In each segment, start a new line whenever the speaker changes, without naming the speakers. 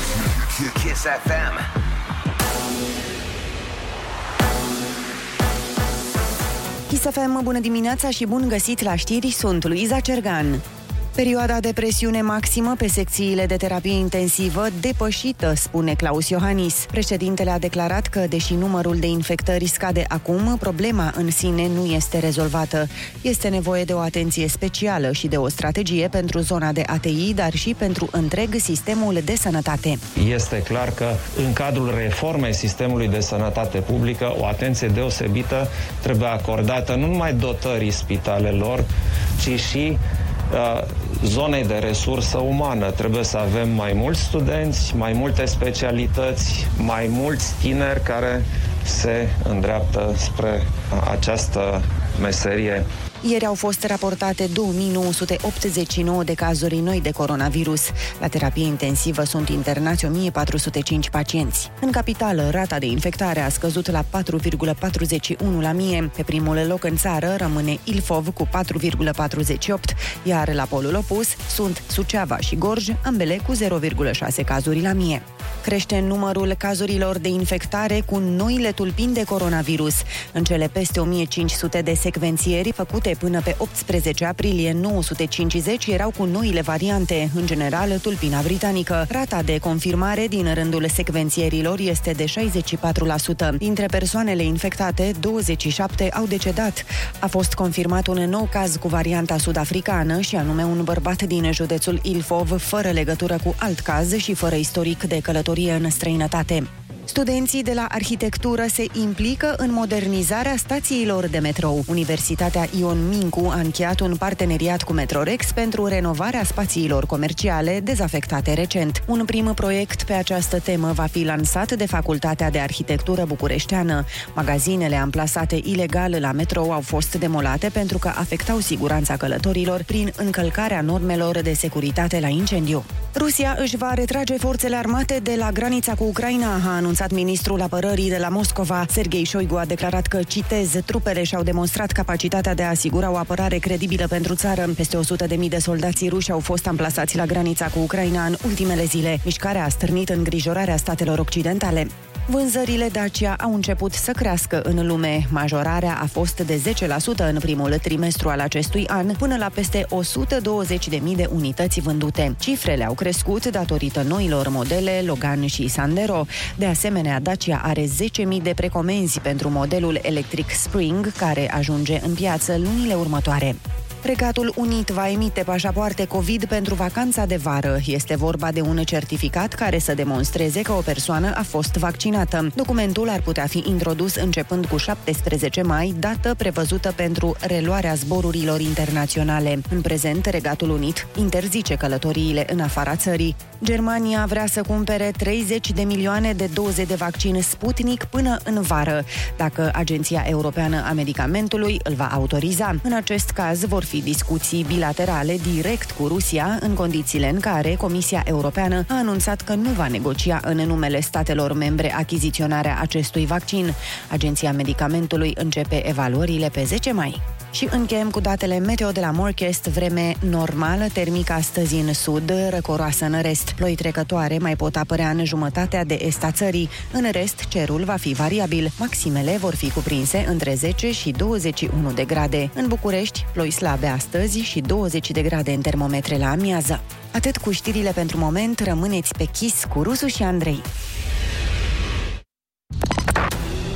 to Kiss FM.
Chisafem, bună dimineața și bun găsit la știri, sunt Luiza Cergan. Perioada de presiune maximă pe secțiile de terapie intensivă depășită, spune Claus Iohannis. Președintele a declarat că, deși numărul de infectări scade acum, problema în sine nu este rezolvată. Este nevoie de o atenție specială și de o strategie pentru zona de ATI, dar și pentru întreg sistemul de sănătate.
Este clar că în cadrul reformei sistemului de sănătate publică, o atenție deosebită trebuie acordată nu numai dotării spitalelor, ci și uh, zonei de resursă umană. Trebuie să avem mai mulți studenți, mai multe specialități, mai mulți tineri care se îndreaptă spre această meserie.
Ieri au fost raportate 2989 de cazuri noi de coronavirus. La terapie intensivă sunt internați 1405 pacienți. În capitală, rata de infectare a scăzut la 4,41 la mie. Pe primul loc în țară rămâne Ilfov cu 4,48, iar la polul opus sunt Suceava și Gorj, ambele cu 0,6 cazuri la mie. Crește numărul cazurilor de infectare cu noile tulpini de coronavirus. În cele peste 1500 de secvențieri făcute făcute până pe 18 aprilie 950 erau cu noile variante, în general tulpina britanică. Rata de confirmare din rândul secvențierilor este de 64%. Dintre persoanele infectate, 27 au decedat. A fost confirmat un nou caz cu varianta sudafricană și anume un bărbat din județul Ilfov, fără legătură cu alt caz și fără istoric de călătorie în străinătate. Studenții de la arhitectură se implică în modernizarea stațiilor de metrou. Universitatea Ion Mincu a încheiat un parteneriat cu Metrorex pentru renovarea spațiilor comerciale dezafectate recent. Un prim proiect pe această temă va fi lansat de Facultatea de Arhitectură Bucureșteană. Magazinele amplasate ilegal la metrou au fost demolate pentru că afectau siguranța călătorilor prin încălcarea normelor de securitate la incendiu. Rusia își va retrage forțele armate de la granița cu Ucraina, a anunțat anunțat ministrul apărării de la Moscova. Sergei Șoigu a declarat că, citez, trupele și-au demonstrat capacitatea de a asigura o apărare credibilă pentru țară. Peste 100.000 de soldații ruși au fost amplasați la granița cu Ucraina în ultimele zile. Mișcarea a stârnit îngrijorarea statelor occidentale. Vânzările Dacia au început să crească în lume. Majorarea a fost de 10% în primul trimestru al acestui an, până la peste 120.000 de unități vândute. Cifrele au crescut datorită noilor modele Logan și Sandero. De asemenea, Dacia are 10.000 de precomenzi pentru modelul electric Spring, care ajunge în piață lunile următoare. Regatul Unit va emite pașapoarte COVID pentru vacanța de vară. Este vorba de un certificat care să demonstreze că o persoană a fost vaccinată. Documentul ar putea fi introdus începând cu 17 mai, dată prevăzută pentru reluarea zborurilor internaționale. În prezent, Regatul Unit interzice călătoriile în afara țării. Germania vrea să cumpere 30 de milioane de doze de vaccin Sputnik până în vară, dacă Agenția Europeană a Medicamentului îl va autoriza. În acest caz vor fi fi discuții bilaterale direct cu Rusia, în condițiile în care Comisia Europeană a anunțat că nu va negocia în numele statelor membre achiziționarea acestui vaccin. Agenția Medicamentului începe evaluările pe 10 mai. Și încheiem cu datele meteo de la Morchest, vreme normală, termică astăzi în sud, răcoroasă în rest. Ploi trecătoare mai pot apărea în jumătatea de est a țării. În rest, cerul va fi variabil. Maximele vor fi cuprinse între 10 și 21 de grade. În București, ploi slabe astăzi și 20 de grade în termometre la amiază. Atât cu știrile pentru moment, rămâneți pe chis cu Rusu și Andrei.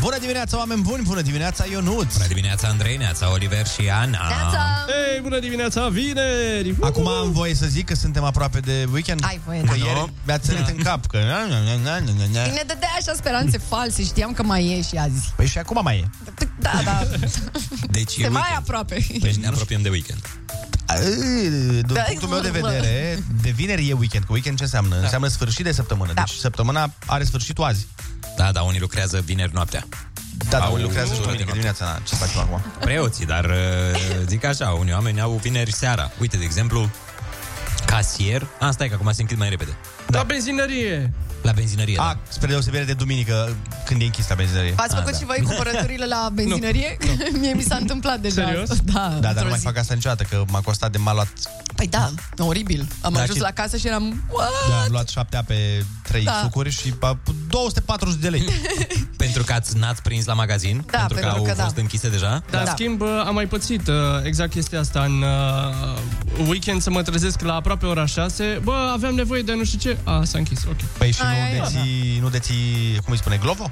Bună dimineața, oameni buni! Bună dimineața, Ionuț!
Bună dimineața, Andrei, neața, Oliver și Ana!
Neața!
Ei, bună dimineața, vineri!
Acum am voie să zic că suntem aproape de weekend?
Ai voie,
Că
da.
ieri mi-a ținut în cap că...
Da.
Ne dădea așa speranțe false, știam că mai e și azi.
Păi și acum mai e.
Da, da,
Deci e
se mai
weekend.
aproape.
Deci ne apropiem de weekend.
Din
Da,
punctul meu de
mă.
vedere, de vineri e weekend. Cu weekend ce înseamnă? Înseamnă sfârșit de săptămână.
Da.
Deci săptămâna are sfârșitul azi.
Da, da, unii lucrează vineri noaptea.
Da, da,
Au-
lucrează și
nu,
duminică
nu,
dimineața, na, ce facem acum?
preoții, dar uh, zic așa, unii oameni au vineri seara. Uite, de exemplu, casier. Asta stai că acum se închid mai repede. Da.
La benzinărie.
La benzinărie. da.
A, spre deosebire de duminică, când e închis la benzinărie.
V-ați
Ah,
făcut
da.
și voi cumpărăturile la benzinărie? Mie mi s-a întâmplat deja.
Serios?
asta. Da,
Da, dar
într-o
nu mai
zi.
fac asta niciodată, că m-a costat de m-a luat,
Păi da, oribil. Am
Da,
ajuns
și-
la casă și eram... "What?"
da, am luat șapte ape, trei
Da.
da. sucuri și a, 240 de lei.
Pentru că ați, n-ați prins la magazin,
Da,
pentru că
pentru
au
că da.
fost închise deja.
Dar,
Da.
da. schimb, uh, am mai pățit uh, exact chestia asta. În uh, weekend să mă trezesc la aproape ora 6. Bă, aveam nevoie de nu știu ce. A, s-a închis, ok.
Păi și
Aia e,
nu deții, nu deții, cum îi spune, glovo?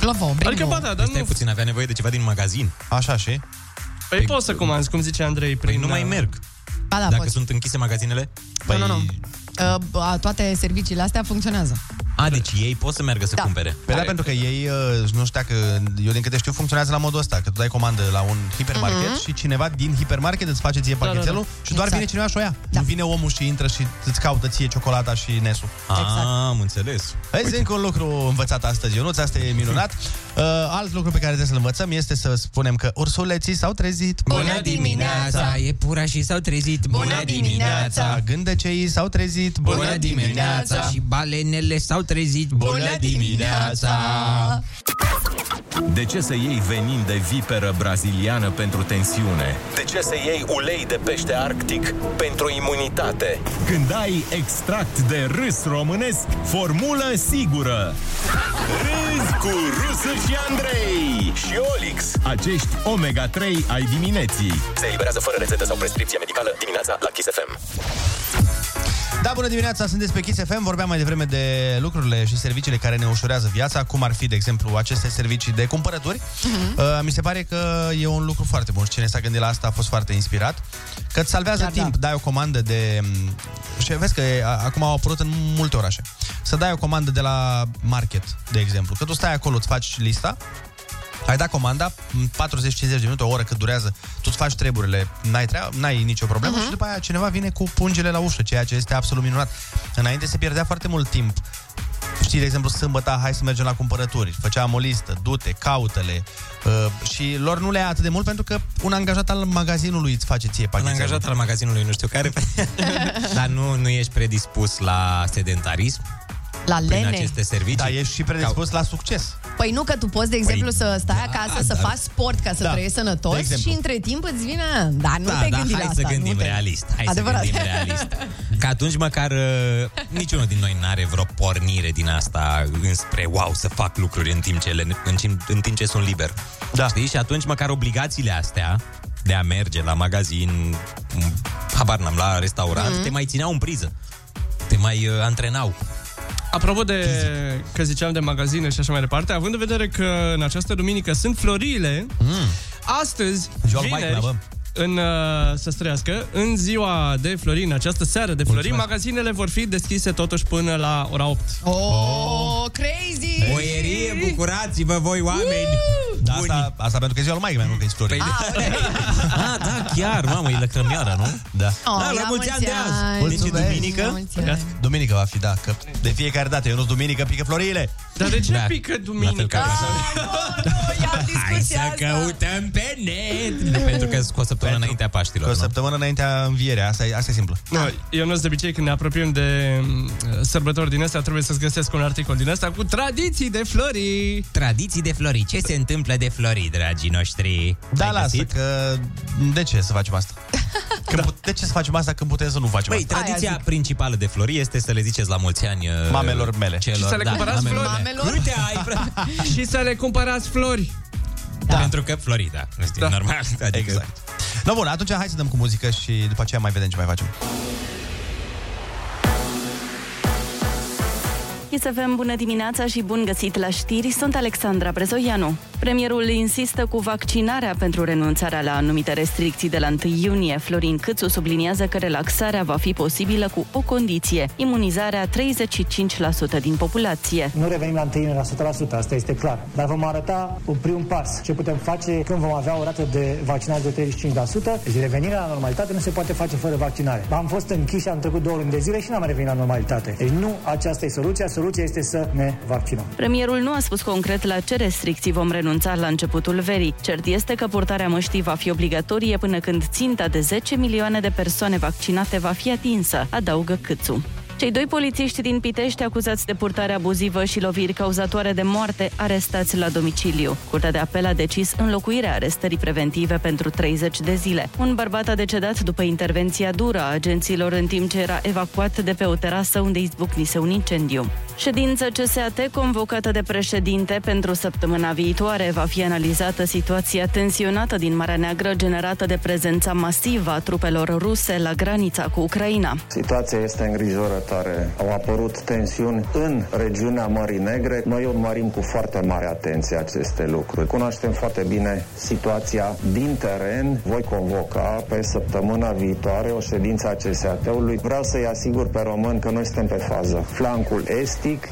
Glovo, bringo.
Adică, ba da, dar
Stai
nu...
puțin, avea nevoie de ceva din magazin.
Așa și?
Păi poți să comanzi, cum zice Andrei, prin...
Păi nu mai
uh,
merg.
Ba da,
Dacă
poți.
sunt închise magazinele,
Păi,
Nu, nu, nu. Uh, a, toate serviciile astea funcționează.
a,
Da.
deci ei pot să meargă să
Da.
cumpere.
Păi da, pentru că ei, uh, nu știu că eu din câte știu, funcționează la modul ăsta, că tu dai comandă la un hipermarket și cineva din hipermarket îți face ție
da, da.
pachetelul și doar
Mhm. Exact.
vine cineva și o ia.
Da.
Nu vine omul și intră și îți caută ție ciocolata și nesul.
Ah.
Exact.
A, am înțeles.
Hai zi încă un lucru învățat astăzi, Ionuț, asta e minunat. Uh, alt lucru pe care trebuie să-l învățăm este să spunem că ursuleții s-au trezit.
Bună
Da,
dimineața!
E pura și s-au trezit.
Bună dimineața!
Gândeceii s-au trezit.
Bună dimineața!
Și balenele s-au trezit.
De ce să iei venin de viperă braziliană pentru tensiune? De ce să iei ulei de pește arctic pentru imunitate? Când ai extract de râs românesc, formulă sigură! Râs cu Rusu și Andrei și Olix. Acești omega-3 ai dimineții. Se eliberează fără rețetă sau prescripție medicală dimineața la Kiss FM.
Da, bună dimineața, sunteți pe Kiss FM. Vorbeam mai devreme de lucrurile și serviciile care ne ușurează viața, cum ar fi, de exemplu, aceste servicii de cumpărături.
Mhm.
Uh-huh. Uh, mi se pare că e un lucru foarte bun și cine s-a gândit la asta a fost foarte inspirat. Că îți salvează
Chiar da.
timp, dai o comandă de... mm, Și vezi că e, a- acum au apărut în multe orașe. Să dai o comandă de la market, de exemplu. Că tu stai acolo, îți faci lista, ai dat comanda, în 40-50 de minute, o oră cât durează, tu îți faci treburile, n-ai, trea- n-ai nicio problemă
Mhm.
uh-huh. și după aia cineva vine cu pungile la ușă, ceea ce este absolut minunat. Înainte se pierdea foarte mult timp. Știi, de exemplu, sâmbătă, hai să mergem la cumpărături, făceam o listă, du-te, caută-le uh, și lor nu le ia atât de mult pentru că un angajat al magazinului îți face ție
Un
pachetul.
angajat al magazinului, nu știu care, dar nu, nu ești predispus la sedentarism
La
prin
lene.
aceste servicii.
Da, ești și predispus la succes.
Păi nu că tu poți, de exemplu, să stai
da,
acasă, să
dar-
faci sport ca să
Da,
trăiești
de
sănătos
exemplu.
și între timp îți vine... Da, nu
da,
te
da,
gândi
hai
la
să
asta.
gândim
nu te...
realist. Hai
Adevărat.
să gândim realist. Că atunci măcar uh, niciunul din noi n-are vreo pornire din asta înspre wow, să fac lucruri în timp ce, le, în, timp- în timp ce sunt liber.
Da.
Știi? Și atunci măcar obligațiile astea de a merge la magazin, m, habar n-am, la restaurant, mm-hmm. te mai țineau în priză. Te mai uh, antrenau.
Apropo de că ziceam de magazine și așa mai departe, având în vedere că în această duminică sunt floriile, mm. astăzi,
Joal Maic,
vineri,
la bă.
în, uh, să străiască, în ziua de flori, în această seară de flori, magazinele vor fi deschise totuși până la ora 8.
Oh, crazy!
Boierie, bucurați-vă voi oameni!
Da, asta, asta pentru că e ziua lui Mike, nu că e Florin.
Ah, da, chiar, mamă, e lăcrămioara, nu?
Da.
Oh,
Da, la mulți ani de azi.
Mulțumesc.
Deci e duminică?
La mulți ani.
Duminică va fi, da, că de fiecare dată, eu nu duminică pică florile.
Dar de ce
Da.
da. pică
La fel ca
duminica?
așa.
Ah, nu, nu, ia
Hai
discuția
să
asta.
căutăm pe net! Pentru că cu o săptămână înaintea
Că o
Paștilor, nu?
săptămână înaintea învierea, asta e, asta e simplă.
Da.
Nu, eu nu de obicei când ne apropiem de m, sărbători din astea, trebuie să-ți găsesc un articol din asta cu tradiții de flori.
Tradiții de flori. Ce se întâmplă de flori, dragii noștri?
Da,
Ai
lasă,
găsit?
că de ce să facem asta? Când da. De ce să facem asta când putem să nu facem
Băi,
asta?
tradiția
zic.
principală de flori este să le ziceți la mulți ani... uh,
Mamelor mele.
Celor,
Și să le
da,
cumpărați
mamelor
flori.
mele.
Mamelor?
Uite, ai... fra-
Și să le cumpărați flori.
da. Pentru că flori, da. Este da.
Da.
normal. Adică...
Exact. No, bun, atunci hai să dăm cu muzică și după aceea mai vedem ce mai facem.
Chisafem, bună dimineața și bun găsit la știri, sunt Alexandra Brezoianu. Premierul insistă cu vaccinarea pentru renunțarea la anumite restricții de la 1 iunie. Florin Câțu subliniază că relaxarea va fi posibilă cu o condiție, imunizarea 35% din populație.
Nu revenim la întâlnire la 100%, asta este clar. Dar vom arăta un prim pas ce putem face când vom avea o rată de vaccinare de 35%. Deci revenirea la normalitate nu se poate face fără vaccinare. Am fost închiși, am trecut două luni de zile și n-am revenit la normalitate. Deci nu aceasta e soluția. Soluția soluția este să ne vaccinăm.
Premierul nu a spus concret la ce restricții vom renunța la începutul verii. Cert este că purtarea măștii va fi obligatorie până când ținta de 10 milioane de persoane vaccinate va fi atinsă, adaugă Câțu. Cei doi polițiști din Pitești acuzați de purtare abuzivă și loviri cauzatoare de moarte arestați la domiciliu. Curtea de apel a decis înlocuirea arestării preventive pentru 30 de zile. Un bărbat a decedat după intervenția dură a agenților în timp ce era evacuat de pe o terasă unde izbucnise un incendiu. Ședință CSAT convocată de președinte pentru săptămâna viitoare va fi analizată situația tensionată din Marea Neagră generată de prezența masivă a trupelor ruse la granița cu Ucraina.
Situația este îngrijorătoare. Au apărut tensiuni în regiunea Mării Negre. Noi urmărim cu foarte mare atenție aceste lucruri. Cunoaștem foarte bine situația din teren. Voi convoca pe săptămâna viitoare o ședință a CSAT-ului. Vreau să-i asigur pe român că noi suntem pe fază. Flancul estic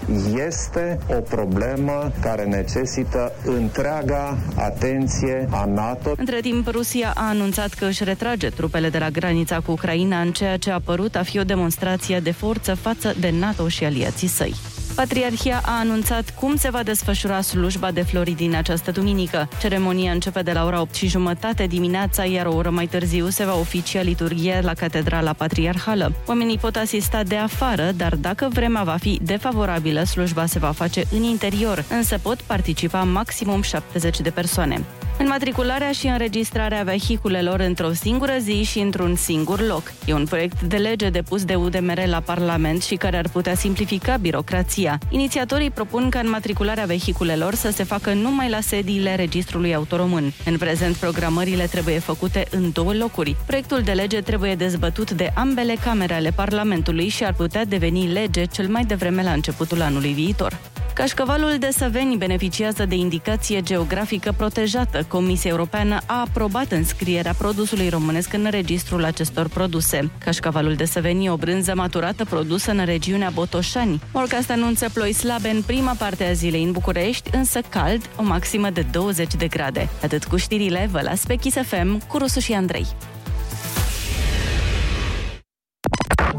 este o problemă care necesită întreaga atenție a NATO.
Între timp, Rusia a anunțat că își retrage trupele de la granița cu Ucraina în ceea ce a părut a fi o demonstrație de forță față de NATO și aliații săi. Patriarhia a anunțat cum se va desfășura slujba de flori din această duminică. Ceremonia începe de la ora 8 și jumătate dimineața, iar o oră mai târziu se va oficia liturghie la Catedrala Patriarhală. Oamenii pot asista de afară, dar dacă vremea va fi defavorabilă, slujba se va face în interior, însă pot participa maximum 70 de persoane. Înmatricularea și înregistrarea vehiculelor într-o singură zi și într-un singur loc. E un proiect de lege depus de UDMR la Parlament și care ar putea simplifica birocrația. Inițiatorii propun ca înmatricularea vehiculelor să se facă numai la sediile Registrului Autoromân. În prezent, programările trebuie făcute în două locuri. Proiectul de lege trebuie dezbătut de ambele camere ale Parlamentului și ar putea deveni lege cel mai devreme la începutul anului viitor. Cașcavalul de Săveni beneficiază de indicație geografică protejată. Comisia Europeană a aprobat înscrierea produsului românesc în registrul acestor produse. Cașcavalul de Săveni e o brânză maturată produsă în regiunea Botoșani. Morcast anunță ploi slabe în prima parte a zilei în București, însă cald, o maximă de 20 de grade. Atât cu știrile, vă las pe Kiss FM cu Rusu și Andrei.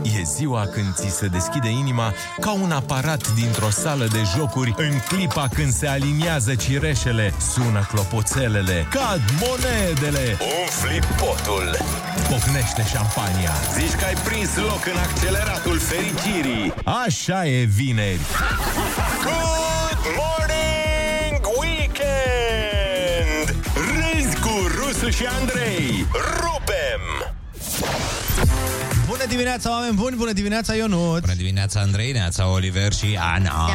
E ziua când ți se deschide inima ca un aparat dintr-o sală de jocuri în clipa când se aliniază cireșele, sună clopoțelele, cad monedele, umfli potul, pocnește șampania. Zici că ai prins loc în acceleratul fericirii. Așa e vineri. Good morning weekend! Râzi cu Rusu și Andrei. Rupem!
Bună dimineața, oameni buni! Bună dimineața, Ionut! Bună
dimineața, Andrei, neața, Oliver și Ana!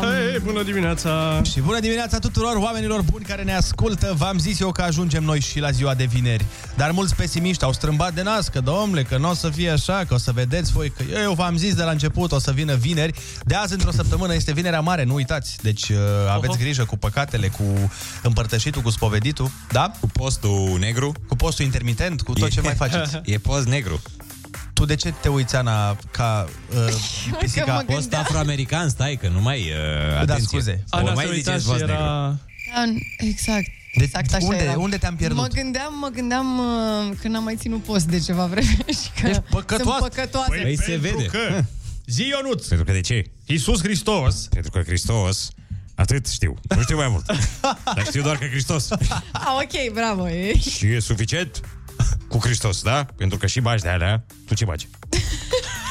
Hei, bună dimineața!
Și bună dimineața tuturor oamenilor buni care ne ascultă. V-am zis eu că ajungem noi și la ziua de vineri. Dar mulți pesimiști au strâmbat de nas că, domnule, că nu o să fie așa, că o să vedeți voi, că eu v-am zis de la început, o să vină vineri. De azi, într-o săptămână, este vinerea mare, nu uitați. Deci uh, aveți grijă cu păcatele, cu împărtășitul, cu spoveditul, da? Cu
postul negru.
Cu postul intermitent, cu tot ce mai faceți.
E post negru.
Tu de ce te uiți, Ana, ca uh, pisica?
Post afroamerican, stai că nu mai... Uh, atenție.
Da, scuze.
Ana,
Ana
mai
se uita
ziceți
și
era... negru.
era-
An- Exact.
De-
Exact așa
unde-
era.
unde te-am pierdut?
Mă gândeam, mă gândeam uh, când am mai ținut post de ceva vreme și că
Ești păcătoasă.
sunt păcătoasă.
Păi se vede.
Că... Zi, Ionuț!
Pentru că de ce?
Iisus Hristos!
Pentru că Hristos... Atât știu. Nu știu mai mult. Dar știu doar că Hristos.
A, ok, bravo. E.
Și e suficient cu Hristos, da? Pentru că și bagi de alea, tu ce bagi?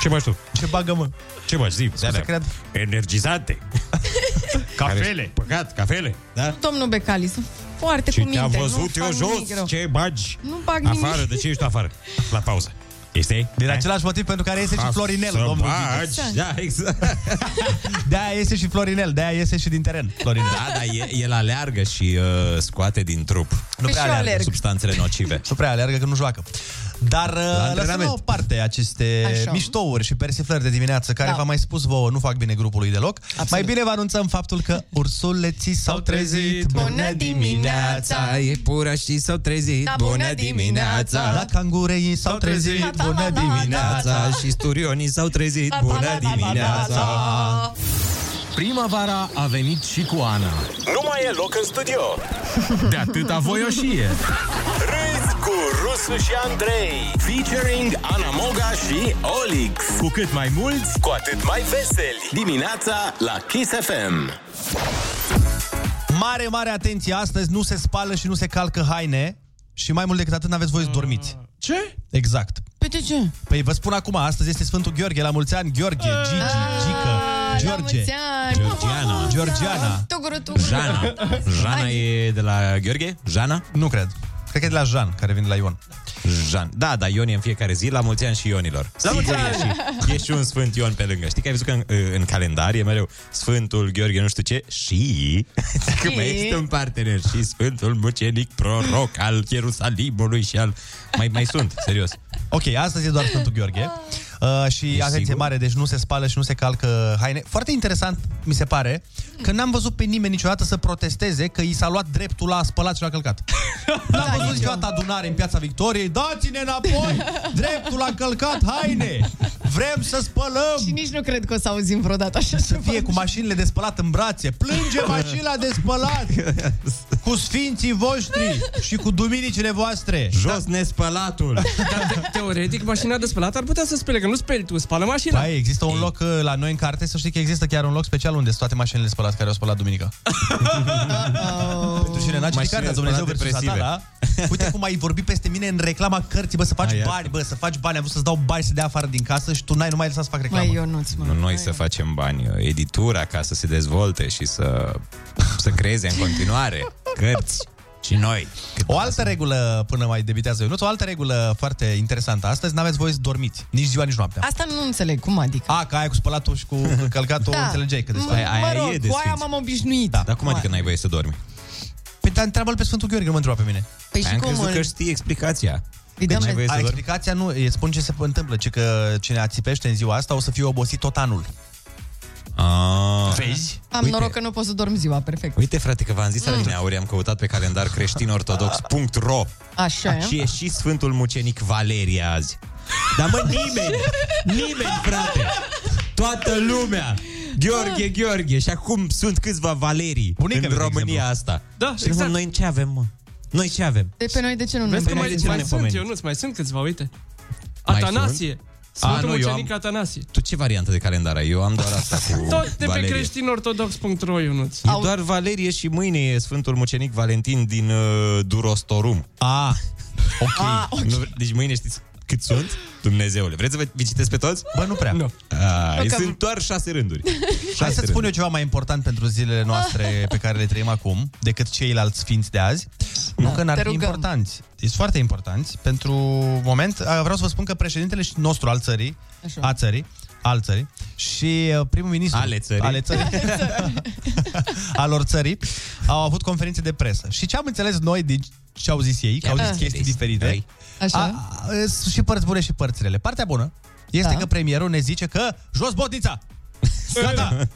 Ce bagi tu?
Ce bagă, mă?
Ce bagi? Zi, de
să cred.
Energizante.
Cafele!
Păcat, cafele. Da?
Domnul Becali, sunt foarte
Și
cu minte.
te-am
nu
văzut eu
fac nimic
jos,
rău.
ce bagi?
Nu bag nimic.
Afară, de ce ești tu afară? La pauză. Este? Eh?
Din același motiv pentru care iese și Florinel,
Să
domnul Ghică.
bagi, da, exact.
De-aia iese și Florinel, de-aia iese și din teren, Florinel.
Da, dar e- el aleargă și uh, scoate din trup
Nu
Păi și eu
prea aleargă.
alerg.
substanțele nocive.
Nu prea aleargă că nu joacă. Dar uh, lăsăm la
antrenament.
o parte aceste
Așa.
miștouri și persiflări de dimineață care
Da.
v-am mai spus vouă, nu fac bine grupului deloc. Absolut. Mai bine vă anunțăm faptul că ursuleții s-au trezit.
Bună dimineața,
e pura și s-au trezit.
Da, bună Bună dimineața.
Da, cangureii s-au trezit.
trezit.
Bună
Da, da,
dimineața.
dimineața.
și sturionii s-au trezit. da.
Primăvara a venit și cu Ana.
Nu mai e loc în studio!
De atâta voioșie.
Râzi cu
Rusu și Andrei Featuring Ana Moga și Olix Cu cât mai mulți, cu atât mai veseli Dimineața la Kiss FM
Mare, mare atenție, astăzi nu se spală și nu se calcă haine și mai mult decât atât n-aveți voie să dormiți.
Ce?
Exact.
Păi de ce?
Păi vă spun acum, astăzi este Sfântul Gheorghe, la mulți ani, Gheorghe, Gigi, Gică, George,
Ah, mulți ani!
Georgiana, Georgiana,
Tuguru, tuguru.
Jana. Jana e de la Gheorghe? Jana?
Nu cred. Cred că e de la Jan, care vine de la Ion.
Jan. Da, da, Ion e în fiecare zi, la mulți ani și Ionilor.
La mulți
Sigur,
ani!
E și, e și un Sfânt Ion pe lângă. Știi că ai văzut că în, în calendar e mereu Sfântul Gheorghe nu știu ce și... Că mai există un partener și Sfântul Mucenic Proroc al Ierusalimului și al... Mai, mai sunt, serios.
Ok, astăzi e doar Sfântul Gheorghe. Uh, și Ești atenție
sigur?
mare, deci nu se spală și nu se calcă haine. Foarte interesant, mi se pare, că n-am văzut pe nimeni niciodată să protesteze că i s-a luat dreptul la spălat și la călcat. N-am văzut niciodată adunare în Piața Victoriei, dați-ne înapoi dreptul la călcat haine! Vrem să spălăm!
Și nici nu cred că o să auzim vreodată așa
Să fie cu mașinile de spălat în brațe. Plânge mașina de spălat! Cu sfinții voștri și cu duminicile voastre! Da.
Jos nespălatul!
Dar te- teoretic, mașina de spălat ar putea să spele, că nu speli tu, spală mașina.
Da, există un loc uh, la noi în carte, să știi că există chiar un loc special unde sunt toate mașinile spălate care au spălat duminica.
Oh.
Pentru cine n-a citit
Mașinile
cartea
spălate
Dumnezeu versus
depresive.
satana, uite cum ai vorbit peste mine în reclama cărții, bă, să faci
Ai, iată.
bani, bă, să faci bani, am vrut să-ți dau bani să dea afară din casă și tu n-ai numai lăsat să fac reclamă.
Mai Ionuț, mă.
Nu noi să facem bani, uh, editura ca să se dezvolte și să, să creeze în continuare cărți și noi.
O altă regulă, până mai debitează Ionuț, o altă regulă foarte interesantă astăzi, n-aveți voie să dormiți, nici ziua, nici noaptea.
Asta nu înțeleg, cum adică?
A, că aia cu spălatul și cu călcatul
Da.
înțelegeai că despre Da. aia.
Aia- aia
Mă rog,
e de
cu aia Da.
sfinți.
m-am obișnuit.
Dar cum adică n-ai voie să dormi?
Păi te întreabă-l pe Sfântul Gheorghe, nu mă întreba pe mine.
Păi și
Am
cum
crezut
îl...
că știi explicația.
Îi dăm
n-ai voie
de-
să
A,
dormi?
explicația nu, e, spun ce se întâmplă, ci că cine ațipește în ziua asta o să fie obosit tot anul.
Ah.
Vezi?
Am
Uite.
noroc că nu pot să dorm ziua, perfect.
Uite, frate, că v-am zis mm. auri, am căutat pe calendar creștinortodox.ro
Așa e.
și e și Sfântul Mucenic Valerie azi. Dar mă, nimeni, nimeni, frate, toată lumea, Gheorghe, Gheorghe, și acum sunt câțiva Valerii
Bunica
în
mea, de
România
exemplu.
asta.
Da,
și
exact.
exact. noi în ce avem, mă? Noi ce avem?
De pe noi de ce nu ne
Vezi că
Păi,
mai,
de
mai
ce nu
mai
ne
sunt,
pomeni?
eu nu mai sunt câțiva, uite.
Mai
Atanasie.
A,
Sfântul
nu, eu
Mucenic
am-
Atanasie.
Tu ce variantă de calendar ai? Eu am doar asta cu
Tot de pe
Valerie.
creștinortodox.ro, Ionuț.
E doar Valerie și mâine e Sfântul Mucenic Valentin din uh, Durostorum.
A, ok.
Ah, okay. nu, deci mâine știți cât sunt? Dumnezeule, vreți să vă vizitez pe toți?
Bă, nu prea.
Nu.
Ah,
că-
sunt doar șase rânduri.
Hai să-ți spun eu
rânduri.
ceva mai important pentru zilele noastre pe care le trăim acum decât ceilalți sfinți de azi. Nu că n-ar
Da, Te
fi
rugăm.
importanți. Sunt foarte importanți. Pentru moment, a, vreau să vă spun că președintele și- nostru al țării,
Așa.
a țării, al țării și a, primul ministru
Ale țării.
ale țării alor țării au avut conferințe de presă. Și ce am înțeles noi din ce au zis ei, că au zis
am
chestii
zis
diferite.
noi?
Așa.
A, a, sunt și părți bune și părți rele. Partea bună este
Da.
că premierul ne zice că jos botnița! Gata!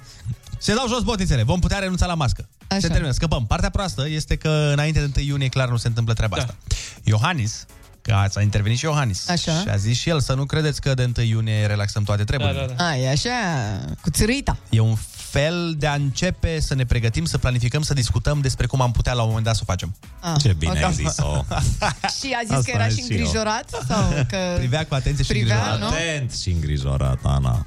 Se dau jos botnițele, vom putea renunța la mască.
Așa.
Se termină, scăpăm. Partea proastă este că înainte de 1 iunie clar nu se întâmplă treaba
Da.
asta. Iohannis, că a- s-a intervenit și Iohannis
Așa.
și a zis și el să nu credeți că de 1 iunie relaxăm toate treburile.
Da,
A, e așa, cu țârâita.
E un fel de a începe să ne pregătim, să planificăm, să discutăm despre cum am putea la un moment dat să o facem.
A,
Ce bine
Ah, ok.
ai zis-o.
Și a zis
Asta
că era
am
și
zis și eu.
îngrijorat? Sau că...
Privea cu atenție și
Privea,
îngrijorare.
nu?
Atent și îngrijorat, Ana.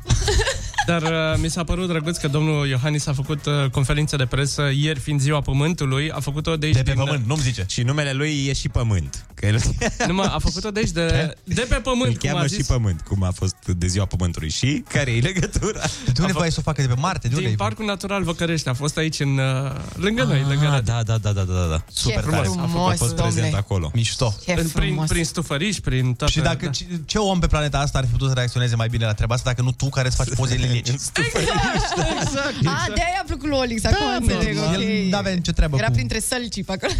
Dar uh, mi s-a părut drăguț că domnul Iohannis a făcut uh, conferință de presă ieri fiind ziua Pământului, a făcut-o de aici
De pe
din,
pământ, nu-mi zice.
Și numele lui e și Pământ. Că el
Numai, a făcut-o de aici de, de pe
îl
pământ, cum
cheamă
a
și
zis.
Pământ, cum a fost de ziua Pământului. Și care e legătura?
De unde voiai să o facă? De pe Marte? De unde
Din
e?
Parcul Natural Văcărești, a fost aici în, uh, lângă noi, lângă
Ah,
Arad.
da, da, da, da, da, da.
Ce
Super tare.
A
frumos,
fost prezent
domne.
acolo.
Mișto.
Ce
În- Prin,
frumos.
prin stufăriș, prin toată...
Și dacă
da.
ce, ce om pe planeta asta ar fi putut să reacționeze mai bine la treaba asta dacă nu tu care îți faci pozele în lege?
Exact,
A,
exact.
de-aia a plăcut lui Olix, acum înțeleg, ok.
El n-avea nicio treabă
Era
cu...
printre sălcii pe acolo.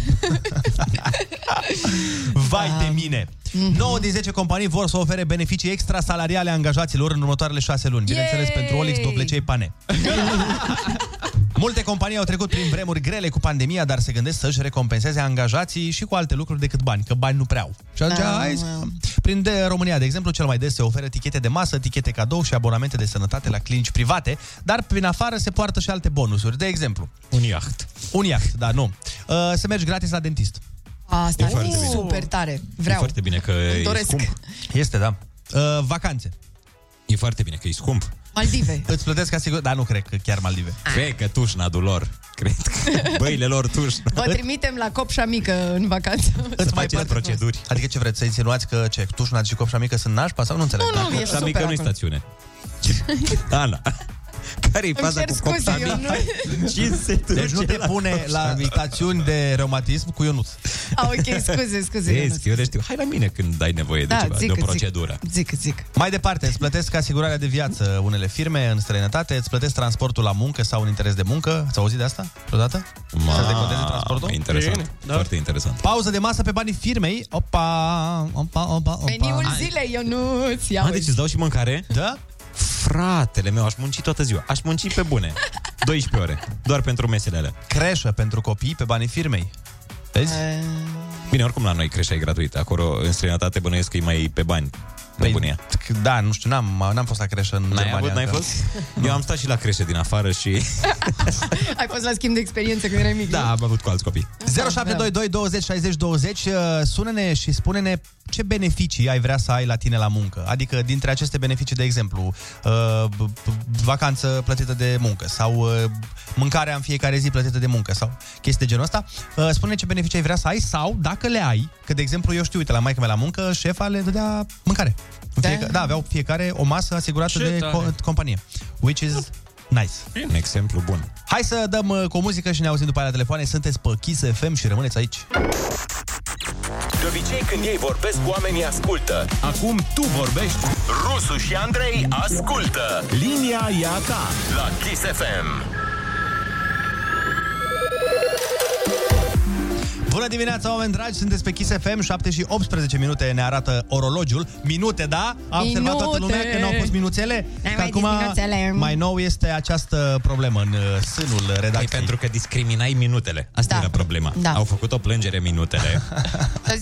Vai
Da.
de mine!
Mhm.
9 din 10 companii vor să ofere beneficii extrasalariale angajaților în următoarele 6 luni. Bineînțeles,
Yay!
pentru Olix, dovlecei, pane. Multe companii au trecut prin vremuri grele cu pandemia, dar se gândesc să-și recompenseze angajații și cu alte lucruri decât bani, că bani nu prea au. Și atunci,
Ah.
hai să... Prin de România, de exemplu, cel mai des se oferă tichete de masă, tichete cadou și abonamente de sănătate la clinici private, dar prin afară se poartă și alte bonusuri. De exemplu,
Un iaht.
un iaht, da, nu. Uh, Să mergi gratis la dentist.
Asta
E foarte
e
bine.
super tare.
E
Vreau.
foarte bine că
Îmi
e
doresc.
scump.
Este, da. Uh, vacanțe.
E foarte bine că e scump.
Maldive.
Îți plătesc asigur... Da, nu cred că chiar Maldive.
Cred că tușnadul lor. Cred că băile lor tușna.
Vă trimitem la copșa mică în vacanță.
Îți mai faceți proceduri. Adică ce vreți, să insinuați că ce, tușnat și copșa mică sunt nașpa sau nu înțeleg?
Nu, nu, e
Copșa
super
mică nu-i
acum.
stațiune. Ana. Care-i
Îmi
faza
cer
cu
scuze,
copșa
eu
mică?
nu...
Cine se duce
Deci nu te
la
pune
copșa
la
mică?
stațiuni de reumatism cu Ionut.
A, ok, scuze, scuze.
Vezi,
Ionuț.
că eu le știu. Hai la mine când ai nevoie de
Da,
ceva,
zic
de o
că zic.
procedură.
Zic, zic.
Mai departe, îți plătesc asigurarea de viață unele firme în străinătate, îți plătesc transportul la muncă sau un interes de muncă. Ați auzit de asta vreodată? Să-ți deconteze transportul?
interesant.
Bine, da.
Foarte interesant.
Pauză de masă pe banii firmei. Opa, opa, opa, opa.
Meniul zilei, Ionuț. Ia
Mă,
uite.
deci îți dau și mâncare?
Da?
Fratele meu, aș munci toată ziua. Aș munci pe bune. 12 ore. Doar pentru mesele alea.
Creșă pentru copii pe banii firmei. Vezi?
Bine, oricum la noi creșa e gratuită. Acolo, în străinătate, bănuiesc că e mai pe bani. Nebunia.
Păi, da, nu știu, n-am, n-am fost la creșă în
N-ai
Germania.
avut, n-ai
încă.
fost? Eu am stat și la creșe din afară și...
Ai fost la schimb de experiență când erai mic.
Da, am avut cu alți copii.
0722 20 60 20 uh, Sună-ne și spune-ne ce beneficii ai vrea să ai la tine la muncă Adică dintre aceste beneficii, de exemplu uh, b- b- Vacanță plătită de muncă Sau uh, mâncarea în fiecare zi plătită de muncă Sau chestii de genul ăsta Uh, Spune-ne ce beneficii ai vrea să ai Sau dacă le ai Că, de exemplu, eu știu, uite, la maica mea la muncă Șefa le dădea mâncare În
Da.
Fieca- da, aveau fiecare o masă asigurată
Ce
de
tare.
co- companie Which is nice
Un exemplu bun.
Hai să dăm uh, cu o muzică și ne auzim după aia la telefoane. Sunteți pe Kiss FM și rămâneți aici.
De obicei când ei vorbesc, oamenii ascultă. Acum tu vorbești. Rusu și Andrei ascultă. Linia e a ta la Kiss FM.
Bună dimineața, oameni dragi! Sunteți pe Kiss FM, 7 și 18 minute ne arată orologiul. Minute, da? A observat toată
Minute!
lumea că nu au fost minuțele?
N-ai
Că
mai zis minuțele.
mai nou este această problemă în uh, sânul
Păi
redacției.
pentru că discriminai minutele. Asta
Da.
era problema.
Da.
Au făcut o plângere minutele.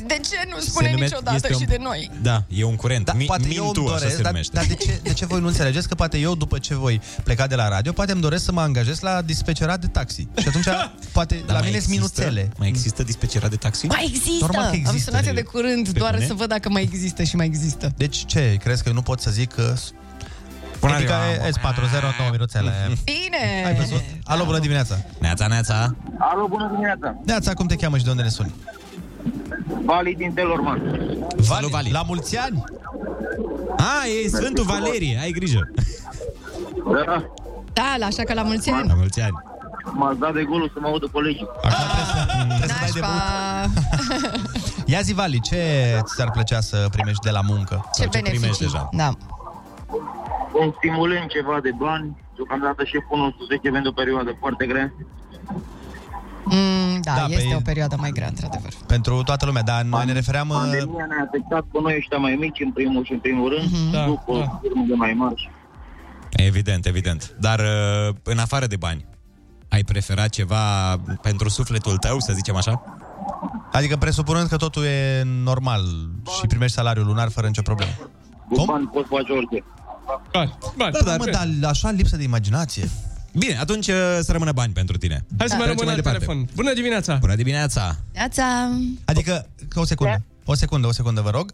De ce nu spune
Se numesc-
niciodată
este
și de noi?
Da, e un curent.
Da,
Mi-
poate eu
mintu,
îmi
așa
doresc,
se
dar,
numește.
dar de, ce, de ce voi nu înțelegeți că poate eu, după ce voi pleca de la radio, poate îmi doresc să mă angajez la dispecerat de taxi. Și atunci, poate,
Dar
la
Da, mai
mine sunt
există-
minuțele.
Mai există dispecerat de taxi?
Mai există!
Normal că
Am
există,
sunat eu
Lili.
de curând
Pe
doar
bune?
să văd dacă mai există și mai există.
Deci ce, crezi că eu nu pot să zic că...
Bună
adică
ziua!
e 4 9 minuțele.
Bine!
Ai văzut? Alo, bună dimineața!
Neața, neața.
Alo, bună dimineața!
Neața, cum te cheamă și de unde ne suni?
Vali din Telorman.
Salut, Vali.
La mulți ani? Ah,
A, e Sfântul Valerie, ai grijă.
Da,
Da, la- așa că la mulți
La
ani.
mulți ani.
m-ați dat Da, de golul să mă audă colegii.
Acum trebuie să, trebuie să dai de băut.
Nașpa!
Ia zi, Vali, ce ți-ar plăcea să primești de la muncă?
Ce
ce primești
beneficii.
deja.
Da.
Un stimulent ceva de bani, deocamdată șeful nostru zice vende o perioadă foarte grea.
Mm, da,
Da,
este
pe-
o perioadă mai grea, într-adevăr.
Pentru toată lumea, dar noi ne refeream... uh,
Pandemia ne-a afectat pe noi ăștia mai mici, în primul și în primul rând,
Mhm.
Da,
după
da.
firmele mai mari.
Evident, evident. Dar uh, în afară de bani, ai preferat ceva pentru sufletul tău, să zicem așa?
Adică presupunând că totul e normal și primești salariul lunar fără nicio problemă.
Cu
Cum?
bani poți face orice.
Bani, bani.
Da, mă, dar așa lipsă de imaginație.
Bine, atunci uh, să rămână bani pentru tine.
Hai să mai
Trecem
rămân la
departe.
telefon. Bună dimineața!
Bună dimineața!
Neața!
Adică, că o secundă,
Da.
o secundă, o secundă, vă rog.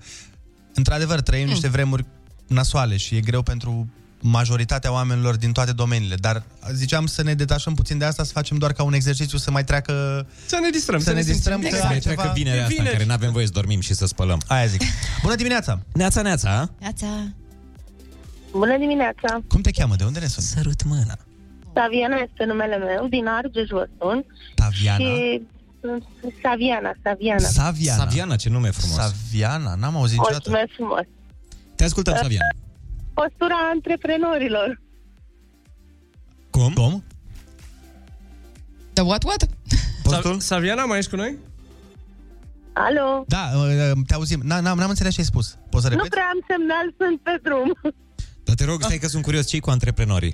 Într-adevăr,
Hmm.
trăim niște vremuri nasoale și e greu pentru majoritatea oamenilor din toate domeniile, dar ziceam să ne detașăm puțin de asta, să facem doar ca un exercițiu să mai treacă
Să ne distrăm,
Să ne distrăm
simțim.
Să
că- Exact.
mai treacă
Ceva-
vinerea
E
asta în
vineri.
care nu avem voie să dormim și să spălăm.
Aia zic. Bună dimineața!
Neața, neața!
Neața!
Bună dimineața!
Cum te cheamă? De unde ne suni?
Sărut mâna!
Saviana este numele meu, din Argeș vă sun.
Taviana.
Și Saviana, Saviana.
Saviana.
Saviana, ce nume frumos!
Saviana, n-am auzit niciodată.
Mulțumesc frumos!
Te ascultăm, Saviana.
Postura antreprenorilor.
Cum?
Cum?
Da, what, what?
Postul?
Sa- Saviana, mai ești cu noi?
Alo?
Da, uh, te auzim. N-am, n-am înțeles ce ai spus. Poți să
Nu
repeti?
prea am semnal, sunt pe drum.
Dar te rog, stai că sunt curios, cei cu antreprenorii?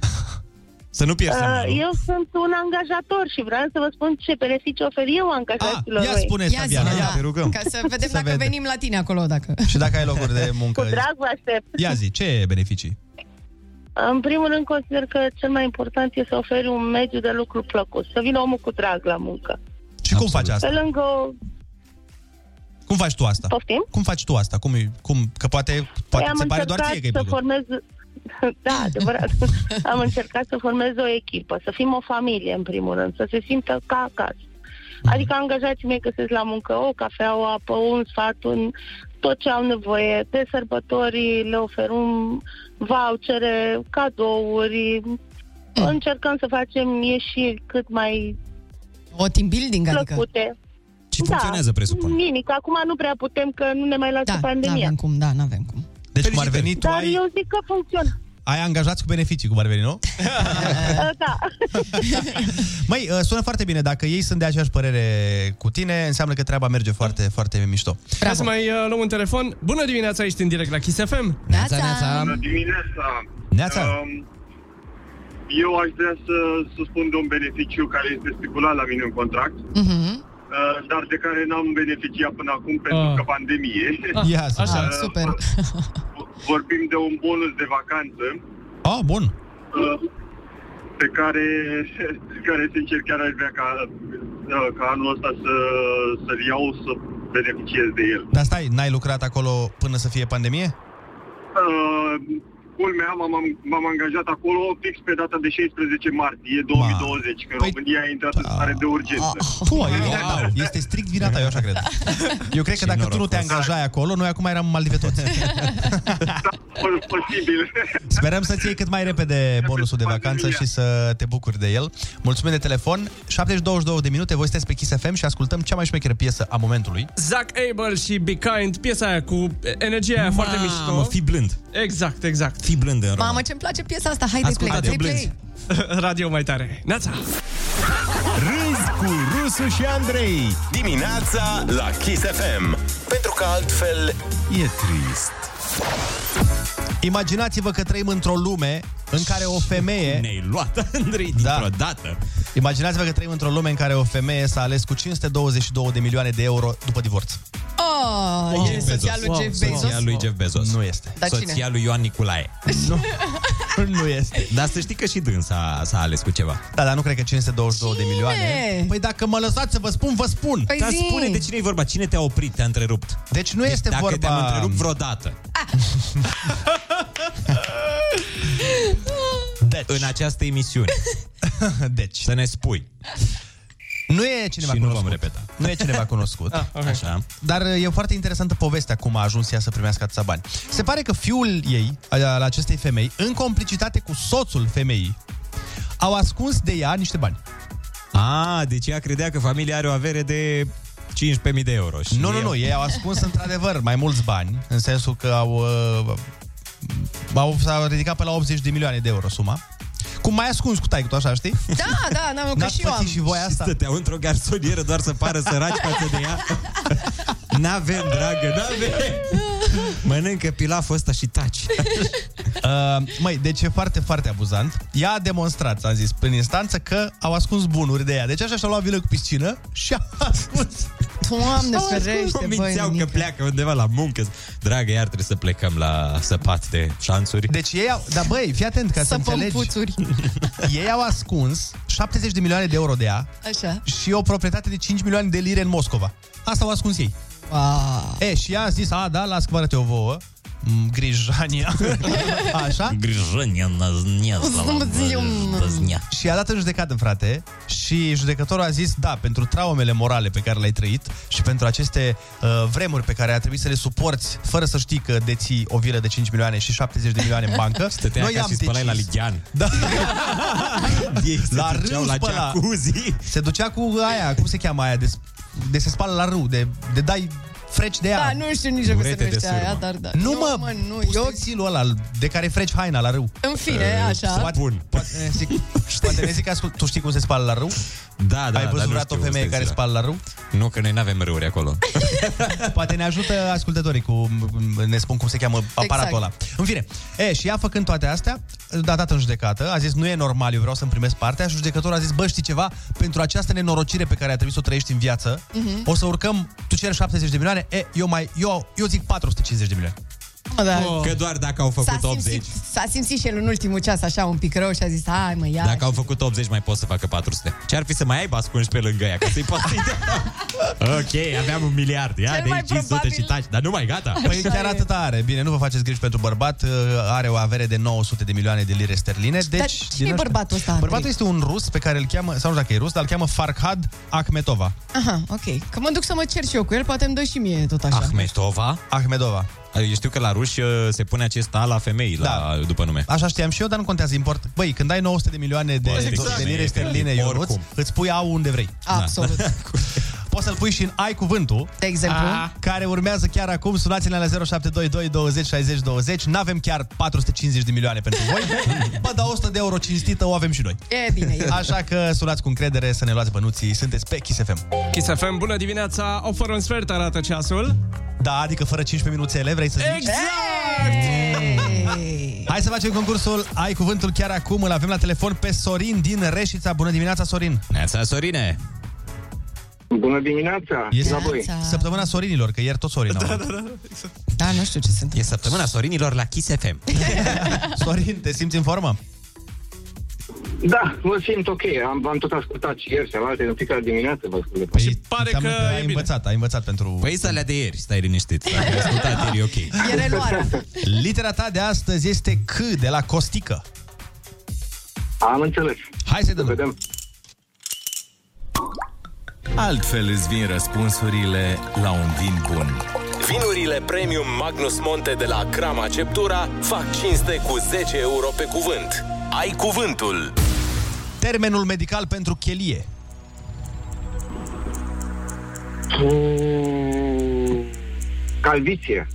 Să nu pierzi
Uh,
semnalul.
eu sunt un angajator și vreau să vă spun ce beneficii ofer eu angajaților
Ah, ia
mei.
spune,
Ia zi,
Saviana,
da,
ia, te rugăm.
Ca să vedem
Să
dacă
vedem.
venim la tine acolo, dacă...
Și dacă ai locuri de muncă.
Cu drag vă aștept.
Ia zi, ce beneficii?
În primul rând consider că cel mai important e să oferi un mediu de lucru plăcut, să vină omul cu drag la muncă.
Și cum faci
Pe
asta?
lângă o
Cum faci tu asta?
Poftim?
Cum faci tu asta? Cum, e- cum, că poate, poate
Păi
se pare doar
încercat
ție că e
să
băgă.
formez... Da, adevărat. am încercat să formez o echipă, să fim o familie, în primul rând, să se simtă ca acasă. Adică angajații mei găsesc la muncă o cafea, o apă, un sfat, un... tot ce au nevoie. De sărbători le oferim vouchere, cadouri. Încercăm să facem ieșiri cât mai
O team building, adică.
plăcute. Da.
Și funcționează, presupun.
Nimic. Acum nu prea putem, că nu ne mai lasă
Da,
pandemia.
n-avem cum, da, n-avem cum.
Deci cum ar veni, tu
Dar
ai,
eu zic că funcționează.
ai angajați cu beneficii, cum ar veni, nu?
da.
Măi, uh, sună foarte bine. Dacă ei sunt de aceeași părere cu tine, înseamnă că treaba merge foarte, foarte mișto.
Hai să mai uh, luăm un telefon. Bună dimineața, ești în direct la Kiss FM.
Neața,
Bună dimineața!
Neața.
Um, Eu aș vrea să, să spun de un beneficiu care este stipulat la mine în contract,
Mhm.
uh, dar de care n-am beneficiat până acum pentru că pandemie. Uh,
Ia să
Ah. Așa,
Ah.
vedem.
super.
Vorbim de un bonus de vacanță
Ah, bun.
uh, pe care, care sincer chiar aș vrea ca, uh, ca anul ăsta să, să-l iau, să beneficiez de el.
Dar stai, n-ai lucrat acolo până să fie pandemie?
Uh, culmea, m-am, m-am angajat acolo fix pe data de 16 martie 2020, când România a intrat în stare de urgență.
Tu, Ah. Păi, e vina ta. Este strict vina ta, eu așa cred. Eu cred că dacă tu nu te angajai acolo, noi acum eram maldive toți.
Posibil.
Sperăm să-ți iei cât mai repede bonusul de vacanță și să te bucuri de el. Mulțumim de telefon. 722 de minute, voi sunteți pe Kiss FM și ascultăm cea mai șmecheră piesă a momentului.
Zac Abel și Be Kind, piesa aia cu energia aia foarte mișto.
Mă, fi blând.
Exact, exact.
Fi blând în
Mamă, ce-mi place piesa asta, hai de play, de play.
Radio mai tare. Neața!
Râzi cu Rusu și Andrei Dimineața la Kiss FM Pentru că altfel e trist
Imaginați-vă că trăim într-o lume în care o femeie... Da.
Ne-ai luat, Andrei, dintr-o dată.
Imaginați-vă că trăim într-o lume în care o femeie s-a ales cu 522 de milioane de euro după divorț.
Oh, e soția lui Jeff Bezos.
Soția lui Jeff Bezos.
Nu este.
Dar cine?
Soția lui Ioan Nicolae.
nu este.
Dar să știi că și dânsa s-a ales cu ceva.
Da, dar nu cred că 522 de milioane. Păi dacă mă lăsați să vă spun, vă spun.
Dar spune de cine e vorba, cine te-a oprit, te-a întrerupt.
Deci nu este
dacă
vorba-
te-am întrerupt vreodată.
Deci.
În această emisiune.
Deci.
Să ne spui.
Nu e cineva
Și nu
cunoscut.
vom repeta.
Nu e cineva cunoscut.
Ah, ok. Așa.
Dar e foarte interesantă povestea cum a ajuns ea să primească atâția bani. Se pare că fiul ei, al al acestei femei, în complicitate cu soțul femeii, au ascuns de ea niște bani.
A, deci ea credea că familia are o avere de 15.000 de euro. Și
Nu, nu, nu, ei au ascuns într-adevăr mai mulți bani, în sensul că au, uh, au s-au ridicat pe la 80 de milioane de euro suma. Cum mai ascuns cu taică, așa, știi?
Da, da, n-am că
N-ați
și eu am.
pățit și voi asta?
Stăteau într-o garsonieră doar să pară săraci față de ea. N-avem, dragă, n-avem. Mănâncă pilaful ăsta și taci.
Uh, măi, deci e foarte, foarte abuzant. Ea a demonstrat, am zis, în instanță că au ascuns bunuri de ea. Deci așa și-a luat vilă cu piscină și a ascuns.
Doamne,
Oricum,
ferește,
mințeau
băi,
că pleacă undeva la muncă. Dragă, iar trebuie să plecăm la săpat de șanțuri.
Deci ei au... Dar băi, fii atent ca să,
Să păm
înțelegi.
puțuri.
Ei au ascuns 70 de milioane de euro de ea
Așa.
și o proprietate de 5 milioane de lire în Moscova. Asta au ascuns ei.
Wow.
E, și ea a zis, a, da, las că te o vouă. Mm, Grijania. Așa.
Grijănia
um,
năznia.
Mm. Și a dat în judecată, frate, și judecătorul a zis, da, pentru traumele morale pe care le-ai trăit și pentru aceste uh, vremuri pe care a trebuit să le suporți fără să știi că deții o vilă de 5 milioane și 70 de milioane în bancă,
Stătea
noi
ca
am
și spălai
decis...
la Ligian.
Da.
Ei se
la
duceau
râu
la
spăla.
jacuzzi.
Se ducea cu aia, cum se cheamă aia, de, de se spală la râu, de, de dai freci de ea.
Da, nu știu nici eu cum se
Urete de
numește aia,
sârmă.
dar da.
Nu, mă,
mă, nu, eu...
Ustensilul ăla de care freci haina la râu. Uh,
În fine, așa.
Poate,
Bun.
poate ne zic, poate ne zic ascult, tu știi cum se spală la râu?
Da, da,
Ai
dar
văzut
nu
vreodată o
știu,
femeie
stai
care
zi, da.
spală la râu?
Nu, că noi n-avem râuri acolo.
Poate ne ajută ascultătorii cu, ne spun cum se cheamă
Exact.
aparatul ăla. În fine, e, și ea făcând toate astea, a dat în judecată, a zis, nu e normal, eu vreau să-mi primesc partea și judecătorul a zis, bă, știi ceva, pentru această nenorocire pe care a trebuit să o trăiești în viață,
Mhm.
o să urcăm, tu ceri 70 de milioane, e, eu mai, eu, eu zic 450 de milioane.
Da.
Oh.
Că doar dacă au
S-a
făcut 80.
simțit, s-a simțit și el în ultimul ceas așa un pic rău și a zis, hai mă, ia.
Dacă au făcut 80, mai pot să facă 400. Ce ar fi să mai ai ascunși pe lângă ea, ca să-i poți să-i dea? Ok, aveam un miliard. Ia
Cel
de
mai
aici 500
probabil-
și taci. Dar nu mai, gata.
Păi chiar atâta are. Bine, nu vă faceți griji pentru bărbat. uh, Are o avere de 900 de milioane de lire sterline. Deci,
Dar
din
cine e
ăștia-
bărbatul ăsta, Andrei?
Bărbatul este un rus pe care îl cheamă, sau nu știu dacă e rus, dar îl cheamă Farhad Akhmetova.
Aha, ok. Că mă duc să mă cer și eu cu el, poate îmi dă și mie tot
Ah.
așa.
Ahmetova?
Ahmedova.
Eu știu că la ruși uh, se pune acest A la femei,
Da.
la, după nume.
Așa știam și eu, dar nu contează import. Băi, când ai 900 de milioane de,
Bă,
de,
exact.
de lire sterline,
Oricum.
Ionuț, îți pui au unde vrei.
Absolut. Da.
Poți să-l pui și în ai cuvântul.
De exemplu?
Care urmează chiar acum. Sunați-ne la 0722 20 60 20. N-avem chiar 450 de milioane pentru voi. Bă, dar 100 de euro cinstită o avem și noi.
E bine, e
Așa că sunați cu încredere să ne luați bănuții. Sunteți pe Kiss FM.
Kiss FM, bună dimineața, o fără un sfert arată ceasul.
Da, adică fără 15 minuțele, vrei să zici?
Exact.
Exact!
Hai să facem concursul Ai cuvântul chiar acum. Îl avem la telefon pe Sorin din Reșița. Bună dimineața, Sorin!
Neața, Sorine!
Bună dimineața!
Este
la voi.
săptămâna Sorinilor, că ieri tot Sorin da, da, da.
da, nu știu ce sunt.
E săptămâna Sorinilor la Kiss FM.
Sorin, te simți în formă?
Da, mă simt ok. Am, v-am tot ascultat și ieri, alte, în fiecare dimineață vă ascult.
Păi, și pare că ai învățat, ai învățat pentru...
Păi să alea de ieri, stai liniștit. Dacă ai ascultat ieri, e ok.
E reluarea.
Litera ta de astăzi este C de la Costică.
Am înțeles.
Hai să dăm.
vedem.
Altfel îți vin răspunsurile la un vin bun. Vinurile Premium Magnus Monte de la Crama Ceptura fac cinste cu 10 euro pe cuvânt. Ai cuvântul!
Termenul medical pentru chelie.
Calviție.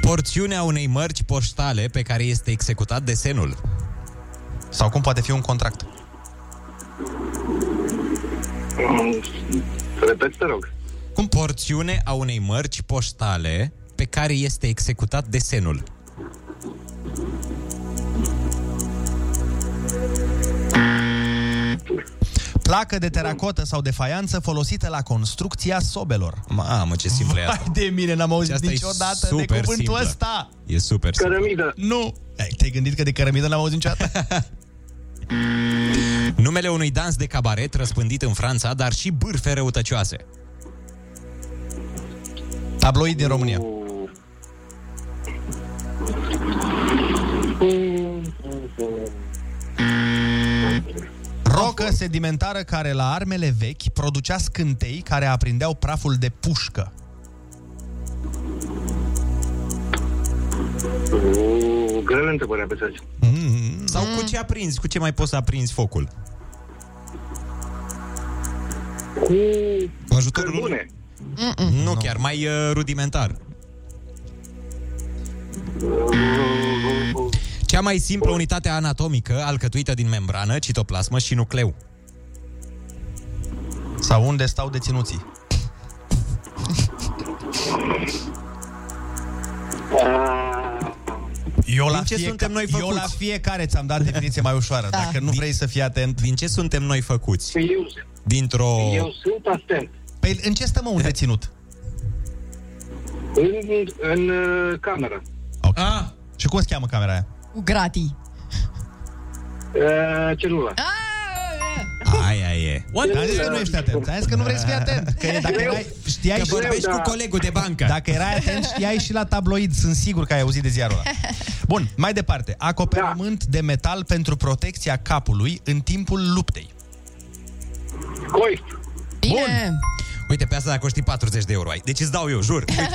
Porțiunea unei mărci poștale pe care este executat desenul.
Sau cum poate fi un contract.
Repet, te rog.
Cum porțiune a unei mărci poștale pe care este executat desenul.
Placă de teracotă sau de faianță folosită la construcția sobelor.
Mamă, ce simplu e asta.
Hai de mine, n-am auzit
Asta e
niciodată de
super
cuvântul
simplă.
ăsta.
E super simplu.
Cărămidă.
Nu. Ai, Te-ai gândit că de cărămidă n-am auzit niciodată?
Numele unui dans de cabaret răspândit în Franța, dar și bârfe răutăcioase.
Tabloid din România. Rocă sedimentară care la armele vechi producea scântei care aprindeau praful de pușcă.
O, grele întrebări pe să
Mm.
Sau cu ce aprinzi? Cu ce mai poți să aprinzi focul?
Cu
Cu ajutorul
cărbune.
Mm-hmm.
Nu, nu chiar, mai uh, rudimentar. Cea mai simplă unitate anatomică alcătuită din membrană, citoplasmă și nucleu.
Sau unde stau deținuții. Eu la,
Din ce
fieca-
suntem noi
eu
făcuți?
la fiecare ți-am dat definiție mai ușoară.
Da.
Dacă nu vrei să fii atent...
Din ce suntem noi făcuți?
Eu,
Dintr-o...
eu sunt atent.
Păi în ce stă mă un deținut?
În, în uh, cameră.
Ah,
Și cum se cheamă camera aia?
Cu gratii.
Uh, celula.
Aia e.
what?
Dar am zis că nu ești atent. Am zis că nu vrei să fii atent. Că e- dacă erai, știai
Că
și
vorbești
da.
cu colegul de bancă.
Dacă erai atent, știai și la tabloid. Sunt sigur că ai auzit de ziarul ăla. Bun, mai departe. Acoperământ de metal pentru protecția capului în timpul luptei.
Coif.
Bine.
Uite, pe asta dacă o știi 40 de euro ai. Deci îți dau eu, jur. Uite.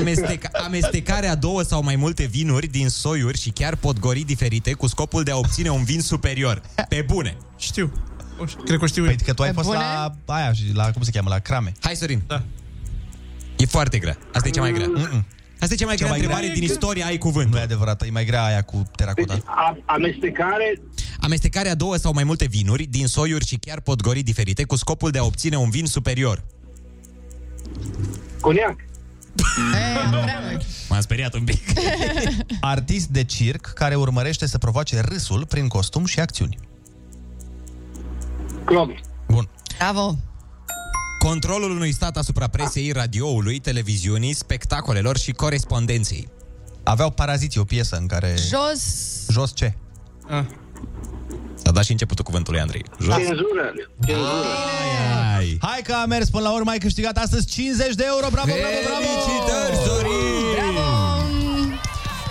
Amesteca- amestecarea a două sau mai multe vinuri din soiuri și chiar podgorii diferite cu scopul de a obține un vin superior. Pe bune.
Știu. O ș- Cred că o știu.
Păi că tu ai
Pe
fost
bune?
la aia, și la cum se cheamă, la crame.
Hai, Sorin.
Da.
E foarte grea. Asta e cea mai grea. Asta e cea mai grea
mai grea.
întrebare din istoria ai
Nu e
cuvânt.
adevărat, e mai grea aia cu teracota.
Deci, a, amestecare,
Amestecarea a două sau mai multe vinuri din soiuri și chiar podgorii diferite cu scopul de a obține un vin superior.
coniac.
E, am vrea, mă.
M-am speriat un pic.
Artist de circ care urmărește să provoace râsul prin costum și acțiuni.
Clon.
Bun.
Bravo.
Controlul unui stat asupra presei, radioului, televiziunii, spectacolelor și corespondenței.
Aveau paraziții o piesă în care...
Jos.
Jos ce?
Ah.
S-a dat și începutul cuvântului, Andrei. Jos.
Cenzură.
Ai.
Hai că a mers până la urmă, ai câștigat astăzi 50 de euro. Bravo, bravo, bravo! Felicitări,
Zorin!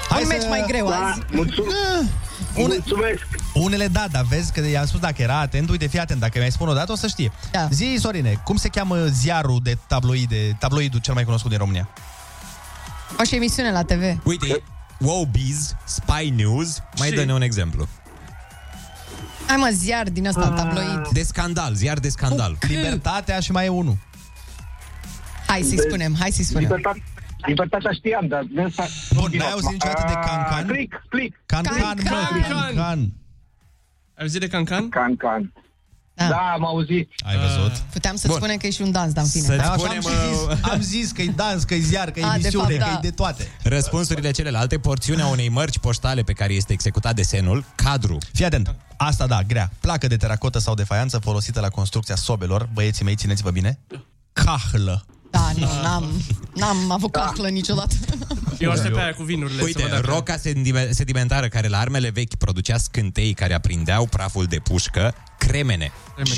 Hai Un meci mai greu azi.
Eh, Une... Da, Mulțumesc! Unele da, dar vezi că i-am spus dacă era atent, uite, fii atent, dacă mi-ai spun o dată o să știe. Da. Zi, Sorine, cum se cheamă ziarul de tabloide, tabloidul cel mai cunoscut din România?
O și emisiune la TV.
Uite, Wowbiz, Spy News, mai
Și-
dă-ne un exemplu.
Hai mă, ziar din ăsta, tabloid.
De scandal, ziar de scandal.
Libertatea și mai e unul.
Hai să-i spunem, hai să-i spunem.
Libertate- Libertatea știam, dar...
Bun, n-ai auzit niciodată de cancan?
Click, click.
Cancan,
Cancan. Cancan.
Ai auzit de cancan? Cancan. Da, am auzit.
Ai văzut?
Puteam să spunem că e și un dans, dar în fine.
Da, așa am, și zis, am zis că-i dans, că-i ziar, că-i
A, de
emisiune,
fapt, da.
că-i de toate.
Răspunsurile celelalte, porțiunea unei mărci poștale pe care este executat desenul, cadru.
Fii atent, asta da, grea. Placă de teracotă sau de faianță folosită la construcția sobelor. Băieții mei, țineți-vă bine. Cahlă.
Da, nu, n-am, n-am
Da.
avut cahlă niciodată.
Eu aștept pe aia cu vinurile.
Uite,
să văd dacă-
roca sedime- sedimentară care la armele vechi producea scântei care aprindeau praful de pușcă, cremene.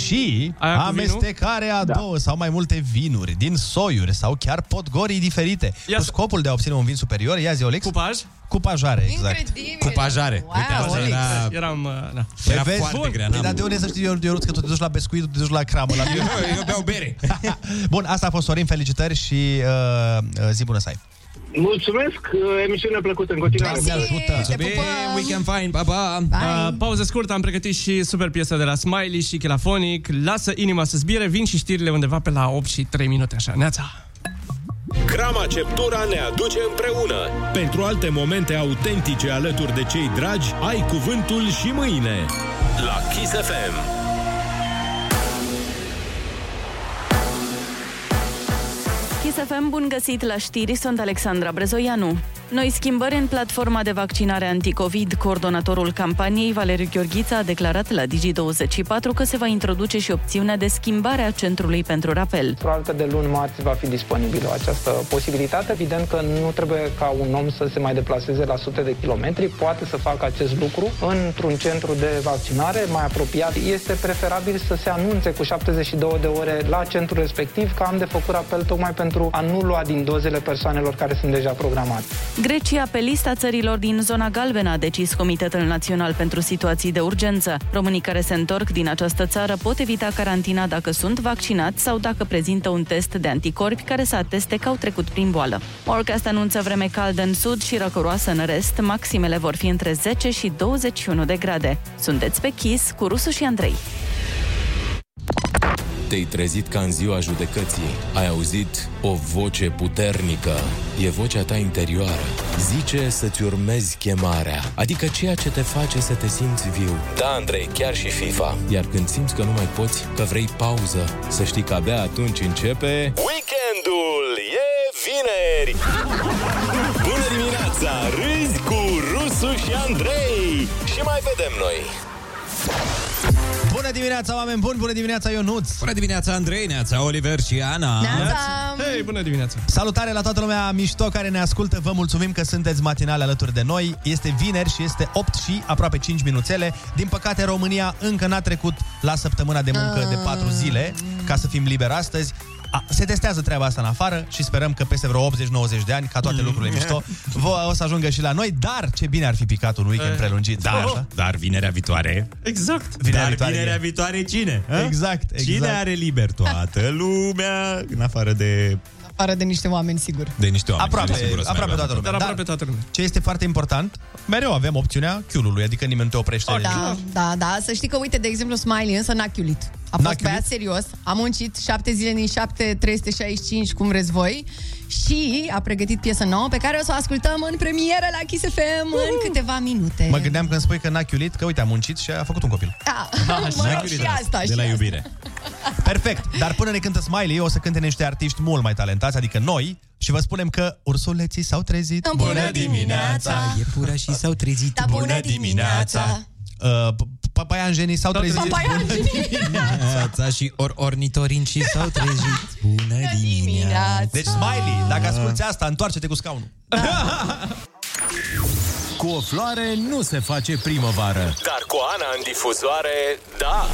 Și
Aia cu
amestecarea
Da.
a două sau mai multe vinuri din soiuri sau chiar podgorii diferite. Ia cu scopul de a obține un vin superior, ia zi, Olix. Cupaj? Cupajare, exact.
Incredibil.
Cupajare.
Wow, Uite, asta Olix. era-
Eram, uh, na.
Păi vezi? Bun. Păi, dar de unde să știi, Ionuț, că tu te duci la pescuit, tu te duci la cramă. La
eu, eu beau bere.
Bun, asta a fost Sorin, felicitări și uh, uh, zi bună să ai.
Mulțumesc, emisiune plăcută în continuare.
We can find, pa, pa.
Uh, pauză scurtă, am pregătit și super piesă de la Smiley și Chilafonic. Lasă inima să zbiere, vin și știrile undeva pe la 8 și 3 minute, așa. Neața!
Grama Ceptura ne aduce împreună. Pentru alte momente autentice alături de cei dragi, ai cuvântul și mâine. La Kiss FM.
Chisafem, bun găsit la știri, sunt Alexandra Brezoianu. Noi schimbări în platforma de vaccinare anticovid, coordonatorul campaniei Valeriu Gheorghiță a declarat la Digi24 că se va introduce și opțiunea de schimbare a centrului pentru rapel.
Probabil că de luni marți va fi disponibilă această posibilitate. Evident că nu trebuie ca un om să se mai deplaseze la sute de kilometri, poate să facă acest lucru într-un centru de vaccinare mai apropiat. Este preferabil să se anunțe cu 72 de ore la centrul respectiv că am de făcut apel tocmai pentru a nu lua din dozele persoanelor care sunt deja programate.
Grecia, pe lista țărilor din zona galbenă, a decis Comitetul Național pentru Situații de Urgență. Românii care se întorc din această țară pot evita carantina dacă sunt vaccinați sau dacă prezintă un test de anticorpi care să ateste că au trecut prin boală. Orcast anunță vreme caldă în sud și răcoroasă în rest, maximele vor fi între 10 și 21 de grade. Sunteți pe Kiss cu Rusu și Andrei.
Te-ai trezit ca în ziua judecății. Ai auzit o voce puternică. E vocea ta interioară. Zice să-ți urmezi chemarea, adică ceea ce te face să te simți viu. Da, Andrei, chiar și FIFA. Iar când simți că nu mai poți, că vrei pauză, să știi că abia atunci începe... Weekendul e vineri! Bună dimineața! Râzi cu Rusu și Andrei! Și mai vedem noi!
Bună dimineața, oameni buni! Bună dimineața, Ionuț!
Bună dimineața, Andrei, neața, Oliver și Ana.
Hei,
bună dimineața!
Salutare la toată lumea mișto care ne ascultă. Vă mulțumim că sunteți matinale alături de noi. Este vineri și este 8 și aproape 5 minuțele. Din păcate, România încă n-a trecut la săptămâna de muncă de 4 zile, ca să fim liberi astăzi. A, se testează treaba asta în afară și sperăm că peste vreo 80-90 de ani, ca toate lucrurile mișto, vă o să ajungă și la noi, dar ce bine ar fi picat un weekend prelungit. Da,
Dar,
Oh.
Așa?
dar vinerea viitoare
Exact.
Vinerea
Dar
Dar viitoare,
viitoare
vinerea
e.
viitoare cine? hă?
Exact, exact.
Cine are liber? Toată lumea, în afară de,
Afară de niște oameni, sigur.
de niște oameni.
Aproape,
care sigur o să
aproape
meargă.
toată lumea.
toată lumea.
Ce este foarte important, mereu avem opțiunea chiulului, adică nimeni nu te oprește.
Da, da, da. Să știi că, uite, de exemplu, Smiley însă n-a chiulit. A
N-a
fost băiat serios, a muncit șapte zile din șapte, 365, cum vreți voi, și a pregătit piesă nouă pe care o să o ascultăm în premieră la Kiss FM în câteva minute.
Mă gândeam când spui că n-a chiulit, că uite, a muncit și a făcut un copil.
Da, mă rog, și asta, și asta.
iubire. Perfect, dar până ne cântă Smiley, o să cânte niște artiști mult mai talentați, adică noi, și vă spunem că ursuleții s-au trezit.
Da,
Bună dimineața!
Da.
Iepurașii s-au trezit.
Da, bună dimineața!
Uh, p- papaianjenii s-au trezit.
Dimineața și or ornitorincii s-au trezit. Bună dimineața!
Deci, Smiley, dacă asculti asta, întoarce-te cu scaunul.
Cu o floare nu se face primăvară.
Dar cu Ana în difuzoare, da.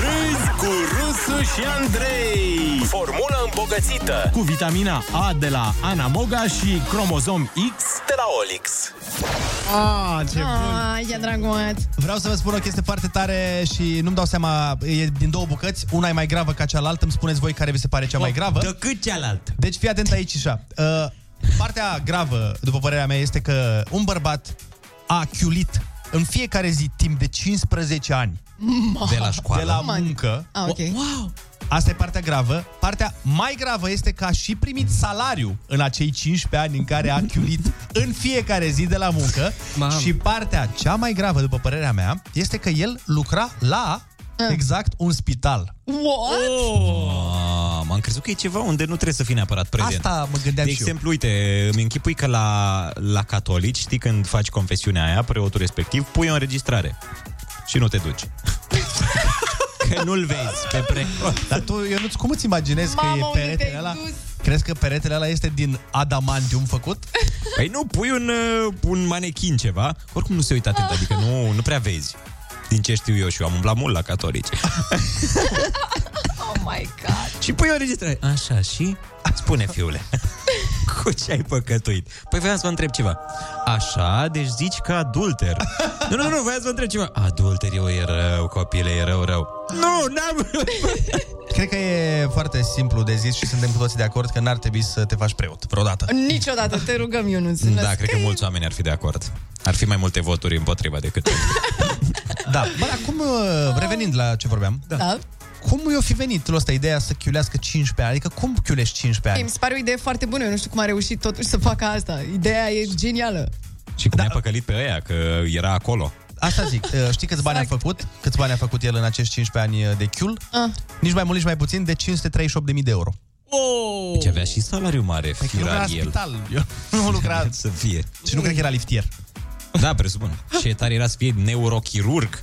Râzi cu Rusu și Andrei. Formula îmbogățită.
Cu vitamina A de la Ana Moga și cromozom X
de la Olix.
Ah,
Ce Ai, ce drăguț.
Vreau să vă spun o chestie foarte tare și nu-mi dau seama, e din două bucăți, una e mai gravă ca cealaltă, îmi spuneți voi care vi se pare cea
Oh,
mai gravă.
Decât cealaltă.
Deci fii atent aici așa. Uh, partea gravă, după părerea mea, este că un bărbat a chiulit în fiecare zi timp de 15 ani.
De la școală. Oh adică-
De la muncă.
Ah, ok.
Wow! Asta e partea gravă. Partea mai gravă este că a și primit salariu în acei 15 ani în care a chiulit în fiecare zi de la muncă.
Mamă.
Și partea cea mai gravă, după părerea mea, este că el lucra la
Ah.
exact un spital.
What?
Oh, am crezut că e ceva unde nu trebuie să fii neapărat prezent.
Asta mă gândeam
De
și eu.
exemplu, uite, îmi închipui că la, la catolici, știi, când faci confesiunea aia, preotul respectiv, pui o înregistrare și nu te duci. că nu-l vezi pe pre...
Dar tu, eu nu cum îți imaginezi că
Mamă,
e
unde
peretele
te-ai
ăla?
dus?
Crezi că peretele ăla este din adamantium făcut?
Păi nu, pui un, uh, un manechin ceva, oricum nu se uită atent, adică nu, nu prea vezi. Din ce știu eu și eu am umblat mult la catolici.
Oh my god.
Și pui o înregistrare. Așa, și? Spune, fiule, cu ce ai păcătuit? Păi voiam să vă întreb ceva. Așa, deci zici că adulter. Nu, nu, nu, voiam să vă întreb ceva. Adulter eu e rău, copile, e rău, rău. Nu, n-am...
Cred că e foarte simplu de zis și suntem cu toții de acord că n-ar trebui să te faci preot vreodată.
Niciodată, te rugăm, Ionuț.
Da, cred că mulți oameni ar fi de acord. Ar fi mai multe voturi împotriva decât...
Da, bă, dar cum, uh, revenind la ce vorbeam, da.
Da.
cum i-o fi venit lui ăsta ideea să chiulească 15 ani? Adică cum chiulești 15
Ei, mi
ani?
se pare o idee foarte bună. Eu nu știu cum a reușit totuși să facă asta. Ideea e genială.
Și cum da. ne-a păcălit pe aia, că era acolo.
Asta zic, uh, știi câți bani a
Exact.
făcut? Câți bani a făcut el în acești 15 ani uh, de chiul?
Ah.
Nici mai mult, nici mai puțin, de 538.000 de euro.
Oh!
Deci avea și salariu mare,
Păi că
firar
lucra la
el.
spital, eu nu lucra.
Să fie.
Și nu cred că era liftier.
Da, presupun. Ce tare era să fie neurochirurg.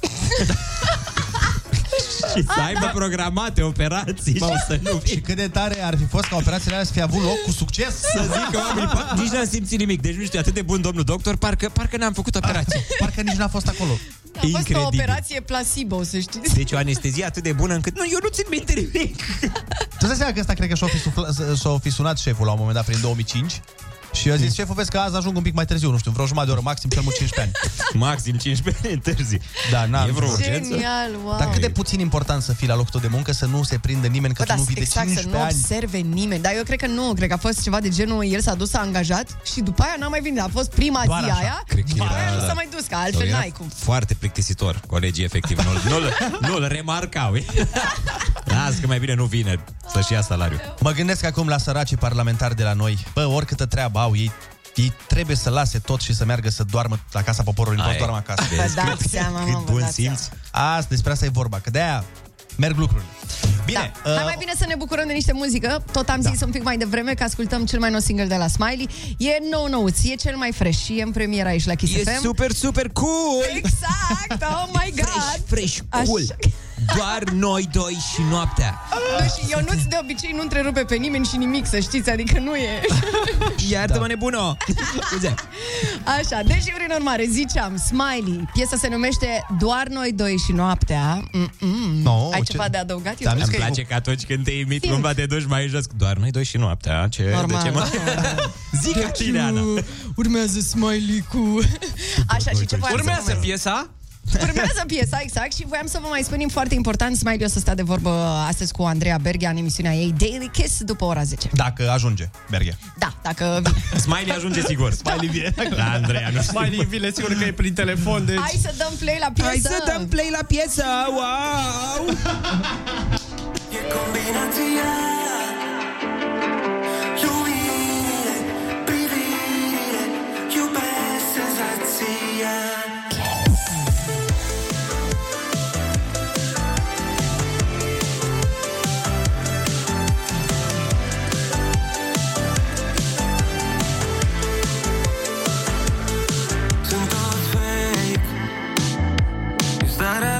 și să aibă programate operații
Bă,
și să nu
și cât de tare ar fi fost ca operațiile alea să fie avut loc cu succes?
Să zică oamenii, "Pa, nici n-am simțit nimic. Deci nu știu, atât de bun domnul doctor, parcă, parcă n-am făcut operație.
Ah, Parcă nici n-a fost acolo.
Da, A fost o operație placebo, să știți.
Deci o anestezie atât de bună încât... Nu, eu nu țin minte nimic.
Tu îți dai seama că ăsta cred că și-o fi, sufla, s-o fi sunat șeful la un moment dat prin 2005 și eu
Hm.
zic, șeful, vezi că azi ajung un pic mai târziu, nu știu, vreo jumătate de oră, maxim cel mult 15 ani.
Maxim 15 ani târziu.
Da, na,
E vreo urgență?
Genial, wow.
Dar cât de puțin important să fii la locul tău de muncă, să nu se prindă nimeni
Bă,
că tu
dar
nu vii de
exact, să
15
nu
ani.
observe nimeni. Dar eu cred că nu, cred că a fost ceva de genul, el s-a dus, s-a angajat și după aia n-a mai venit. A fost prima
Doar
zi
așa.
aia,
Cred că
după
era-
aia nu s-a mai dus, că altfel
Era
n-ai cum.
Foarte plictisitor, colegii efectiv. Nu-l, nu-l, nu-l remarcau. Las că mai bine nu vine să-și ia salariul.
Mă gândesc acum la săracii parlamentari de la noi. Bă, oricâtă treabă au ei, ei trebuie să lase tot și să meargă să doarmă la Casa Poporului, nu pot
Ai,
doarmă acasă.
vezi, Vă dați cât-
seama, cât mă, vă bun dați simț.
Asta, despre asta e vorba, că de-aia merg lucrurile. Bine,
Da. Hai
uh,
mai bine să ne bucurăm de niște muzică. Tot am
Da.
zis un pic mai devreme că ascultăm cel mai nou single de la Smiley. E nou nouț, e cel mai fresh și e în premieră aici la Kiss
E
FM.
super, super cool!
Exact, oh my god!
Fresh, fresh, cool! Doar noi doi și noaptea.
Nu, și Ionuț de obicei nu întrerupe pe nimeni și nimic, să știți, adică nu e.
Iartă-mă da. nebună! Uite.
Așa, deci prin urmare ziceam, Smiley, piesa se numește Doar noi doi și noaptea. Mm-mm.
No,
Ai
ce-
ceva de adăugat?
Îmi
Ionuț?
place că atunci când te imit,
Simt.
cumva te duci mai jos. Doar noi doi și noaptea. Ce,
Normal.
De ce mă... Zic ca tine, Ana.
Urmează Smiley cu... Așa și ce voiam să vă
Urmează
mai-
piesa.
Urmează piesa, exact, și voiam să vă mai spunem foarte important, Smiley o să stea de vorbă astăzi cu Andreea Berghia în emisiunea ei Daily Kiss după ora 10.
Dacă ajunge, merge.
Da, dacă vine.
Smiley ajunge sigur. Smiley vine. La Andreea, nu știu.
Smiley vine sigur că e prin telefon, deci...
Hai să dăm play la piesă!
Hai să dăm
play la piesă!
Wow!
Combinația Iubire, privire Iubesc senzația Sunt tot fake E starea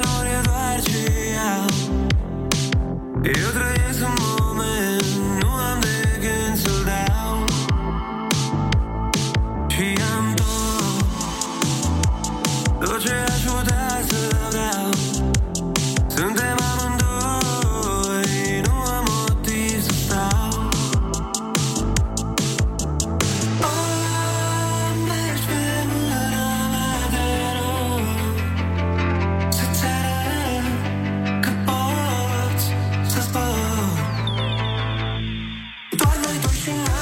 combinația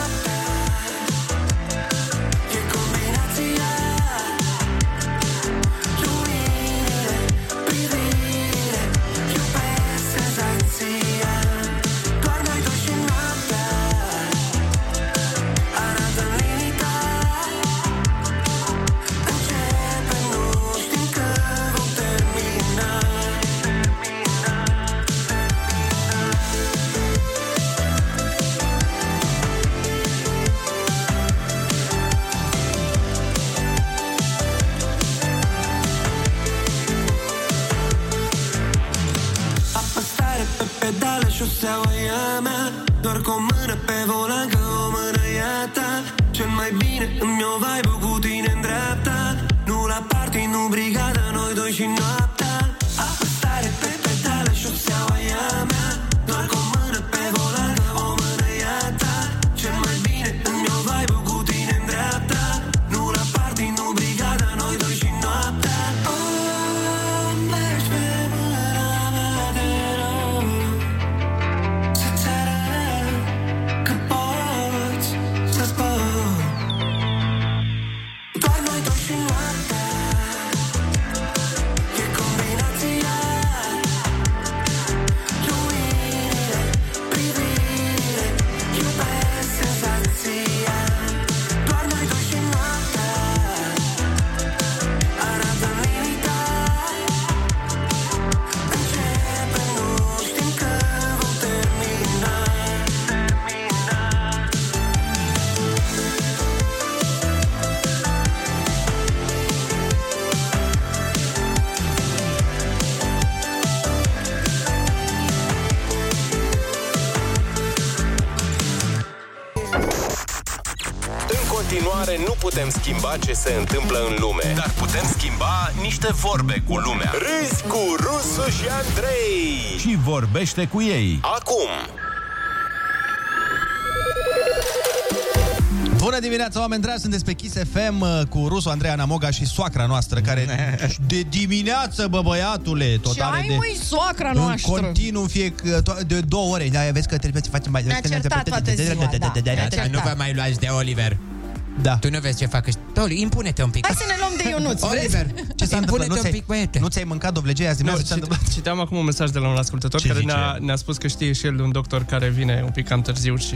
E combinația Luminile, privire Iubesc senzația Doar noi doi și noaptea Arată limita Începem, nu știm când vom termina
Apăsare pe pedale, șoseaua e a mea Doar cu o mână pe volan, că o mână e a ta Cel mai bine îmi o vai cu tine în dreapta Nu la party, nu brigadă, noi doi și noaptea Apăsare pe pedale, șoseaua e a mea Doar cu o mână pe volan, că o mână e a ta Cel mai bine îmi o vai cu tine în dreapta Nu la party, nu brigadă, noi doi și noaptea Oh, mergi pe mâna mea de rău Să-ți arăt că poți să zbor Doar noi doi și noaptea E combinația Luminile, privirile Iubesc senzația Doar noi doi și noaptea Arată limita Începem, nu știm când vom termina Termina
În continuare nu putem schimba ce se întâmplă în lume, dar putem schimba niște vorbe cu lumea. Râzi cu Rusu și Andrei.
Și vorbește cu ei.
Acum,
Bună dimineața, oameni dragi! Sunteți pe Kiss FM uh, cu Rusu, Andreea Namoga și soacra noastră, care de dimineață, bă, băiatule, tot
Ce
are
ai,
de...
măi, soacra
în
noastră?
continuu, în fie, de două ore. Da, vezi că trebuie să facem mai...
Ne-a certat toată ziua, da. Ne-a certat.
Nu vă mai luați de Oliver.
Da.
Tu nu vezi ce fac ăștia. Toli, impune-te un pic.
Hai să ne luăm de Ionuț, vrei?
Oliver,
ce s-a
Impune-te
întâmplat? Nu
un
ți-ai,
pic, băiete.
nu ți-ai mâncat dovlegea azi dimineață? Ce s-a
Nu,
întâmplat?
ci- citeam acum un mesaj de la un ascultător
Ce
care
zice?
ne-a, ne-a spus că știe și el de un doctor care vine un pic cam târziu și...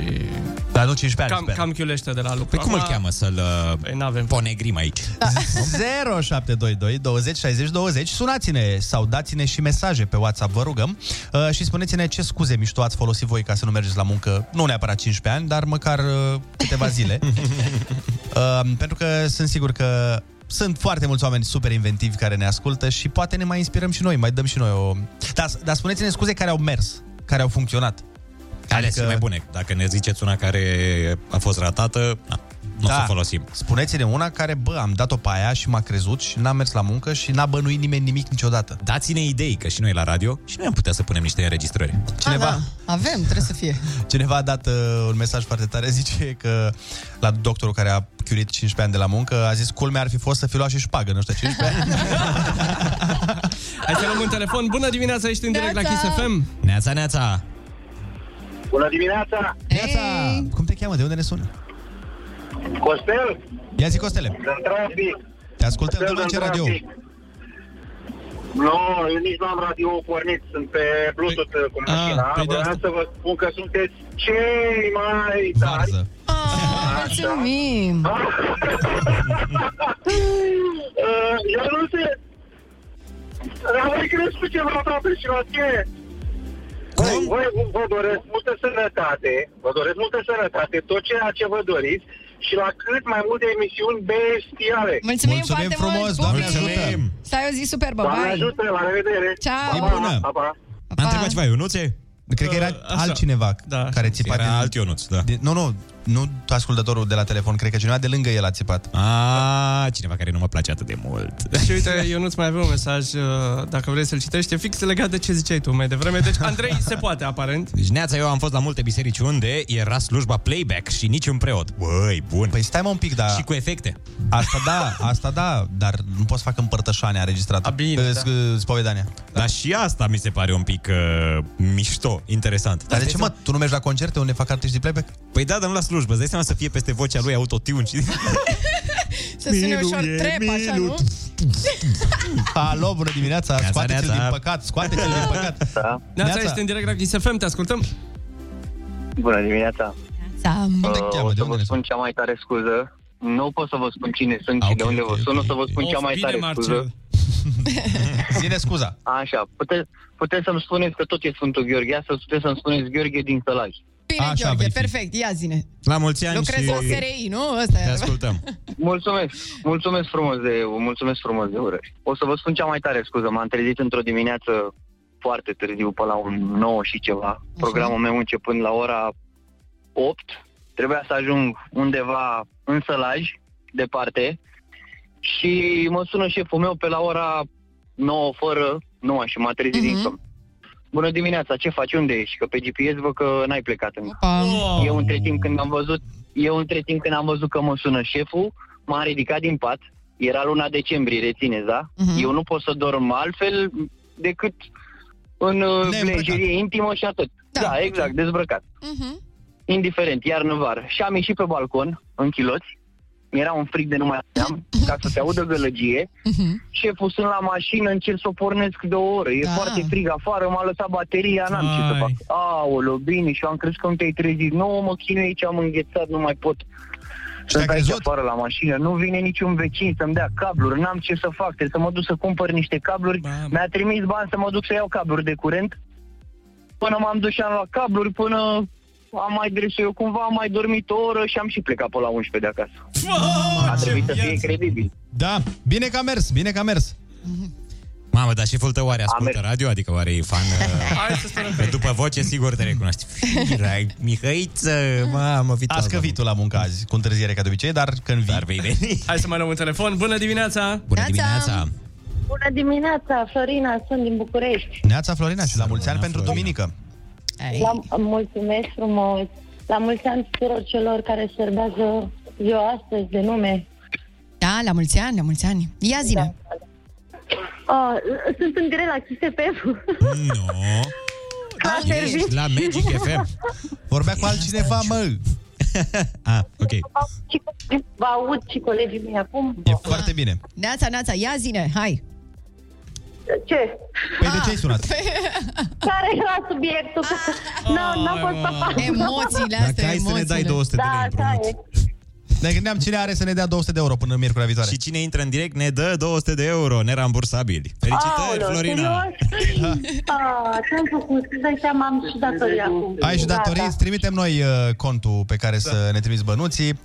Dar nu 15 ani,
Cam,
sper.
cam chiulește de la lucru.
Păi cum îl cheamă
să-l
uh,
ponegrim aici?
0722 20 60 20 Sunați-ne sau dați-ne și mesaje pe WhatsApp, vă rugăm uh, Și spuneți-ne ce scuze mișto ați folosit voi ca să nu mergeți la muncă Nu neapărat 15 ani, dar măcar uh, câteva zile uh, Pentru că sunt sigur că sunt foarte mulți oameni super inventivi care ne ascultă Și poate ne mai inspirăm și noi, mai dăm și noi o... Dar, dar spuneți-ne scuze care au mers, care au funcționat
Alea sunt mai bune. Dacă ne ziceți una care a fost ratată, na, nu da. o să o folosim.
Spuneți-ne una care, bă, am dat-o pe aia și m-a crezut și n-am mers la muncă și n-a bănuit nimeni nimic niciodată.
Dați-ne idei, că și noi la radio și noi am putea să punem niște înregistrări.
Cineva,
Ah, da. Avem, trebuie să fie.
cineva a dat uh, un mesaj foarte tare, zice că la doctorul care a chiurit 15 ani de la muncă, a zis, culmea ar fi fost să fi luat și șpagă, nu știu, 15 ani.
Hai să luăm un telefon. Bună dimineața, ești în direct la Kiss FM.
Neața, neața!
Bună dimineața!
Neața! Cum te cheamă? De unde ne suni?
Costel?
Ia zi, Costele.
În trafic.
Te ascultăm de la ce radio?
Nu, eu nici nu am radio pornit, sunt pe Bluetooth cu mașina.
Ah, păi de
Da, Vreau
asta.
să vă spun că sunteți cei mai tari.
Ah,
Da. Ah.
Mulțumim!
Uh, eu nu se... Dar mai crezi cu ceva aproape și la tine. Voi, voi vă doresc multă sănătate, vă doresc multă sănătate, tot ceea ce vă doriți și la cât mai multe emisiuni bestiale.
Mulțumim, foarte mult!
Doamne
ajută!
Stai o zi superbă,
Doamne
bye!
ajută, la revedere!
Ceau!
Pa,
Zi bună!
pa, pa.
Am întrebat ceva, Ionuțe?
Cred că era
așa.
altcineva da. care țipa
Era
din-
alt Ionuț, da.
De, nu, nu, nu ascultătorul de la telefon, cred că cineva de lângă el a țipat.
A, cineva care nu mă place atât de mult.
Și Deci, uite, eu nu-ți mai avea un mesaj, uh, dacă vrei să-l citești, e fix legat de ce ziceai tu mai devreme. Deci, Andrei, se poate, aparent.
Deci, Neața, eu am fost la multe biserici unde era slujba playback și niciun preot. Băi, bun.
Păi stai mă un pic, da.
Și cu efecte.
Asta da, asta da, dar nu poți să fac împărtășania registrată. A, bine, da. Spovedania.
Dar și asta mi se pare un pic uh, mișto, interesant.
Dar de ce, mă, tu nu mergi la concerte unde fac artiști de playback?
Păi da, dar nu las
slujbă, îți dai seama să fie peste vocea lui autotune și...
Să sune
Milu
ușor
e
trep, așa, nu?
Alo, bună dimineața, scoateți-l
neața.
din păcat, scoateți-l din păcat. Da.
Neața, ești în direct la Kiss FM, te ascultăm.
Bună dimineața!
Sam.
Uh, o să vă spun cea mai tare scuză. Nu pot să vă spun cine sunt
Ah,
și de unde vă sun, o să vă spun cea mai tare scuză.
Zine scuza.
Așa, puteți, puteți să-mi spuneți că tot e Sfântul Gheorghe, să puteți să-mi spuneți Gheorghe din Sălaj.
Bine,
Așa,
Gheorghe,
verific.
perfect, ia zine.
La mulți ani
Lucrezi
și...
la SRI, nu? Ăsta
Te
e.
ascultăm.
Mulțumesc, mulțumesc frumos de, mulțumesc frumos de urări. O să vă spun cea mai tare scuză, m-am trezit într-o dimineață foarte târziu, pe la un 9 și ceva, programul meu începând la ora 8, trebuia să ajung undeva în sălaj, departe, și mă sună șeful meu pe la ora 9 fără 9 și m-a trezit din somn. Bună dimineața, ce faci, unde ești? Că pe GPS văd că n-ai plecat încă. Eu între timp când am văzut, eu între timp când am văzut că mă sună șeful, m-am ridicat din pat, era luna decembrie, rețineți, da?
Mhm.
Eu nu pot să dorm altfel decât în uh, lenjerie intimă și atât. Da, da exact, dezbrăcat
Mhm.
indiferent, iarnă, vară. Și am ieșit pe balcon, în chiloți, mi-era un fric de nu mai aveam, ca să se audă gălăgie. Șeful sunt la mașină, încerc să o pornesc de o oră, e
Da.
foarte frig afară, m-a lăsat bateria, n-am ce să fac. Aoleu, bine, și eu am crezut că nu te-ai trezit. Nu, mă chinui aici, am înghețat, nu mai pot. Sunt aici afară la mașină, nu vine niciun vecin să-mi dea cabluri, n-am ce să fac, trebuie să mă duc să cumpăr niște cabluri. Mi-a trimis bani să mă duc să iau cabluri de curent, până m-am dus și am luat cabluri, până am mai dresul eu cumva, am mai dormit o oră și am și plecat pe la 11 de acasă. A trebuit să fie credibil.
Da, bine că a mers, bine că a mers.
Mamă, dar șeful tău oare ascultă radio? Adică oare e fan? uh,
Hai să sperăm
că După voce, sigur te recunoaște. Fira, Mihăiță, mamă,
A
vitează.
scăvit tu la muncă azi, cu întârziere ca de obicei, dar când vii. Dar
vei veni.
Hai să mai luăm un telefon. Bună dimineața!
Bună dimineața!
Bună dimineața, Florina, sunt din București.
Neața Florina și la mulți ani pentru duminică.
La, mulțumesc frumos. La mulți ani tuturor celor care serbează ziua astăzi de nume.
Da, la mulți ani, la mulți ani. Ia zine.
Uh, sunt în direct la Kiss FM.
Nu.
Ca serviciu.
Ah, Ești la Magic FM.
Vorbea cu altcineva, mă.
ah, ok.
Vă aud și colegii mei acum.
E foarte bine.
Neața, Neața, ia zine, hai.
Ce?
Păi de ce ai sunat?
Care era subiectul? Nu, n-am fost Da, pe față.
Ah. Emoțiile
Dacă ai să ne dai 200 de lei împrumut. Ne gândeam cine are să ne dea 200 de euro până miercurea viitoare.
Și cine intră în direct ne dă 200 de euro nerambursabili. Felicitări, Florina!
Serios? Ah, Ce-am făcut? Îți dai seama, am și datoria acum. Da,
Ai și
Gata.
datorii, îți trimitem noi uh, contul pe care să ne trimiți bănuții.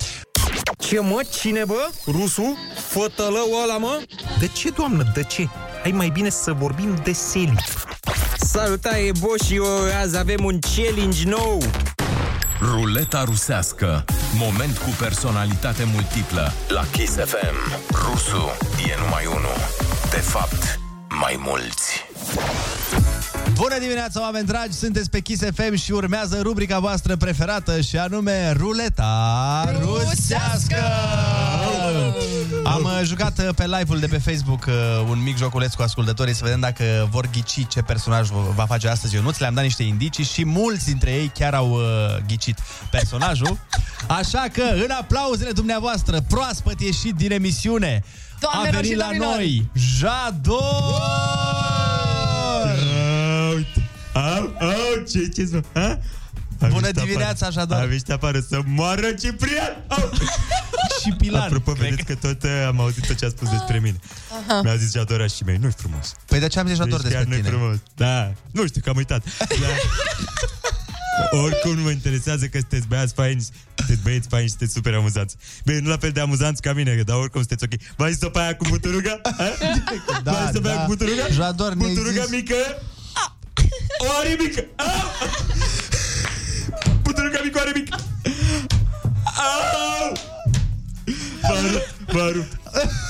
Ce mă? Cine bă? Rusu? Fătălău ăla mă? Ah! De ce, doamnă, de ce? Hai mai bine să vorbim de seli.
Salutare, Boșio! Azi avem un challenge nou!
Ruleta rusească. Moment cu personalitate multiplă. La Kiss FM. Rusu e numai unul. De fapt, mai mulți.
Bună dimineața, oameni dragi! Sunteți pe Kiss FM și urmează rubrica voastră preferată și anume Ruleta Rusească! Am uh, jucat uh, pe live-ul de pe Facebook uh, un mic joculeț cu ascultătorii să vedem dacă vor ghici ce personaj v- va face astăzi Ionuț. Le-am dat niște indicii și mulți dintre ei chiar au uh, ghicit personajul. Așa că, în aplauzele dumneavoastră, proaspăt ieșit din emisiune,
Doamnelor
a venit
și
la
domnilor!
noi Jador!
Au, au, ce, ce să... Ha?
Bună dimineața, Jador!
Am ieșit afară să moară Ciprian! Au!
și Pilar.
Apropo, vedeți că tot uh, am auzit tot ce a spus despre mine.
Aha.
Mi-a zis Jadora și mei, nu-i frumos.
Păi de ce am zis Jador
Deci chiar
despre
nu-i
tine?
Frumos. Da, nu știu, că am uitat. Da. Oricum nu mă interesează că sunteți băieți faini, sunteți băieți faini și sunteți super amuzați. Bine, nu la fel de amuzanți ca mine, dar oricum sunteți ok. V-am zis-o pe aia cu buturuga? Ha?
Da,
V-am zis-o pe aia
da.
cu buturuga?
Jador, ne-ai
Buturuga
zis. Ah.
mică? A! Oare mică? A! Buturuga mică, oare mică? Au! V-a rupt, v-a rupt.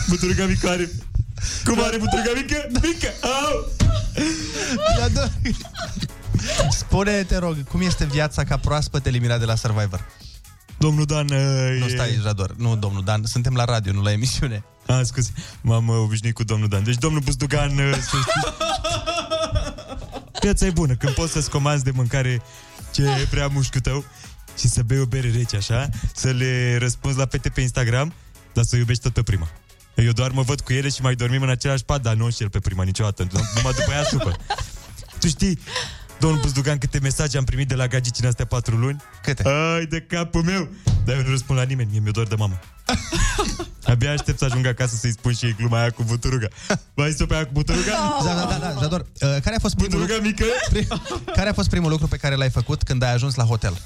Buturuga mică are... Cum are buturuga mică? Mică! Au!
Jador! Spune, te rog, cum este viața ca proaspăt eliminat de la Survivor?
Domnul Dan...
Nu stai, Jador. Nu, domnul Dan. Suntem la radio, nu la emisiune.
A, Ah, scuze, m-am uh, obișnuit cu domnul Dan. Deci domnul Buzdugan, uh, să știi, viața e bună. Când poți să-ți comanzi de mâncare ce e prea mușchiul tău, și să bei o bere rece, așa, să le răspunzi la fete pe Instagram, dar să o iubești toată prima. Eu doar mă văd cu ele și mai dormim în același pat, dar nu o înșel pe prima niciodată, numai după ea supăr. Tu știi, domnul Buzdugan, câte mesaje am primit de la gagici în astea patru luni? Câte? Ai de capul meu! Dar eu nu răspund la nimeni, mie mi-e doar de mama. Abia aștept să ajung acasă să-i spun și ei gluma aia cu buturuga. Mai zis-o pe aia cu buturuga?
Da, da, da, da Zador, uh, care a fost primul lucru,
mică?
care a fost primul lucru pe care l-ai făcut când ai ajuns la hotel?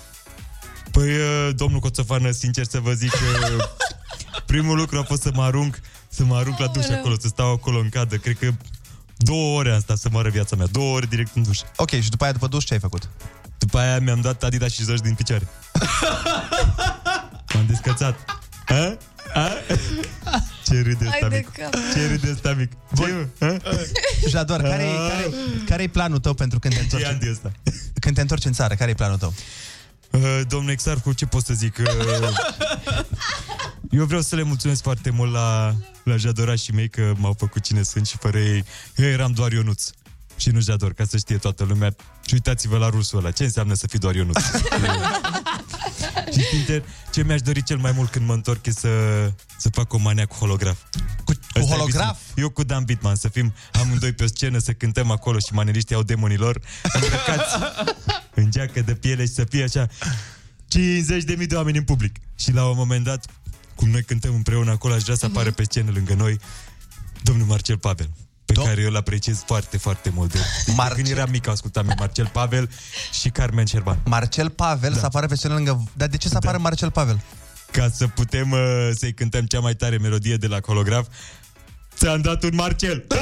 Păi, uh, domnul Coțofană, sincer să vă zic, uh, primul lucru a fost să mă arunc, să mă arunc la duș
Aoleu.
acolo, să stau acolo în cadă. Cred că două ore asta să moară viața mea, două ore direct în duș.
Ok, și după aia, după duș, ce ai făcut?
După aia mi-am dat Adidas și jos din picioare. M-am descățat. Ha? Ha? Ce râde ăsta
Hai de
mic.
cap.
Ce râde ăsta mic. Bun.
Jador, care care
Ah.
care e planul tău pentru când te întorci?
Andy ăsta.
Când te întorci în țară, care e planul tău?
Uh, Domnule Exarcu, ce pot să zic? Uh, Eu vreau să le mulțumesc foarte mult la, la jadorașii mei că m-au făcut cine sunt și fără ei, eu eram doar Ionuț. Și nu Jador, ca să știe toată lumea. Și uitați-vă la rusul ăla, ce înseamnă să fii doar Ionuț? și sincer, ce mi-aș dori cel mai mult când mă întorc e să, să fac o mania cu holograf. Cu,
cu holograf?
Eu cu Dan Bitman, să fim amândoi pe o scenă, să cântăm acolo și maneliștii au demonilor îmbrăcați în geacă de piele și să fie așa 50.000 de oameni în public. Și la un moment dat, cum noi cântăm împreună acolo, aș vrea să apară pe scenă lângă noi domnul Marcel Pavel pe Dom- care eu îl apreciez foarte, foarte mult. De, Marcel... Când eram mic, ascultam eu Marcel Pavel și Carmen Șerban.
Marcel Pavel da. să apară pe scenă lângă... Dar de ce să apară da. Marcel Pavel?
Ca să putem uh, să-i cântăm cea mai tare melodie de la colograf, ți-am dat un Marcel!
Da.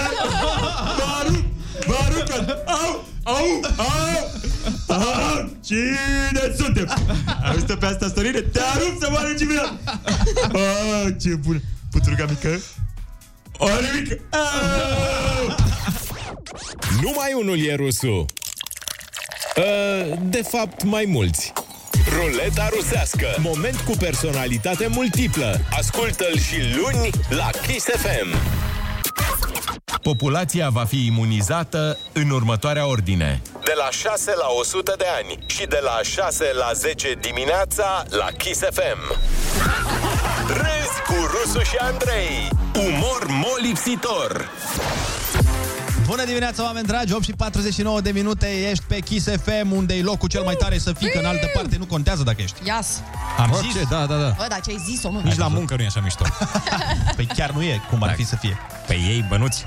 Baru! Baru! Au! Au! Au! Au! Cine suntem? Auzi tu pe asta, Sorine? Te arup să mă arunci în mine! Ah, ce bun! Putruga mică? O mică! Au!
Numai unul e rusu. Uh, De fapt, mai mulți. Ruleta rusească. Moment cu personalitate multiplă.
Ascultă-l și luni la Kiss FM.
Populația va fi imunizată în următoarea ordine.
De la 6 la 100 de ani și de la 6 la 10 dimineața la Kiss FM. Râzi cu Rusu și Andrei. Umor molipsitor.
Bună dimineața, oameni dragi! 8 și 49 de minute, ești pe Kiss FM, unde e locul cel mai tare să fii, că în altă parte nu contează dacă ești.
Ias!
Am Orice, zis? Da, da, da.
Bă, dar ce ai zis-o, mă?
Nici la muncă nu e așa mișto. păi chiar nu e, cum ar fi să fie.
Păi
Pe ei bănuți.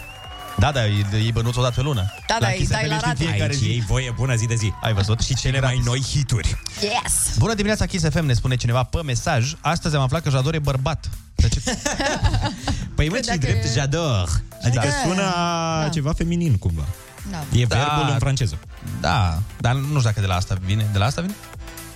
Da, da, ei ei bănuți o dată pe lună.
Da, da, îi
Kiss
dai
FM
la
ești în
rate.
fiecare
Aici
zi.
ei voie bună zi de zi.
Ai văzut? Și cele mai
noi hituri.
Yes!
Bună dimineața, Kiss FM, ne spune cineva pe mesaj. Astăzi am aflat că Jador e bărbat.
Păi mă, ce drept, j'adore. Adică
Da.
sună a
Da.
ceva feminin, cumva. E verbul în franceză.
Da, dar nu știu dacă de la asta vine. De la asta vine?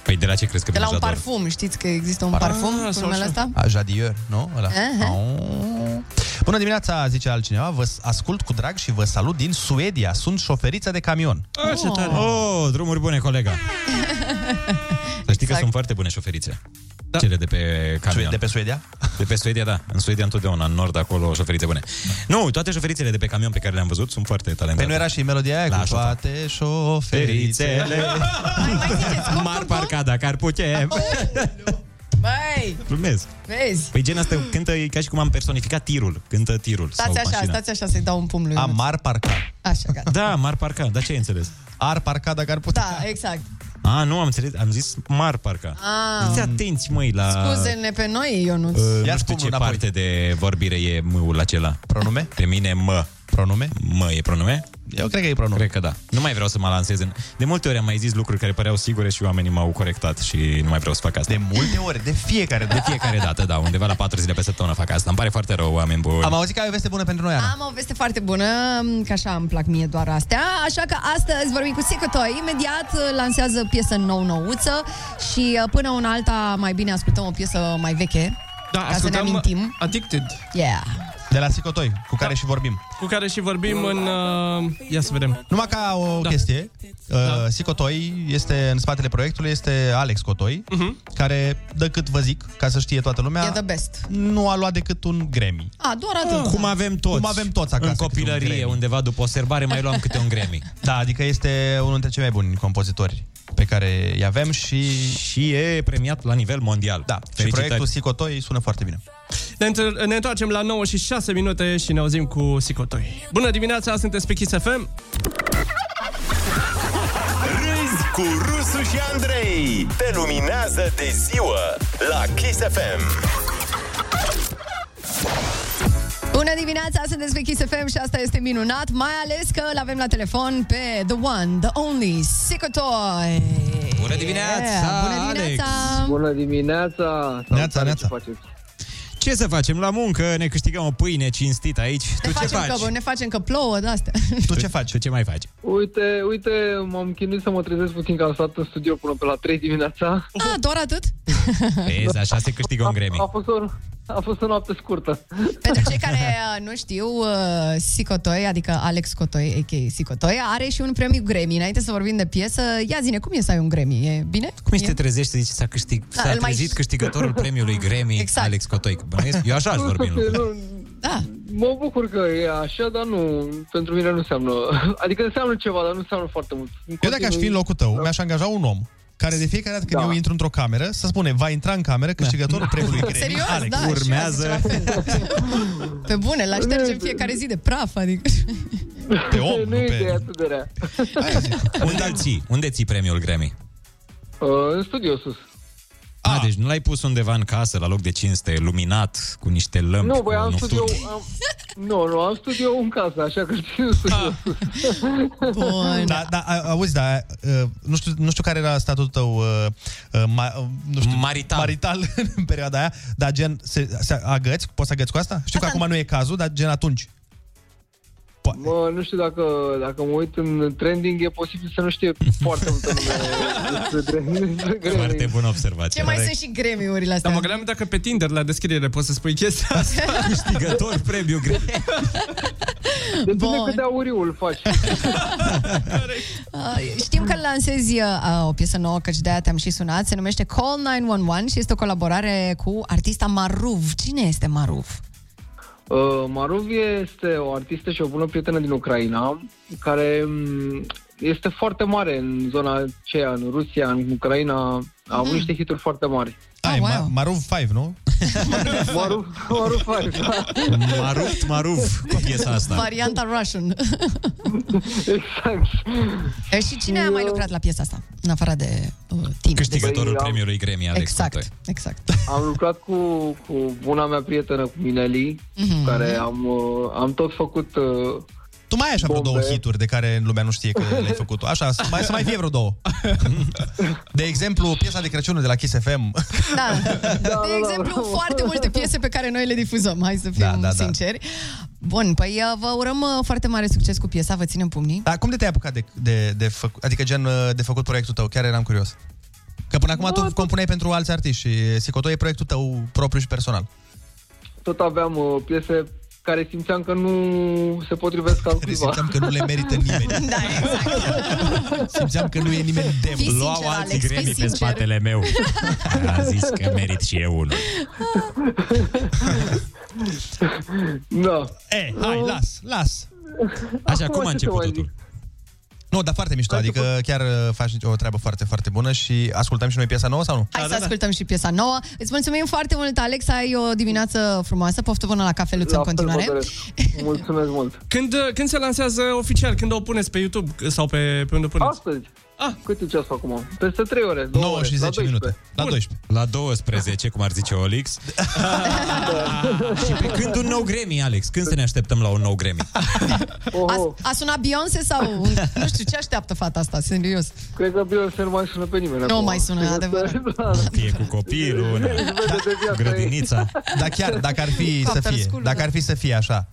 Păi de la ce crezi că
De la un
Jador?
parfum, știți că există un
Ah,
parfum cu numele ăsta? Eh?
A, Jadier, nu? Ăla.
da.
Aha.
Au. Bună dimineața, zice altcineva, vă s- ascult cu drag și vă salut din Suedia, sunt șoferiță de camion.
A, ce tare. Oh, drumuri bune, colega. Să știi
Exact.
că sunt foarte bune șoferițe. Da. Cele de pe camion. De
pe Suedia?
De pe Suedia, da. În Suedia întotdeauna, în nord, acolo, șoferițe bune. Nu, toate șoferițele de pe camion pe care le-am văzut sunt foarte talentate.
Pe Păi nu era și melodia aia
La
cu
da.
șofer.
toate șoferițele.
Mar parcada, că ar Păi putem.
Băi,
Glumesc.
vezi?
Păi gen asta cântă, e ca și cum am personificat tirul. Cântă tirul
Stați
sau
așa,
mașina.
stați așa să-i dau un pumn lui. Ionuț.
Amar parca.
Așa, gata.
Da, mar parca, dar ce ai înțeles?
Ar parca dacă ar putea.
Da, exact.
A, nu, am înțeles, am zis mar parca.
Ah.
Fiți atenți, măi, la...
Scuze-ne pe noi, Ionuț.
Da. Uh, nu știu ce înapoi. parte de vorbire e mâul acela.
Pronume?
Pe mine mă.
Pronume?
Mă, e pronume?
Eu cred că e pronume.
Cred că da. Nu mai vreau să mă lansez în... De multe ori am mai zis lucruri care păreau sigure și oamenii m-au corectat și nu mai vreau să fac asta. De
multe ori, de fiecare
dată. De fiecare dată, da, undeva la patru zile pe săptămână fac asta. Îmi pare foarte rău, oameni buni.
Am auzit că ai o veste bună pentru noi, Ana.
Am o veste foarte bună, că așa îmi plac mie doar astea. Așa că astăzi vorbim cu Sicotoi. Imediat uh, lansează piesă nou-nouță și uh, până una alta mai bine ascultăm o piesă mai veche.
Da,
ca să ne
uh,
ascultăm
amintim.
Addicted,
Yeah.
De la Sicotoi, cu care și vorbim.
cu care și vorbim în... Uh, ia să vedem.
Numai ca o da. chestie, da. Sicotoi este în spatele proiectului, este Alex Cotoi,
Mhm.
uh-huh. care, de cât vă zic, ca să știe toată lumea,
E the best.
nu a luat decât un Grammy.
A, doar atât.
Cum avem toți.
Cum avem toți acasă
În
câte un
copilărie,
Grammy.
undeva după o serbare, mai luam câte un Grammy.
Da, adică este unul dintre cei mai buni compozitori pe care îi avem și...
Și e premiat la nivel mondial.
Da, și
Felicitări.
proiectul Sicotoi sună foarte bine.
Ne, întor- ne întoarcem la 9 și 6 minute și ne auzim cu Sicotoi. Bună dimineața, sunteți pe Kiss FM.
Râzi cu Rusu și Andrei. Te luminează de ziua la Kiss FM.
Bună dimineața, sunteți pe Kiss FM și asta este minunat, mai ales că îl avem la telefon pe The One, The Only, Sicotoy.
Bună dimineața,
bună dimineața!
Bună dimineața! Neața, neața!
Ce să facem? La muncă ne câștigăm o pâine cinstit aici.
Ne
tu ce
facem,
faci?
Că, ne facem că plouă de astea.
Tu ce faci? Tu ce mai faci?
Uite, uite, m-am chinuit să mă trezesc puțin că am stat în studio până pe la 3 dimineața.
A, Ah, doar atât?
Vezi, așa se câștigă un Grammy.
A fost o, a fost o noapte scurtă.
Pentru cei care uh, nu știu, uh, Sicotoi, adică Alex Cotoi, a.k.a. Sicotoi, are și un premiu Grammy. Înainte să vorbim de piesă, ia zine, cum e să ai un Grammy? E bine?
Cum este
E-
trezești să zici s-a, câștig,
Da,
s-a
îl mai-
trezit câștigătorul premiului Grammy exact. Alex Cotoic? Bănuiesc? Eu așa aș
Nu
vorbi.
știu,
nu?
nu,
da.
Mă bucur că e așa, dar nu, pentru mine nu înseamnă, adică înseamnă ceva, dar nu înseamnă foarte mult.
Eu dacă aș fi în locul tău, mi-aș angaja un om care de fiecare dată când da. eu intru într-o cameră, să spune, va intra în cameră câștigătorul premiului Grammy,
Serios?
Alex.
Da, și eu
Urmează
Pe bune, la ștergem fiecare zi de praf, adică...
pe om,
nu e ideea atât de rea.
Unde îl ții? Unde ții premiul Grammy?
Uh, în studio sus.
A, deci nu l-ai pus undeva în casă, la loc de cinste, luminat, cu niște lămpi,
nu,
cu
băi, am
nocturni.
studio, am, nu, nu, am studio în casă, așa că știu în studio sus.
Da, da, a- auzi, da, uh, nu știu, nu știu care era statutul tău uh, uh, ma, uh, nu știu,
marital.
marital în perioada aia, dar gen, se, se agăți, poți să agăți cu asta? Știu că acum nu e cazul, dar gen atunci.
Mă, nu știu dacă, dacă mă uit în trending, e posibil să nu știe foarte multă lume despre trending.
Foarte bună observație.
Ce mai sunt și gremiurile
Dar
astea?
mă gândeam dacă pe Tinder la descriere poți să spui chestia asta.
Da.
Câștigător premiu Grammy.
Depinde cât de auriu îl faci.
Uh, Știm că lansezi uh, o piesă nouă, căci de-aia te-am și sunat. Se numește Call 911 și este o colaborare cu artista Maruv. Cine este Maruv?
Uh, Maruv este o artistă și o bună prietenă din Ucraina, care m, este foarte mare în zona aceea, în Rusia, în Ucraina. A avut niște hituri foarte mari.
Ah,
Ai, wow. ma, Maruf 5, nu?
Maruv, Maruv face, da.
Maruft, maruf cu piesa asta.
Varianta Russian.
exact.
E, și cine a mai lucrat la piesa asta? În afară de uh, tine.
Câștigătorul
Băi, am-
premiului Grammy Alex
Exact,
Cotoic.
exact.
Am lucrat cu, cu buna mea prietenă, cu Mineli, mm-hmm.
Mhm.
cu care am, uh, am tot făcut... Uh,
Tu mai ai așa vreo două hituri de care lumea nu știe că le-ai făcut. Așa, să mai, să mai fie vreo două. De exemplu, piesa de Crăciun de la Kiss FM.
Da. De exemplu, foarte multe piese pe care noi le difuzăm, hai să fim
Da, da, da.
sinceri. Bun, păi uh, vă urăm uh, foarte mare succes cu piesa, vă ținem pumnii.
Dar Da, cum de te-ai apucat de, de, de făcut, adică gen de făcut proiectul tău? Chiar eram curios. Că până acum tu compuneai pentru alți artiști și Sicotoi e proiectul tău propriu și personal.
tot aveam uh, piese care simțeam că nu se potrivesc al cuiva.
Simțeam că nu le merită nimeni.
Da,
exact. Simțeam că nu e nimeni demn.
Fii
Luau
sincer,
alții
Alex, fii
Grammy pe
sincer.
spatele meu. A zis că merit și eu unul.
Da.
E, Eh, hai, las, las.
Așa, cum a început totul?
Nu, dar foarte mișto, adică chiar uh, faci o treabă foarte, foarte bună și ascultăm și noi piesa nouă sau nu?
Da,
Hai să ascultăm și piesa nouă. Îți mulțumim foarte mult, Alex. Ai o dimineață frumoasă. Poftă bună la cafeluță în continuare.
Mulțumesc mult.
Când, uh, când se lansează oficial? Când o puneți pe YouTube sau pe, pe unde o puneți?
Astăzi. Ah. Câte ceas acum? Peste 3 ore. 2
9
ore,
și
la
10 minute. La 12.
La 12, cum ar zice Olix. și pe când un nou Grammy, Alex? Când să ne așteptăm la un nou Grammy?
Oh,
A sunat Beyoncé sau nu știu ce așteaptă fata asta, serios.
cred că Beyoncé nu mai sună pe nimeni.
Nu mai sună, adevărat.
Da,
Fie cu copilul, una, grădinița.
Da. Dar chiar, dacă ar fi să
Faptele
fie,
sculului,
dacă
da.
ar fi să fie așa,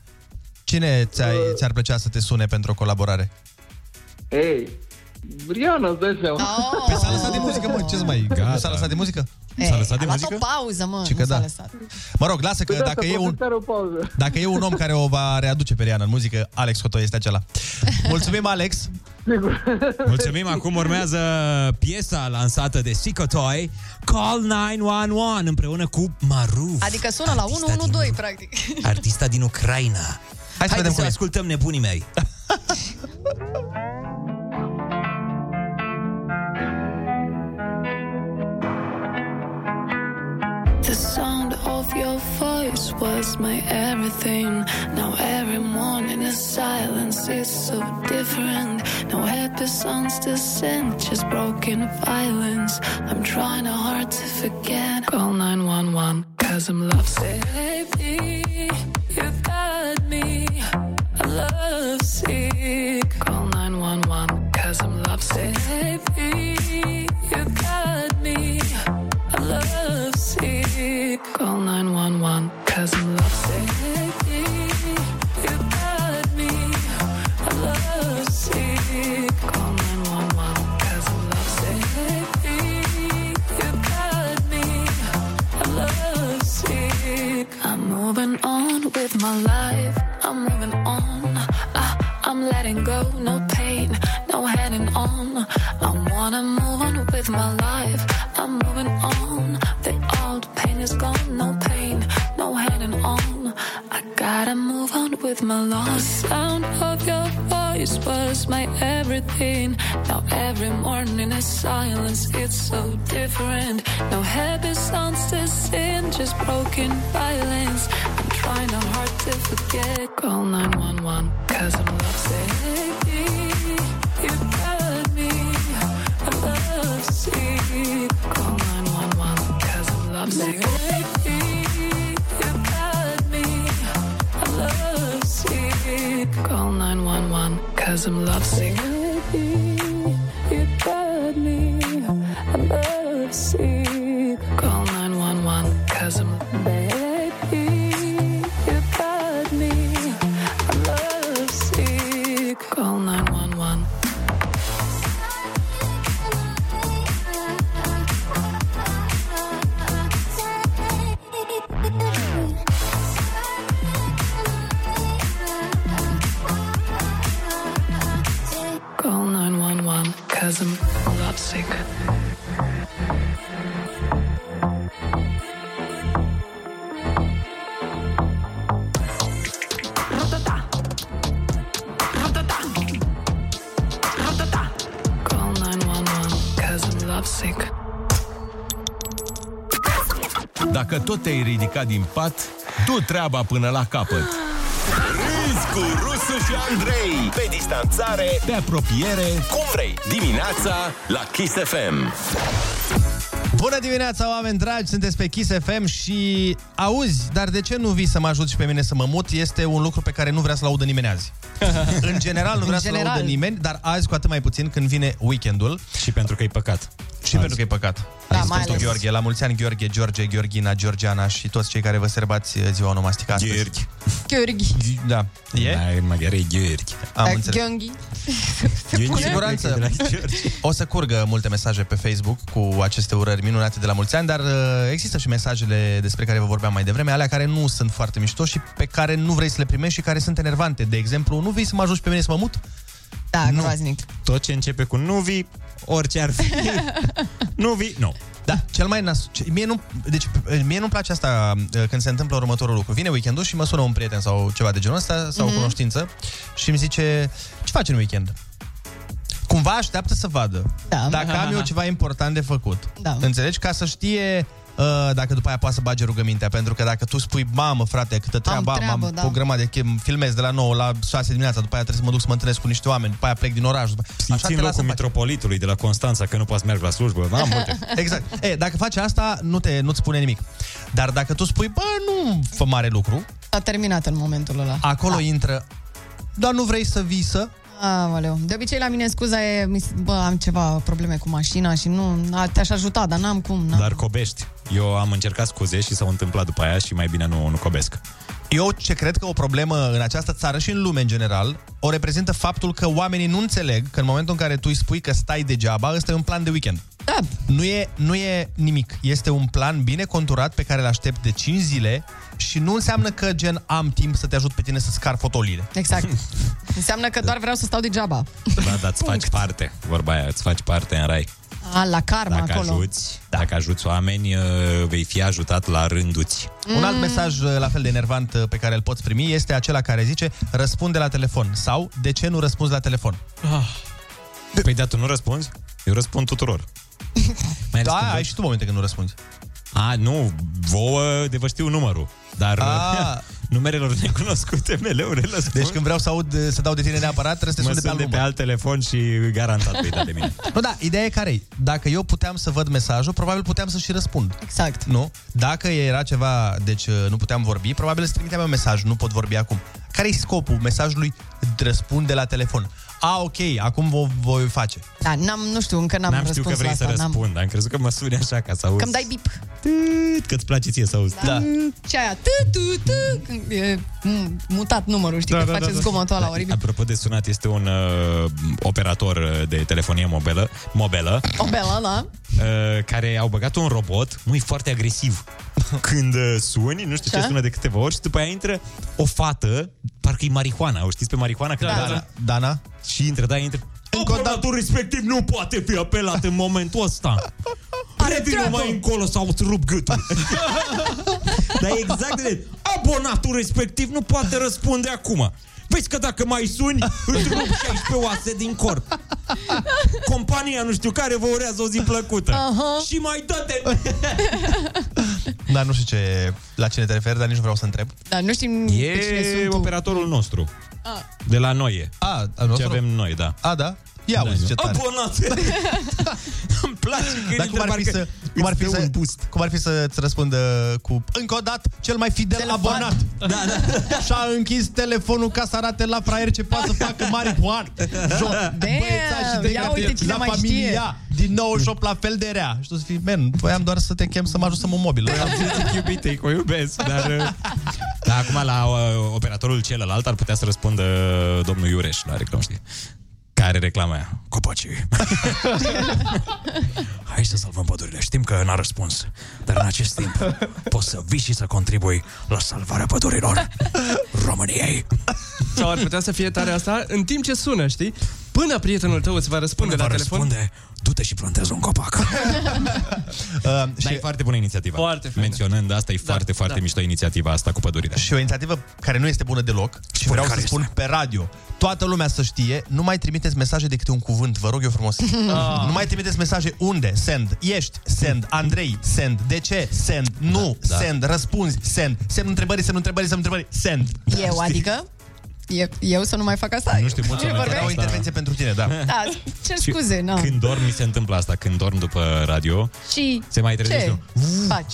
cine ți-ai, ți-ar plăcea să te sune pentru o colaborare?
Ei, Briana, îți dai seama.
Oh.
Păi s-a lăsat de muzică, mă, ce mai...
Gata.
Nu Păi s-a lăsat de muzică?
Ei,
S-a lăsat de
Eh, a luat o
muzică?
pauză, mă,
Ce
nu
că
s-a
da.
lăsat.
Mă rog, lasă
Păi
Păi da,
da,
că dacă e, un,
Are o pauză.
dacă e un om care o va readuce pe Rihanna în muzică, Alex Hotoi este acela. Mulțumim, Alex!
Mulțumim, acum urmează piesa lansată de Sicotoi, Call 911, împreună cu Maruf.
Adică sună la 112, practic.
Artista din Ucraina. Hai Haide
să vedem
să
cum e.
ascultăm nebunii mei.
The sound of your voice was my everything. Now every morning the silence is so different. No happy songs to sing, just broken violence. I'm trying hard to forget. Call 911, cause I'm lovesick. Baby, you've got me. Lovesick. Call 911, cause I'm lovesick. Baby, you got me. I'm lovesick. Call 911, cause I'm lovesick. Baby, you got me. I'm lovesick. Call 911, cause I'm lovesick. Baby, you got me. I'm lovesick. I'm moving on with my life. I'm moving on. I, I'm letting go. No pain, no heading on. I wanna move on with my life. I'm moving on. The old pain is gone. No pain, no heading on. I gotta move on with my life. The sound of your voice was my everything. Now every morning is silence. It's so different. No happy songs to sing, just broken violence. I'm trying hard to forget. Call 911, cause I'm lovesick. You got me. I'm lovesick. Call 911, cause I'm lovesick. You got me. I'm lovesick. Call 911, cause I'm lovesick. You got me. I'm lovesick. Call 911, cause I'm baby. You got me. I'm lovesick. Call 911. Call 911, cause I'm lovesick. Call 911, cause I'm lovesick.
Dacă tot te-ai ridicat din pat, du treaba până la capăt.
Râzi cu Rusu și Andrei Pe distanțare,
pe apropiere
Cum vrei, dimineața la Kiss FM
Bună dimineața, oameni dragi! Sunteți pe Kiss FM și auzi, dar de ce nu vii să mă ajut și pe mine să mă mut? Este un lucru pe care nu vrea să-l audă nimeni azi. În general nu
În
vrea să-l
general.
audă nimeni, dar azi cu atât mai puțin când vine weekendul.
Și pentru că e păcat.
Și pentru că e păcat.
Da,
Da, a zis
mai
Păstul
ales.
Gheorghe, la mulți ani Gheorghe, George, Gheorghina, Georgiana și toți cei care vă sărbați ziua onomastică astăzi. Gheorghe.
Gheorghi. Eh,
Da. E? Da, maghiar e Gheorghe. Am înțeles.
Gheorghi.
Cu siguranță o să curgă multe mesaje pe Facebook cu aceste urări minunate de la mulți ani, dar uh, există și mesajele despre care vă vorbeam mai devreme, alea care nu sunt foarte mișto și pe care nu vrei să le primești și care sunt enervante. De exemplu, nu vii să mă ajuți pe mine să mă mut?
Da, nu. groaznic.
Tot ce începe cu nu vii, orice ar fi, nu vii, nu. Da, cel mai nas... ce- Mie nu, deci, mie nu-mi place asta uh, când se întâmplă următorul lucru. Vine weekendul și mă sună un prieten sau ceva de genul ăsta, sau mm-hmm.
Mhm.
cunoștință, și îmi zice, ce faci în weekend? Cumva așteaptă să vadă da. dacă am eu ceva important de făcut.
Da.
Înțelegi? Ca să știe uh, dacă după aia poate să bage rugămintea, pentru că dacă tu spui, mamă, frate, câtă treabă am,
treabă,
am
da.
o grămadă de chem, filmez de la 9 la 6 dimineața, după aia trebuie să mă duc să mă întâlnesc cu niște oameni, după aia plec din oraș. După...
Așa țin
te
locul
lasă în pace.
mitropolitului de la Constanța, că nu poți merge la slujbă. N-am multe.
Exact. E, dacă faci asta, nu te, nu-ți spune nimic. Dar dacă tu spui, bă, nu fă mare lucru,
S-a terminat în momentul ăla.
acolo da. intră, dar nu vrei să vii să...
Aoleu. De obicei la mine scuza e, mi se- bă, am ceva probleme cu mașina și nu, a- te-aș ajuta, dar n-am cum. N-am.
Dar cobești. Eu am încercat scuze și s-au întâmplat după aia și mai bine nu, nu cobesc.
Eu ce cred că o problemă în această țară și în lume în general, o reprezintă faptul că oamenii nu înțeleg că în momentul în care tu îi spui că stai degeaba, ăsta e un plan de weekend.
Da.
Nu e, nu e nimic. Este un plan bine conturat pe care îl aștept de 5 zile și nu înseamnă că gen am timp să te ajut pe tine să scar fotolile.
Exact. Înseamnă că doar vreau să stau degeaba.
Da, dar îți faci parte, vorba aia, îți faci parte în rai.
A, la karma
Dacă
acolo.
ajuți,
Da.
dacă ajuți oameni, uh, vei fi ajutat la rânduți.
Mm. Un alt mesaj uh, la fel de enervant uh, pe care îl poți primi este acela care zice răspunde la telefon sau de ce nu răspunzi la telefon?
Păi da, tu nu răspunzi? Eu răspund tuturor.
da, ai și tu momente când nu răspunzi.
A, nu, vouă de vă știu numărul. Dar
A.
numerelor necunoscute mele le răspund.
Deci când vreau să aud, să dau de tine neapărat, trebuie să te
mă
sun de
sun
pe alt
de pe alt telefon și garantat vei da de mine.
Nu, da, ideea e care e? Dacă eu puteam să văd mesajul, probabil puteam să și răspund.
Exact.
Nu? Dacă era ceva, deci uh, nu puteam vorbi, probabil îți trimiteam un mesaj, nu pot vorbi acum. care e scopul mesajului? Îți Răspunde la telefon. A, ok, acum o voi face.
Da, n-am, nu știu, încă n-am,
N-am știut
răspuns
că vrei
la
să
asta. n-am.
răspund, am crezut că mă suni așa ca să auzi.
Că-mi dai bip.
Cât place ție să auzi.
Da. Și aia, tu, tu, tu, când e mm, mutat numărul, știi, da, că da, face da, zgomotul ăla oribil.
Apropo de sunat, este un uh, operator uh, de telefonie mobilă, mobilă
O belă, da?
uh, care au băgat un robot, mui foarte agresiv. Când uh, suni, nu știu ce
Așa.
sună de câteva ori și după aia intră o fată, parcă e marihuana, o știți pe marihuana? Când
Da,
intră-
da. Dana?
Și intră, da, intră. Operatorul respectiv nu poate fi apelat în momentul ăsta. Revină mai încolo sau îți rup gâtul. Dar e exact de Abonatul respectiv nu poate răspunde acum. Vezi că dacă mai suni, îți rup 16 oase din corp. Compania nu știu care vă urează o zi plăcută.
Aha.
Și mai dă-te!
Dar nu știu ce, la cine te referi, dar nici nu vreau să întreb.
Da, nu știm pe cine
E
sunt tu.
operatorul nostru.
Ah.
De la noi e.
A,
Ce avem noi, da.
A, da? Ia uite ce tare.
Abonat! Îmi place că
Dar cum ar fi să, cum ar fi să, cum ar fi să ți răspundă cu încă o dată cel mai fidel abonat.
Da, da.
Și-a închis telefonul ca să arate la fraier ce poate să facă mari poan. Joc, băiețași de
ia uite cine
la
mai
familia
știe.
din 98 la fel de rea. Și tu să fii, man, voiam doar să te chem să mă ajut să mă mobil.
iubitei, că o iubesc, dar... uh, Da, acum la uh, operatorul celălalt ar putea să răspundă domnul Iureș la reclamă, știi? Care reclama aia? Copacii. Hai să salvăm pădurile. Știm că n-a răspuns, dar în acest timp poți să vii și să contribui la salvarea pădurilor României.
Sau ar putea să fie tare asta în timp ce sună, știi? Până prietenul tău îți va răspunde
Până
la
va
telefon.
răspunde, du-te și plantezi un copac.
Uh,
Dar e foarte bună inițiativa. Foarte faină. Menționând asta, e da, foarte, foarte da. mișto inițiativa asta cu pădurile.
Și o inițiativă care nu este bună deloc și vreau să
care
spun pe radio. Toată lumea să știe, nu mai trimiteți mesaje de câte un cuvânt, vă rog eu frumos.
Ah.
nu mai trimiteți mesaje unde, send, ești, send, Andrei, send, de ce, send, nu,
da.
send, răspunzi, send, semn întrebării, semn întrebării, semn întrebării, send.
Eu, adică? Eu, eu să nu mai fac asta? Nu știu,
Mulțumesc. Era o intervenție pentru tine, da.
Da, cer scuze, nu.
Când dorm, mi se întâmplă asta. Când dorm după radio,
Și
Se mai trezește
ce
un-
faci?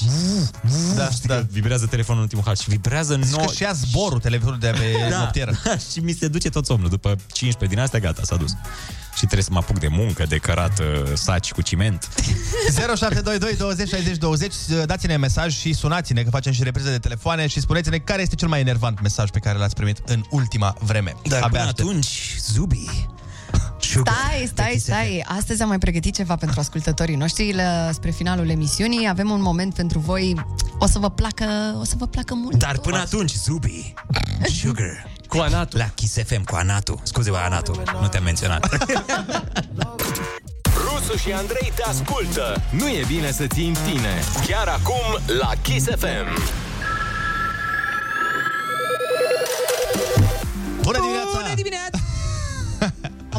da, da.
vibrează telefonul în ultimul hal și vibrează
Zici că
nou.
și ia zborul telefonul de pe
da.
noptieră.
și mi se duce tot somnul. După 15 din astea, gata, s-a dus. Și trebuie să mă apuc de muncă, de cărat uh, saci cu ciment.
0722 20 60 20 Dați-ne mesaj și sunați-ne Că facem și reprize de telefoane Și spuneți-ne care este cel mai enervant mesaj Pe care l-ați primit în ultima vreme
Dar până
aștept.
atunci, Zubi,
Stai, stai, stai. Astăzi am mai pregătit ceva pentru ascultătorii noștri la- spre finalul emisiunii. Avem un moment pentru voi. O să vă placă, o să vă placă mult.
Dar până atunci, Zubi, Sugar.
Cu Anatu.
La Kiss FM cu Anatu. Scuze-mă, Anatu, nu te-am menționat.
Rusu și Andrei te ascultă. Nu e bine să ții în tine. Chiar acum la Kiss FM.
Bună dimineața!
Bună dimineața!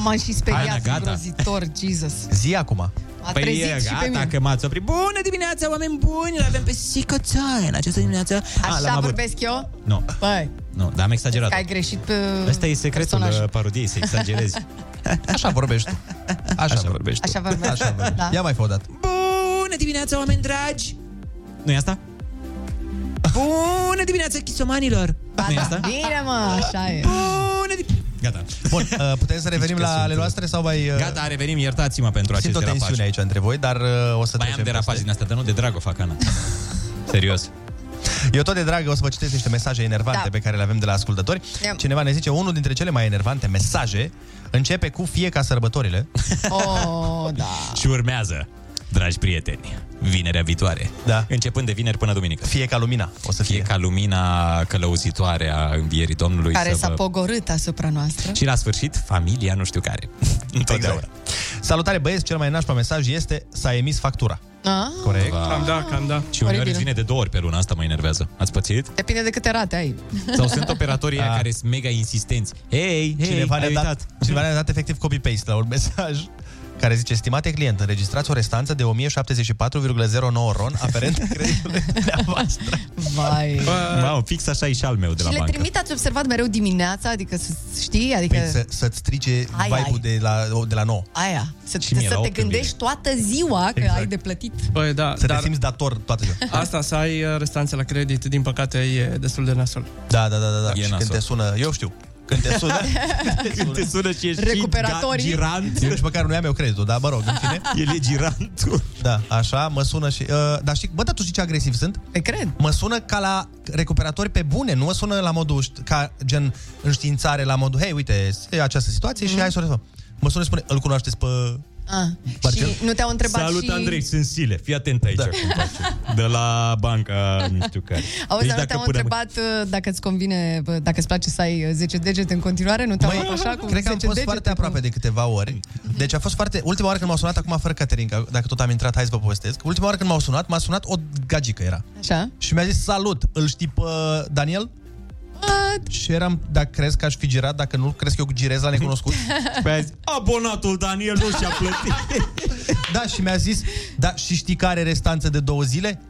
M-am și speriat
Ana, gata.
îngrozitor, Jesus.
Zi acum.
A trezit
Păi,
și pe mine.
că m-ați oprit. Bună dimineața, oameni buni! Îl avem pe Sicoțai în această dimineață.
Așa
avut.
vorbesc eu?
Nu,
Băi,
nu, dar am exagerat.
că ai greșit pe
Asta e secretul
personaj.
uh, parodiei, să exagerezi.
Așa vorbești tu. Așa, Așa vorbești
Așa vorbesc.
Așa vorbești.
Da.
Ia mai fă o dată
Bună dimineața, oameni dragi! nu e asta? Bună dimineața, chisomanilor! nu e asta?
Bine, mă, așa e.
Bună dimineața! Gata.
Bun, uh, putem să revenim
Deci că
la ale
sunt-
noastre sau mai... uh,
Gata, revenim, iertați-mă pentru
Simt
acest
o
derapaj.
tensiune aici între voi, dar uh, o să
Mai am
trecem
derapaj din asta, dar nu de drag o fac, Ana. Serios.
Eu tot de dragă o să vă citesc niște mesaje enervante
Da.
da. pe care le avem de la ascultători.
Ia.
Cineva ne zice, unul dintre cele mai enervante mesaje începe cu fie ca sărbătorile.
Oh, da.
Și urmează, dragi prieteni, vinerea viitoare. Da. Începând de vineri până duminică.
Fie ca lumina, o să
fie. Fie ca lumina călăuzitoare a învierii Domnului.
Care
să
s-a
vă...
pogorât asupra noastră.
Și la sfârșit, familia nu știu care. Întotdeauna. Exact.
Salutare băieți, cel mai nașpa mesaj este s-a emis factura.
Ah,
Corect.
Cam da, cam da.
Și uneori
Oribil.
îți vine de două ori pe lună, asta mă enervează. Ați pățit?
Depinde de câte rate ai.
Sau sunt operatorii aia care sunt mega insistenți. Hei, hei,
Da. Cineva
ai
ne-a
uitat.
dat, cineva ne-a dat efectiv copy-paste la un mesaj. care zice, stimate client, înregistrați o restanță de 1074,09 ron aferent
Vai.
Wow, fix așa e și al meu de la
Și le
bancă.
trimit, ați observat mereu dimineața, adică să știi, adică...
Păi să, să-ți strice
Ai,
vibe-ul de la, de la nouă.
Aia, să,
Și mie
să
la
te
opt îmi
gândești toată ziua că
Exact.
ai de plătit.
Păi da,
Să te
dar
simți dator toată ziua.
asta să ai uh, restanțe la credit, din păcate, e destul de nasol.
Da, da, da, da. da.
E
Și când
nasol.
te sună, eu știu, când te sună, când te sună și
ești Recuperatorii. gi- girant.
Eu nici măcar nu am eu creditul, dar mă rog, în fine. El e girantul. Da, așa, mă sună și... Uh, dar știi, bă, dar tu știi ce agresiv sunt?
Te Păi cred.
Mă sună ca la recuperatori pe bune, nu mă sună la modul, șt- ca gen înștiințare, la modul, hei, uite, e această situație
Mhm.
și hai să o rezolvăm. Mă sună și spune, îl cunoașteți pe
Ah.
Marcel?
Și nu te-au întrebat
Salut,
și...
Andrei, sunt Sile. Fii atent aici da. cum facem. De la banca, nu știu care.
Auzi,
Deci
dar nu te-au întrebat uh, dacă îți convine, bă, dacă îți place să ai uh, 10 degete în continuare? Nu te-au luat așa cu
Da. cred că
10
am fost
degete?
foarte aproape de câteva ori. Deci a fost foarte... Ultima oară când m-au sunat, acum fără Caterin, că dacă tot am intrat, hai să vă povestesc. Ultima oară când m-au sunat, m-a sunat o gagică era.
Așa?
Și mi-a zis, salut, îl știi pe Daniel? Și eram, dacă crezi că aș fi girat, dacă nu, crezi că eu girez la necunoscut? și mi-a zis, abonatul Daniel nu și-a plătit. da, și mi-a zis, da, și știi care are restanță de două zile?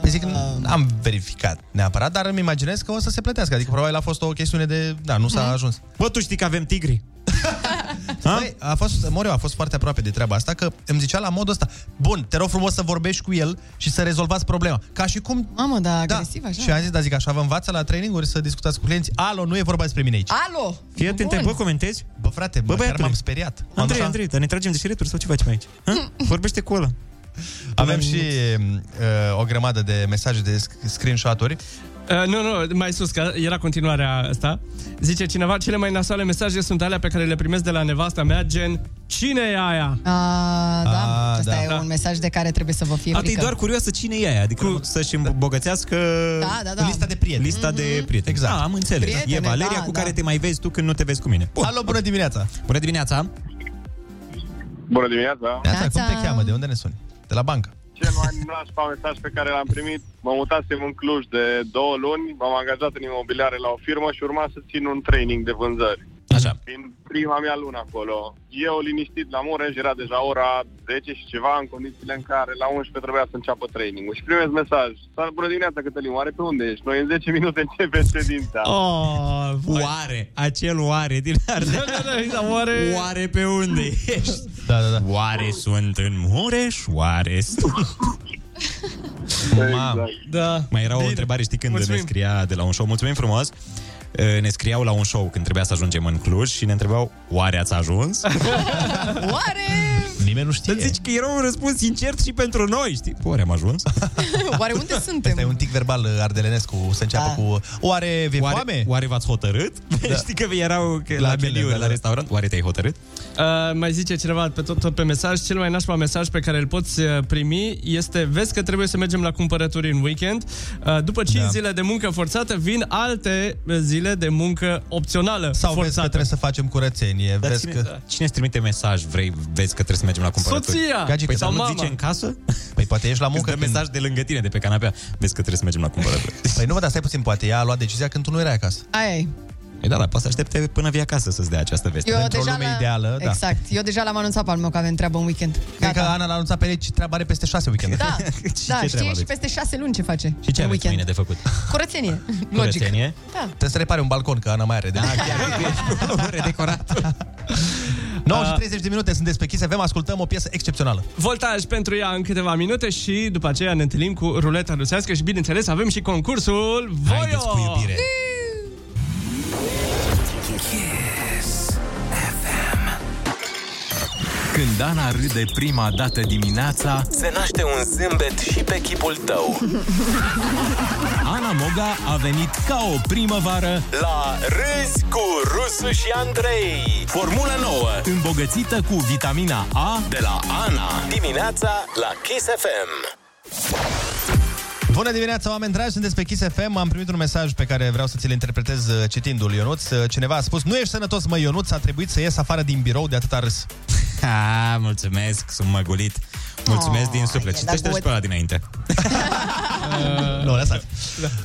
Păi zic, am verificat neapărat, dar îmi imaginez că o să se plătească. Adică probabil a fost o chestiune de... Da, nu s-a ajuns. Bă, tu știi că avem tigri? Băi, a fost, Moriu a fost foarte aproape de treaba asta Că îmi zicea la modul ăsta Bun, te rog frumos să vorbești cu el și să rezolvați problema Ca și cum...
Mamă, da, agresiv așa.
Și am zis, da, zic așa, vă învață la traininguri să discutați cu clienți Alo, nu e vorba despre mine aici
Alo!
Fii atent, bă, comentezi?
Bă, frate, bă, chiar m-am speriat. M-am dus
Andrei,
la-
Andrei, dar ne tragem de șireturi sau ce facem aici? Hă? Vorbește cu ăla.
Avem și uh, o grămadă de mesaje de sc- screenshot-uri
Uh, nu, nu, mai sus, că era continuarea asta. Zice cineva, cele mai nasoale mesaje sunt alea pe care le primesc de la nevasta mea, gen, cine e aia?
A, da,
A,
asta
da.
e
Da.
un mesaj de care trebuie să vă fie
Asta e
frică.
doar curioasă cine e aia, adică cu... să-și îmbogățească
Da, da, da. Lista
de prieteni.
Lista de prieteni. Exact. A, am înțeles.
Prietene,
e Valeria
da,
cu
da.
care te mai vezi tu când nu te vezi cu mine. Bun.
Alo, bună dimineața!
Bună dimineața!
Bună dimineața!
Neața, cum
Da.
te cheamă? De unde ne suni? De la bancă
Cel mai nașpa mesaj pe care l-am primit, mă mutasem în Cluj de două luni, m-am angajat în imobiliare la o firmă și urma să țin un training de vânzări.
Așa.
Din prima mea lună acolo. Eu liniștit la Mureș, era deja ora 10 și ceva, în condițiile în care la 11 trebuia să înceapă trainingul. Și primesc mesaj. Sar, bună dimineața, Cătălin, oare pe unde ești? Noi în 10 minute începem ședința.
Oh, oare, acel oare din Ardeal.
oare...
oare pe unde ești?
Da, da, da.
Oare sunt în Mureș? Oare sunt... Mamă.
Da.
Mai era o întrebare, știi, când
Mulțumim.
ne scria de la un show. Mulțumim frumos! Uh, Ne scriau la un show când trebuia să ajungem în Cluj și ne întrebau, oare ați ajuns?
Oare?
Nimeni nu știe.
Să zici că era un răspuns incert și pentru noi, știi? Oare am ajuns?
Oare unde suntem?
Asta e un tic verbal uh, ardelenesc cu, să înceapă
Da.
cu uh, Oare vi
oare,
foame?
Oare v-ați hotărât? Da. știi că erau că, la, la meniu, la restaurant. Oare te-ai hotărât?
Uh, mai zice cineva pe tot, tot pe mesaj, cel mai nașpa mesaj pe care îl poți uh, primi este vezi că trebuie să mergem la cumpărături în weekend. Uh, după 5
Da.
da. zile de muncă forțată vin alte uh, zile de muncă opțională
Sau vezi că
forțată.
trebuie să facem curățenie
Dar
vezi
cine,
că...
cine îți trimite mesaj? Vrei, vezi că trebuie să mergem la cumpărături?
Soția!
Gagică,
Păi
păi, dar
sau
nu
mama.
zice în casă?
Păi poate ești la muncă
Îți dă mesaj de lângă tine, de pe canapea. Vezi că trebuie să mergem la cumpărături.
Păi nu, mă, dar stai puțin, poate ea a luat decizia când tu nu erai acasă.
Aia e.
E da, dar poate să aștepte până vii acasă să-ți dea această veste.
Exact. Eu deja l-am anunțat pe al meu că avem treabă în weekend.
da. Cred că Ana l-a anunțat pe ei ce treabă are peste șase weekende.
Da, da
ce treabă
știe și
aveți?
peste șase luni ce face.
Și ce
în
aveți
weekend.
mâine de făcut?
Curățenie. Logic.
Curățenie?
Da.
Trebuie să repare un balcon, că Ana mai are. Da, chiar redecorat.
Da.
9 și 30 de minute sunteți pe Kiss FM, ascultăm o piesă excepțională.
Voltaj pentru ea în câteva minute și după aceea ne întâlnim cu ruleta rusească și bineînțeles avem și concursul Voio! Haideți cu iubire!
Kiss
Când Ana râde prima dată dimineața,
Se naște un zâmbet și pe chipul tău
Ana Moga a venit ca o primăvară
La Râzi cu Rusu și Andrei Formulă nouă
îmbogățită cu vitamina A
De la Ana Dimineața la Kiss FM
Bună dimineața, oameni dragi, sunteți pe Kiss FM. Am primit un mesaj pe care vreau să ți-l interpretez uh, citindu-l, Ionuț. Uh, Cineva a spus, nu ești sănătos, mă, Ionuț, a trebuit să ies afară din birou de atâta râs.
Ha, mulțumesc, sunt măgulit. Mulțumesc din suflet.
e
Citește-l
la
și pe ăla dinainte.
nu, lăsați.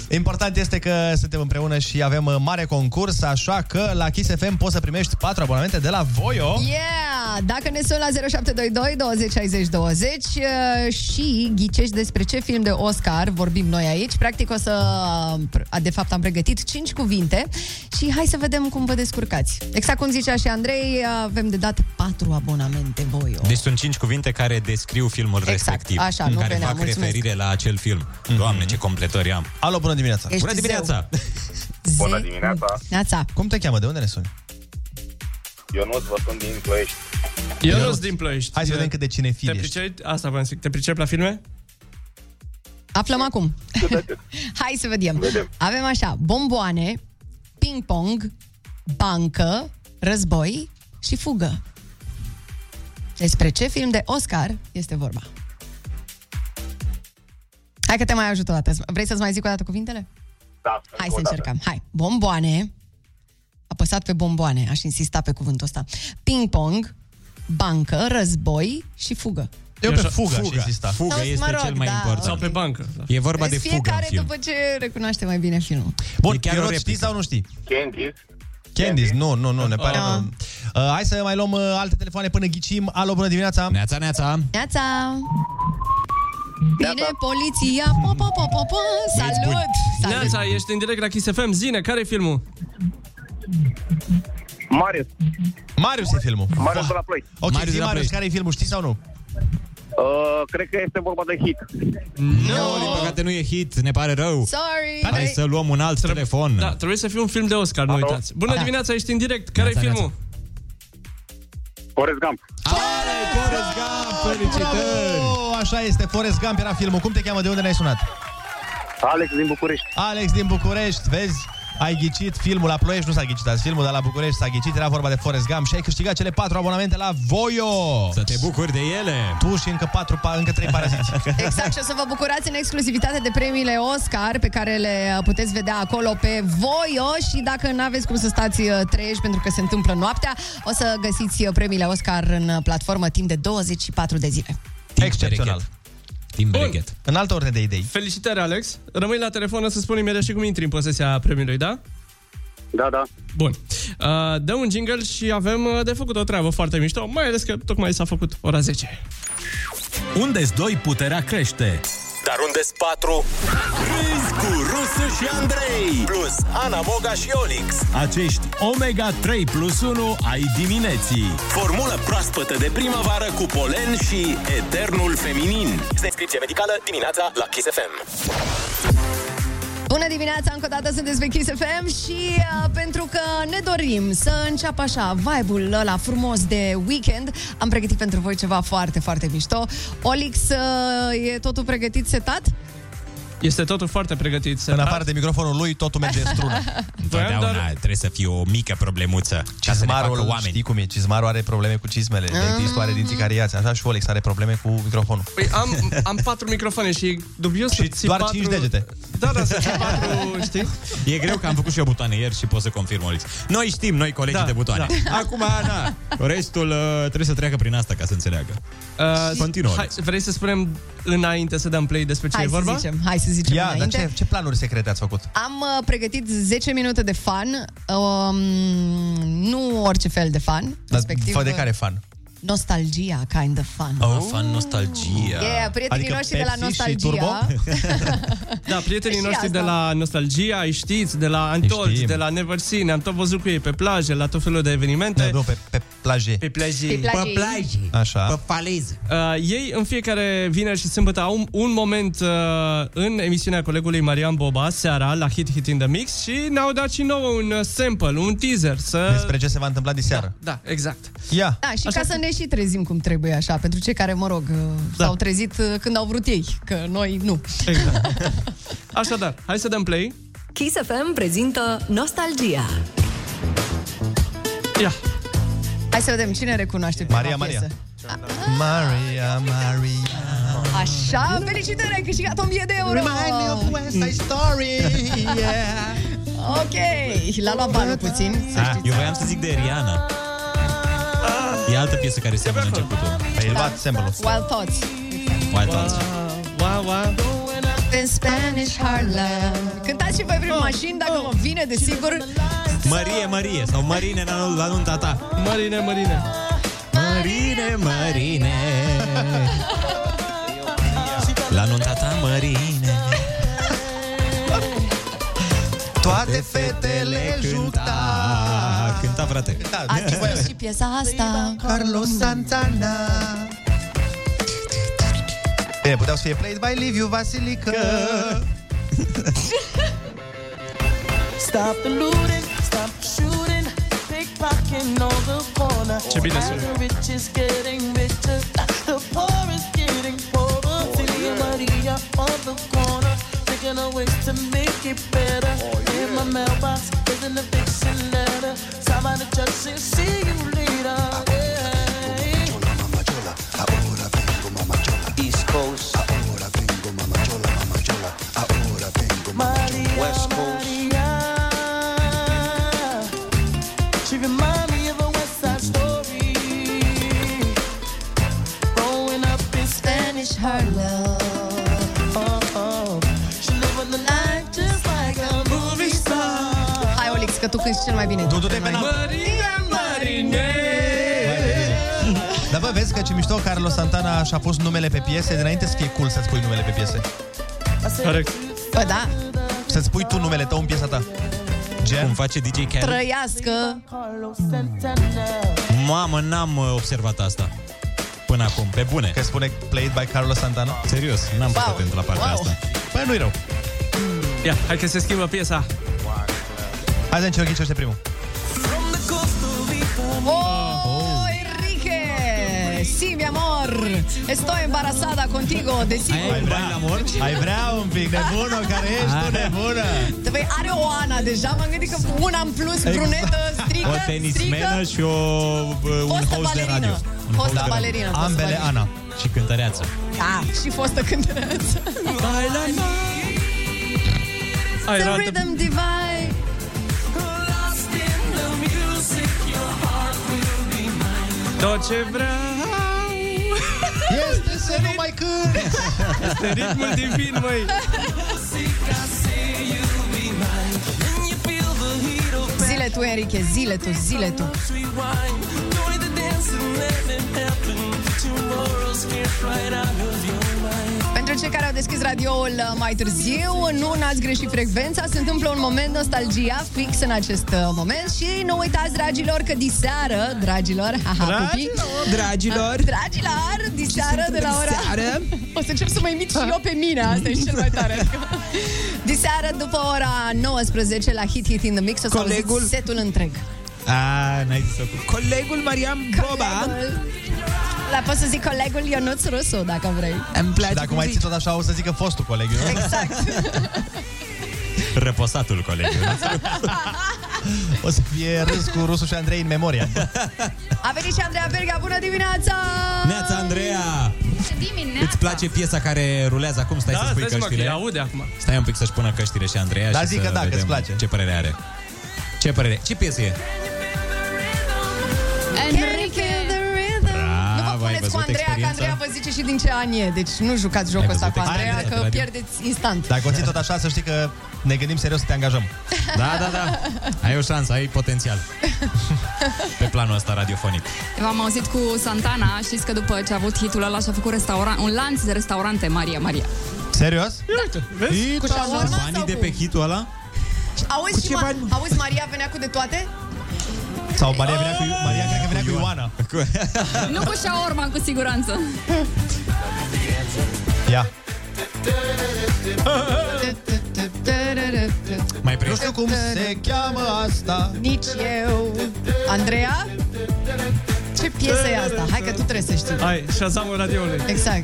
Important este că suntem împreună și avem uh, mare concurs, așa că la Kiss FM poți să primești 4 abonamente de la Voio.
Yeah! Dacă ne suni la 0722 20 60 20 uh, și ghicești despre ce film de Oscar vorbim noi aici, practic o să... uh, De fapt, am pregătit 5 cuvinte și hai să vedem cum vă descurcați. Exact cum zicea și Andrei, uh, avem de dat 4 abonamente Voio.
Deci sunt cinci cuvinte care descriu filmul
Exact,
respectiv.
așa, nu
care
venea,
fac
mulțumesc. Mhm.
referire la acel film. Doamne, ce completări am.
Alo, bună dimineața.
Ești
bună
zeu.
dimineața.
Bună dimineața.
Neața!
Cum te cheamă? De unde ne suni?
Eu nu vă sunt din Ploiești.
Eu nu din plăiești.
Hai să vedem cât de cinefil
Te pricepi? Asta vreau să zic. Te pricepi la filme?
Aflăm acum. Hai să vedem. Avem așa, bomboane, ping-pong, bancă, război și fugă. Despre ce film de Oscar este vorba? Hai că te mai ajut o dată. Vrei să-ți mai zic o dată cuvintele?
Da,
Hai să încercăm. Hai. Bomboane. Apăsat pe bomboane. Aș insista pe cuvântul ăsta. Ping-pong, bancă, război și fugă.
Eu pe
așa-
fugă,
fugă.
fugă. exista.
Fugă
Sau,
este
mă rog,
cel mai
da.
important.
Sau pe
bancă. E vorba
Vezi,
de fugă în
fiecare
film.
după ce recunoaște mai bine filmul.
Bun,
chiar
chiar
o
Chiroc,
replică.
știi sau nu știi?
Candice.
Candice, nu, nu, nu, ne pare
Ah.
rău. Uh, hai să mai luăm uh, alte telefoane până ghicim. Alo, bună dimineața!
Neața, neața!
Neața! Bine, poliția! Pa, pa, pa, pa, pa. Salut! Salut!
Neața, ești în direct la Kiss FM. Zine, care e filmul?
Marius.
Marius e filmul.
Marius de la Ploiești.
Ok, Marius, zi, Marius care e filmul, știi sau nu?
Uh, cred că este vorba de hit.
Nu, no, din păcate nu e hit, ne pare rău.
Sorry!
Hai să luăm un alt telefon.
Da, trebuie să fie un film de Oscar, nu uitați. Bună
Da.
dimineața, ești în direct. Care e
Neața,
filmul?
Forrest Gump.
Forrest Gump,
Bravo! Așa este, Forrest Gump era filmul. Cum te cheamă? De unde ne-ai sunat?
Alex din București.
Alex din București, vezi? Ai ghicit filmul la Ploiești, nu s-a ghicit azi filmul, dar la București s-a ghicit, era vorba de Forrest Gump și ai câștigat cele patru abonamente la Voio!
Să te bucuri de ele!
Tu și încă patru, pa- încă trei paraziți.
Exact, și o să vă bucurați în exclusivitate de premiile Oscar pe care le puteți vedea acolo pe Voio și dacă nu aveți cum să stați uh, treji pentru că se întâmplă noaptea, o să găsiți uh, premiile Oscar în uh, platformă timp de 24 de zile.
Excepțional.
Tim
Berget.
În altă ordine de idei.
Felicitări, Alex. Rămâi la telefon, o să spun imediat și cum intri în posesia premiului, da?
Da, da.
Bun. Uh, dă un jingle și avem uh, de făcut o treabă foarte mișto, mai ales că tocmai s-a făcut ora 10.
unde s doi puterea crește.
Dar unde s patru? Râzi cu Rusu și Andrei Plus Ana Moga și Olix
Acești Omega 3 plus 1 ai dimineții.
Formulă proaspătă de primăvară cu polen și eternul feminin Prescripție medicală dimineața la Kiss FM
Bună dimineața, încă o dată sunteți pe Kiss FM și uh, pentru că ne dorim să înceapă așa vibe-ul ăla frumos de weekend, am pregătit pentru voi ceva foarte, foarte mișto. Olix, uh, e totul pregătit, setat?
Este totul foarte pregătit.
În afară de microfonul lui, totul merge în strună.
Totdeauna doar... trebuie să fie o mică problemuță ca să ne facă
Cizmarul,
oameni.
știi cum e? Cizmarul are probleme cu cizmele,
Ah.
dentistul are dinții cariați, așa și Olex are probleme cu microfonul.
Păi am, am patru microfoane și dubios și
doar cinci degete.
Da, da, să ții patru, știi?
E greu că am făcut și eu butoane ieri și pot să confirm, Olix. Noi știm, noi colegii da, de butoane. Da. Acum, Ana, restul uh, trebuie să treacă prin asta ca să înțeleagă.
Uh,
Continuă,
Hai, vrei să spunem înainte să dăm play despre ce
hai
e
să
vorba?
zicem, hai să zicem
Ia, dar
înainte.
ce, ce planuri secrete ați făcut?
Am uh, pregătit 10 minute de fan, um, nu orice fel de fan,
Dar
respectiv uh,
fă de care fan? Oh,
nostalgia kind of fun.
Oh, fan nostalgia.
Yeah, prietenii
Adică
noștri de la Nostalgia.
Da, prietenii
Și
noștri
asta.
de la Nostalgia, îi știți, de la Antolci, de la Never Seen, am tot văzut cu ei pe plaje, la tot felul de evenimente. Nu,
nu, Da, pe, pe plaje.
Pe plaje.
Pe plaje. Pe plaje.
Așa.
Pe faleză.
Uh, ei în fiecare vineri și sâmbătă au un, un moment uh, în emisiunea colegului Marian Boba, seara, la Hit Hit in the Mix și ne-au dat și nouă un uh, sample, un teaser să...
Despre ce se va întâmpla diseară.
Da, exact.
Ia.
Da, și așa ca să ne și trezim cum trebuie așa, pentru cei care, mă rog, uh,
Da.
s-au trezit uh, când au vrut ei, că noi nu.
Așadar, hai să dăm play.
Kiss FM prezintă Nostalgia.
Ia.
Hai să vedem cine recunoaște prima
Maria, Maria.
piesă.
Ah.
Maria, Maria.
Așa, felicitări, ai câștigat 1000 de euro!
Remind me of West Side Story, yeah.
Ok, l-a luat banul puțin, să
Ah,
știți.
eu voiam să zic de Rihanna. E altă piesă care seamănă începutul.
Păi el bat sample
Wild Thoughts.
Mai toți.
Wow, wow.
In Spanish Harlem Cântați și voi
Oh,
prin mașini dacă mă vine, desigur
Mărie, Mărie sau Mărine la la nunta ta.
Mărine, Mărine.
Mărine, Mărine. La nunta ta, Mărine.
Toate fetele Da,
cânta. Cânta, frate.
Ați văzut și piesa asta Carlos Santana
Bine, puteau să fie played by Liviu Vasilică.
Stop the looting, stop the shooting, pickpocketing on the corner.
Ce bine sună.
As the rich is getting richer, the poor is getting poorer. Tia Maria on the corner, thinking of ways to make it better. In my mailbox is an eviction letter. Time on the judge says, see you later. East Coast. Maria, West Coast. Maria. She remind me of a West Side Story. Growing up in Spanish Harlem. Oh, oh. She living the life just like a movie star.
Hai, Olix, că tu cânti cel mai bine
Du-te pe înalt. Dar bă, vezi că ce mișto Carlos Santana și-a pus numele pe piese Dinainte să fie cool să-ți pui numele pe piese
Corect
Bă, da,
Să-ți pui tu numele tău în piesa ta Gen? Cum
face DJ Khaled?
trăiască
Mamă, n-am uh, observat asta. Până acum, pe bune.
Că spune played by Carlos Santana?
Serios, n-am wow. atent la partea wow. asta.
Păi nu-i rău
Ia, hai că se schimbă piesa.
Hai să încerc ghicește primul
Oh, Enrique Si, mi amor Estoy embarazada contigo, desigur
Ai vrea un pic nebună care ești tu nebună
Păi are o Ana deja, m-am gândit că una în plus, brunetă, strică,
O tenismenă
strică
și o, bă, un
Fostă
host de
balerină.
radio. Un
Fostă
host de radio.
balerină, fostă
Ambele
balerină.
Ana
Și cântăreață.
Da, și fostă cântăreață
Ai, era
The
altă...
rhythm divine
Tot ce vreau
Este să nu mai cânt
este ritmul divin, măi.
Zile tu, Enrique, zile tu, zile tu Pentru cei care au deschis radioul uh, mai târziu, nu n-ați greșit frecvența, se întâmplă un moment nostalgia fix în acest uh, moment și nu uitați, dragilor, că diseară, dragilor, haha, pupi, Uh,
Dragilor.
dragilor, diseară de la ora...
Diseară.
O să încep să mă imit și eu pe mine, asta e cel mai tare. diseară după ora 19 la Hit Hit in the Mix o să
Colegul-
auziți setul întreg.
A, n-ai zis-o cu...
Colegul Marian Boba.
La pot să zic colegul Ionuț Rusu, dacă vrei.
Îmi place
Și dacă
cum
mai
zici.
ții tot așa, o să zică fostul coleg nu?
Exact.
Răposatul coleg.
da?
O să fie râs cu Rusu și Andrei în memoria
A venit și Andreea Berga, bună dimineața!
Neața, Andreea!
Da.
Îți place piesa care rulează acum? Stai
Da,
să spui
stai mă, că
căștile.
le aude acum.
Stai un pic să-și pună căștile și Andreea
Da,
și
zi
să
că da, că-ți
vedem
place.
ce părere are. Ce părere? Ce piesă e?
Enrique! Nu
Bravo,
vă
ai
puneți cu Andreea,
văzut
că
experiența?
Andreea vă zice și din ce an e. Deci nu jucați jocul
Ai
ăsta cu
văzut
Andreea,
experiența,
că
radio.
pierdeți instant.
Dacă o ții tot așa, să știi că ne gândim serios să te angajăm
Da, da, da. Ai o șansă, ai potențial. Pe planul ăsta radiofonic.
V-am auzit cu Santana, știți că după ce a avut hitul ăla și-a făcut restauran- un lanț de restaurante, Maria, Maria.
Serios?
Uite, vezi?
Ii,
Cu
tata,
shawarma sau
Banii de
cu-
pe hitul ăla?
Auzi, și Ma- auzi, Maria venea cu de toate?
Sau Maria, venea cu, Maria cred că venea cu Ioana
nu cu șaorma, cu siguranță.
Ia
Mai
Nu
prins?
știu cum se cheamă asta
Nici eu. Andreea? Ce piesă e asta? Hai că tu trebuie să știi.
Hai, șazamul radioului.
Exact.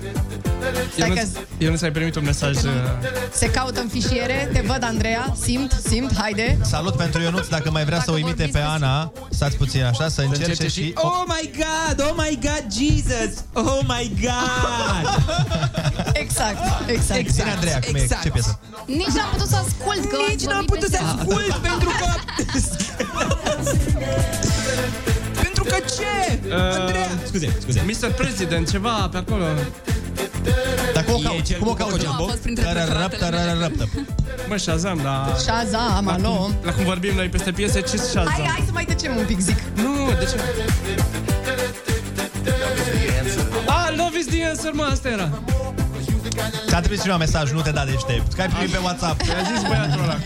Stai că
Ionuț, Ionuț, ai primit un mesaj... uh,
se caută în fișiere, te văd, Andreea, simt, simt, haide.
Salut pentru Ionuț, dacă mai vrea să o
Dacă
imite
vorbiți
pe Ana Stați puțin așa, să încerce și
Oh my God, oh my God, Jesus, oh my God.
Exact, exact.
Zine, Andreea,
é
cum e,
exact.
ce piesă?
Nici n-am putut să ascult că
Nici n-am putut să ascult pentru că... pentru că ce? Andreea,
Scuze, scuze.
Uh, Mr. President, ceva pe acolo.
Dar cum o cauți? Cum o cauți?
Nu, am fost printre
Tararap,
preferatele
tararap, tararap.
Mă, Shazam, da...
Shazam, alo.
La cum vorbim noi peste piese, ce Shazam?
Hai, hai să mai tăcem un pic, zic.
Nu, de ce? Ah, Love is the answer, mă, asta era.
Ți-a trimis cineva mesaj, nu te da deștept. Că ai primit pe WhatsApp.
Mi-a zis băiatul ăla.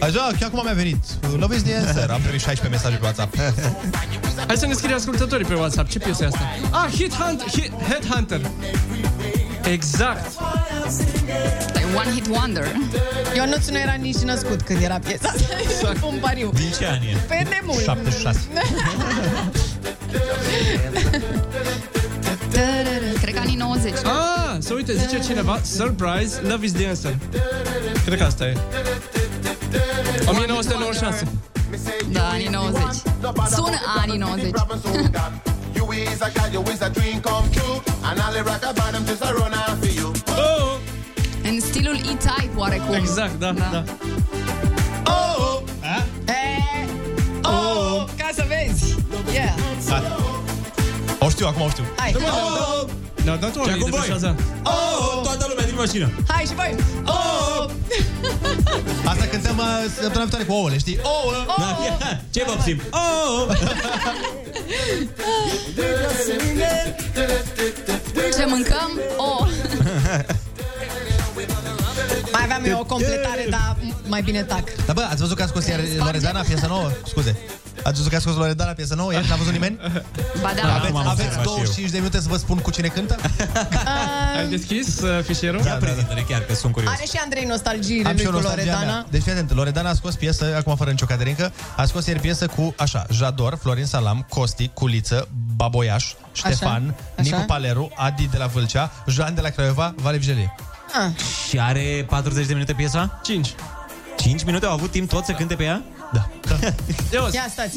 Ai zis, "Ah, chiar acum mi-a venit. Love is the answer. Am primit 16 mesaje pe WhatsApp.
Hai să ne scrie ascultătorii pe WhatsApp. Ce piesă e asta? Ah, Hit Hunt, hit, Headhunter. Exact.
Asta e One Hit Wonder.
Eu nu era nici născut când era piesa asta. Un pariu.
Din ce an e?
Pe nemul.
76.
Cred că anii 90.
Ah, să uite, zice cineva, surprise, love is the answer. Cred că asta e. 1996.
Da, anii 90. Sună anii 90.
You is a guy, you is a dream come true. And all the rock about them just a run after you.
Oh,
În stilul E-Type, oarecum.
Exact, da, da. da.
oh,
Eh,
E, oh, ca să vezi. Yeah.
Gata. O știu, acum o știu.
Hai.
Ne-au dat o
acum
da, de
voi?
pe Shazam.
Oh, toată lumea din mașină.
Hai și voi. Oh!
Asta cântăm uh, săptămâna viitoare cu ouăle, știi? Ouă!
Da, ia, Ce vopsim? Oh! oh,
Ce mâncăm? O.
Oh. Mai aveam eu o completare, dar mai bine tac.
Dar bă, ați văzut că a scos iar Loredana piesă nouă? Scuze. Ați văzut că a scos Loredana piesă nouă? Iar n-a văzut nimeni?
Ba da.
Aveți,
am
aveți
observat și eu.
25 de minute să vă spun cu cine cântă? Da,
Ai deschis uh, fișierul?
Ia prezintă-ne chiar, că sunt curios.
Are și Andrei nostalgiile
Am
lui
și
cu
eu nostalgia
Loredana.
mea. Deci fii atent, Loredana a scos piesă, acum fără nicio caderincă, a scos ieri piesă cu, așa, Jador, Florin Salam, Costi, Culiță, Baboiaș, Ștefan,
așa.
Nicu Paleru, Adi de la Vâlcea, Joan de la Craiova, Vale Vigelie.
Ah.
Și are 40 de minute piesa?
5.
5 minute? Au avut timp tot să cânte pe ea?
Da.
Ia stați.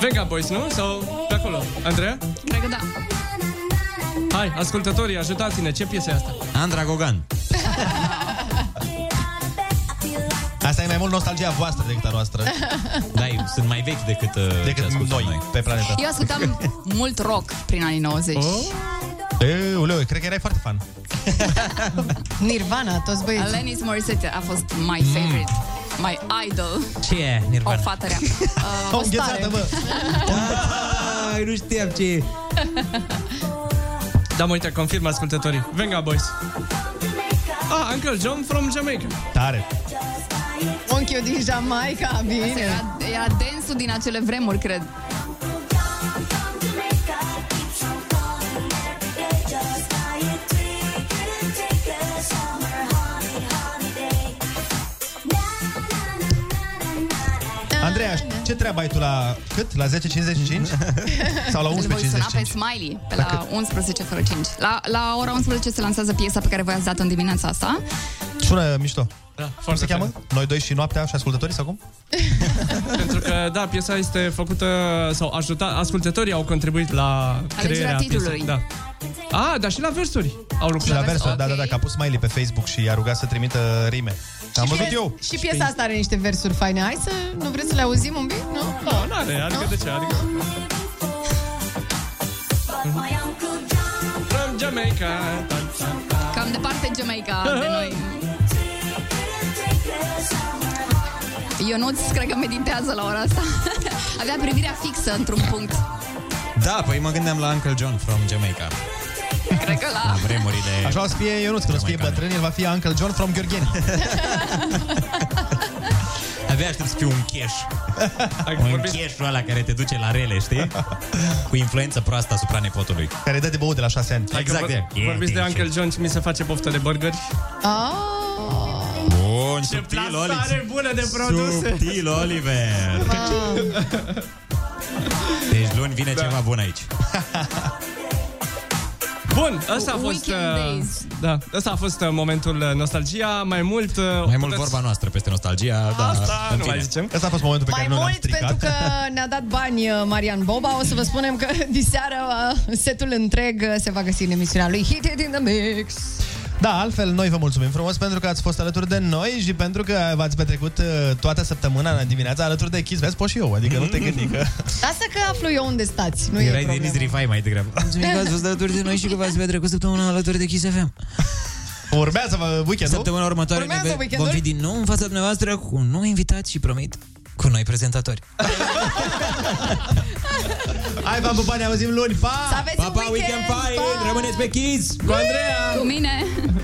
Venga Boys, nu? Sau pe acolo? Andreea?
Cred că da.
Hai, ascultătorii, ajutați-ne. Ce piesă e asta?
Andra Gogan.
Asta e mai mult nostalgia voastră decât a noastră.
Da, eu sunt mai vechi decât, uh,
Decât
ce ascultăm
noi, pe planetă.
Eu ascultam mult rock prin anii 90.
E, uleu, cred că erai foarte fan.
Nirvana, toți băieții.
Alanis Morissette a fost my favorite. My idol.
Ce e,
O
Nirvana?
fată rea. Uh,
O
o stare.
înghețată, bă!
Ai, nu știam ce e.
Da, mă, uite, confirm ascultătorii. Venga Boys. Ah, Uncle John from Jamaica.
Tare!
Unchiul din Jamaica, bine.
Era, era dansul din acele vremuri, cred.
Andreea, ce treabă ai tu la cât? La 10.55? Sau la
Îl voi suna pe
11.55?
Smiley pe la 11 fără 5. La, la ora 11 se lansează piesa pe care voi ați dat-o în dimineața asta.
Sună mișto.
Da,
Cum se
foarte
cheamă?
fain.
Noi doi și noaptea și ascultătorii sau cum?
Pentru că, da, piesa este făcută sau ajuta, ascultătorii au contribuit la
Alegerea
crearea
titlului.
piesei. Da. Ah, dar și la versuri au lucrat.
Și la
la vers,
versuri, da, da,
ok.
da, că a pus Smiley pe Facebook și i-a rugat să trimită rime. Am văzut eu.
Și piesa asta are niște versuri faine. Hai să nu vreți să le auzim un pic, nu?
Nu, nu are, adică de ce? Adică... From Jamaica.
Cam departe Jamaica de noi. Ionuț, cred că meditează la ora asta. Avea privirea fixă într-un punct.
Da, păi mă gândeam la Uncle John from Jamaica.
Cred că la...
La vremurile...
Așa o să fie Ionuț, când o să fie
Jamaicane.
bătrân, el va fi Uncle John from Gheorgheni.
Abia aștept să fiu un cheș.
Dacă
Un
vorbiți,
cheșul ăla care te duce la rele, știi? Cu influență proastă asupra nepotului.
Care dă de băut de la 6 ani.
dacă
Exact,
vor-
e.
vorbiți de
E,
Uncle John și mi se face poftă de burgeri.
Ah. Oh,
Bun, subtil, Oliver.
Plasare bună de produse.
Subtil, Oliver.
wow.
Deci luni vine
Da.
ceva bun aici.
Bun, ăsta a fost...
Weekend
uh,
days.
Da, ăsta a fost uh, momentul uh, nostalgia. Mai mult... uh,
Mai mult
puteți-
vorba noastră peste nostalgia, da.
Asta
în
nu
fine.
mai zicem.
Asta a fost momentul pe
Mai
care noi l-am
mult pentru
stricat.
că ne-a dat bani uh, Marian Boba. O să vă spunem că diseară uh, setul întreg uh, se va găsi în emisiunea lui Hit It in the Mix.
Da, altfel noi vă mulțumim frumos pentru că ați fost alături de noi și pentru că v-ați petrecut uh, toată săptămâna în dimineața alături de Kiss. Vezi, pot și eu, adică nu te gândi că...
Lasă că aflu eu unde stați. Nu e
Erai
problemă.
Denis Rifai mai degrabă.
Mulțumim că ați fost alături de noi și că v-ați petrecut săptămâna alătări de Kiss FM.
Urmează weekendul.
Săptămâna următoare
Urmează
ne ve- vom
weekendul.
fi din nou în fața dumneavoastră cu un nou invitat și promit cu noi prezentatori.
Hai, v-am pupat, ne auzim luni, pa!
Pa, pa, weekend,
weekend,
fine!
pa!
Rămâneți pe Kiss!
Cu mine!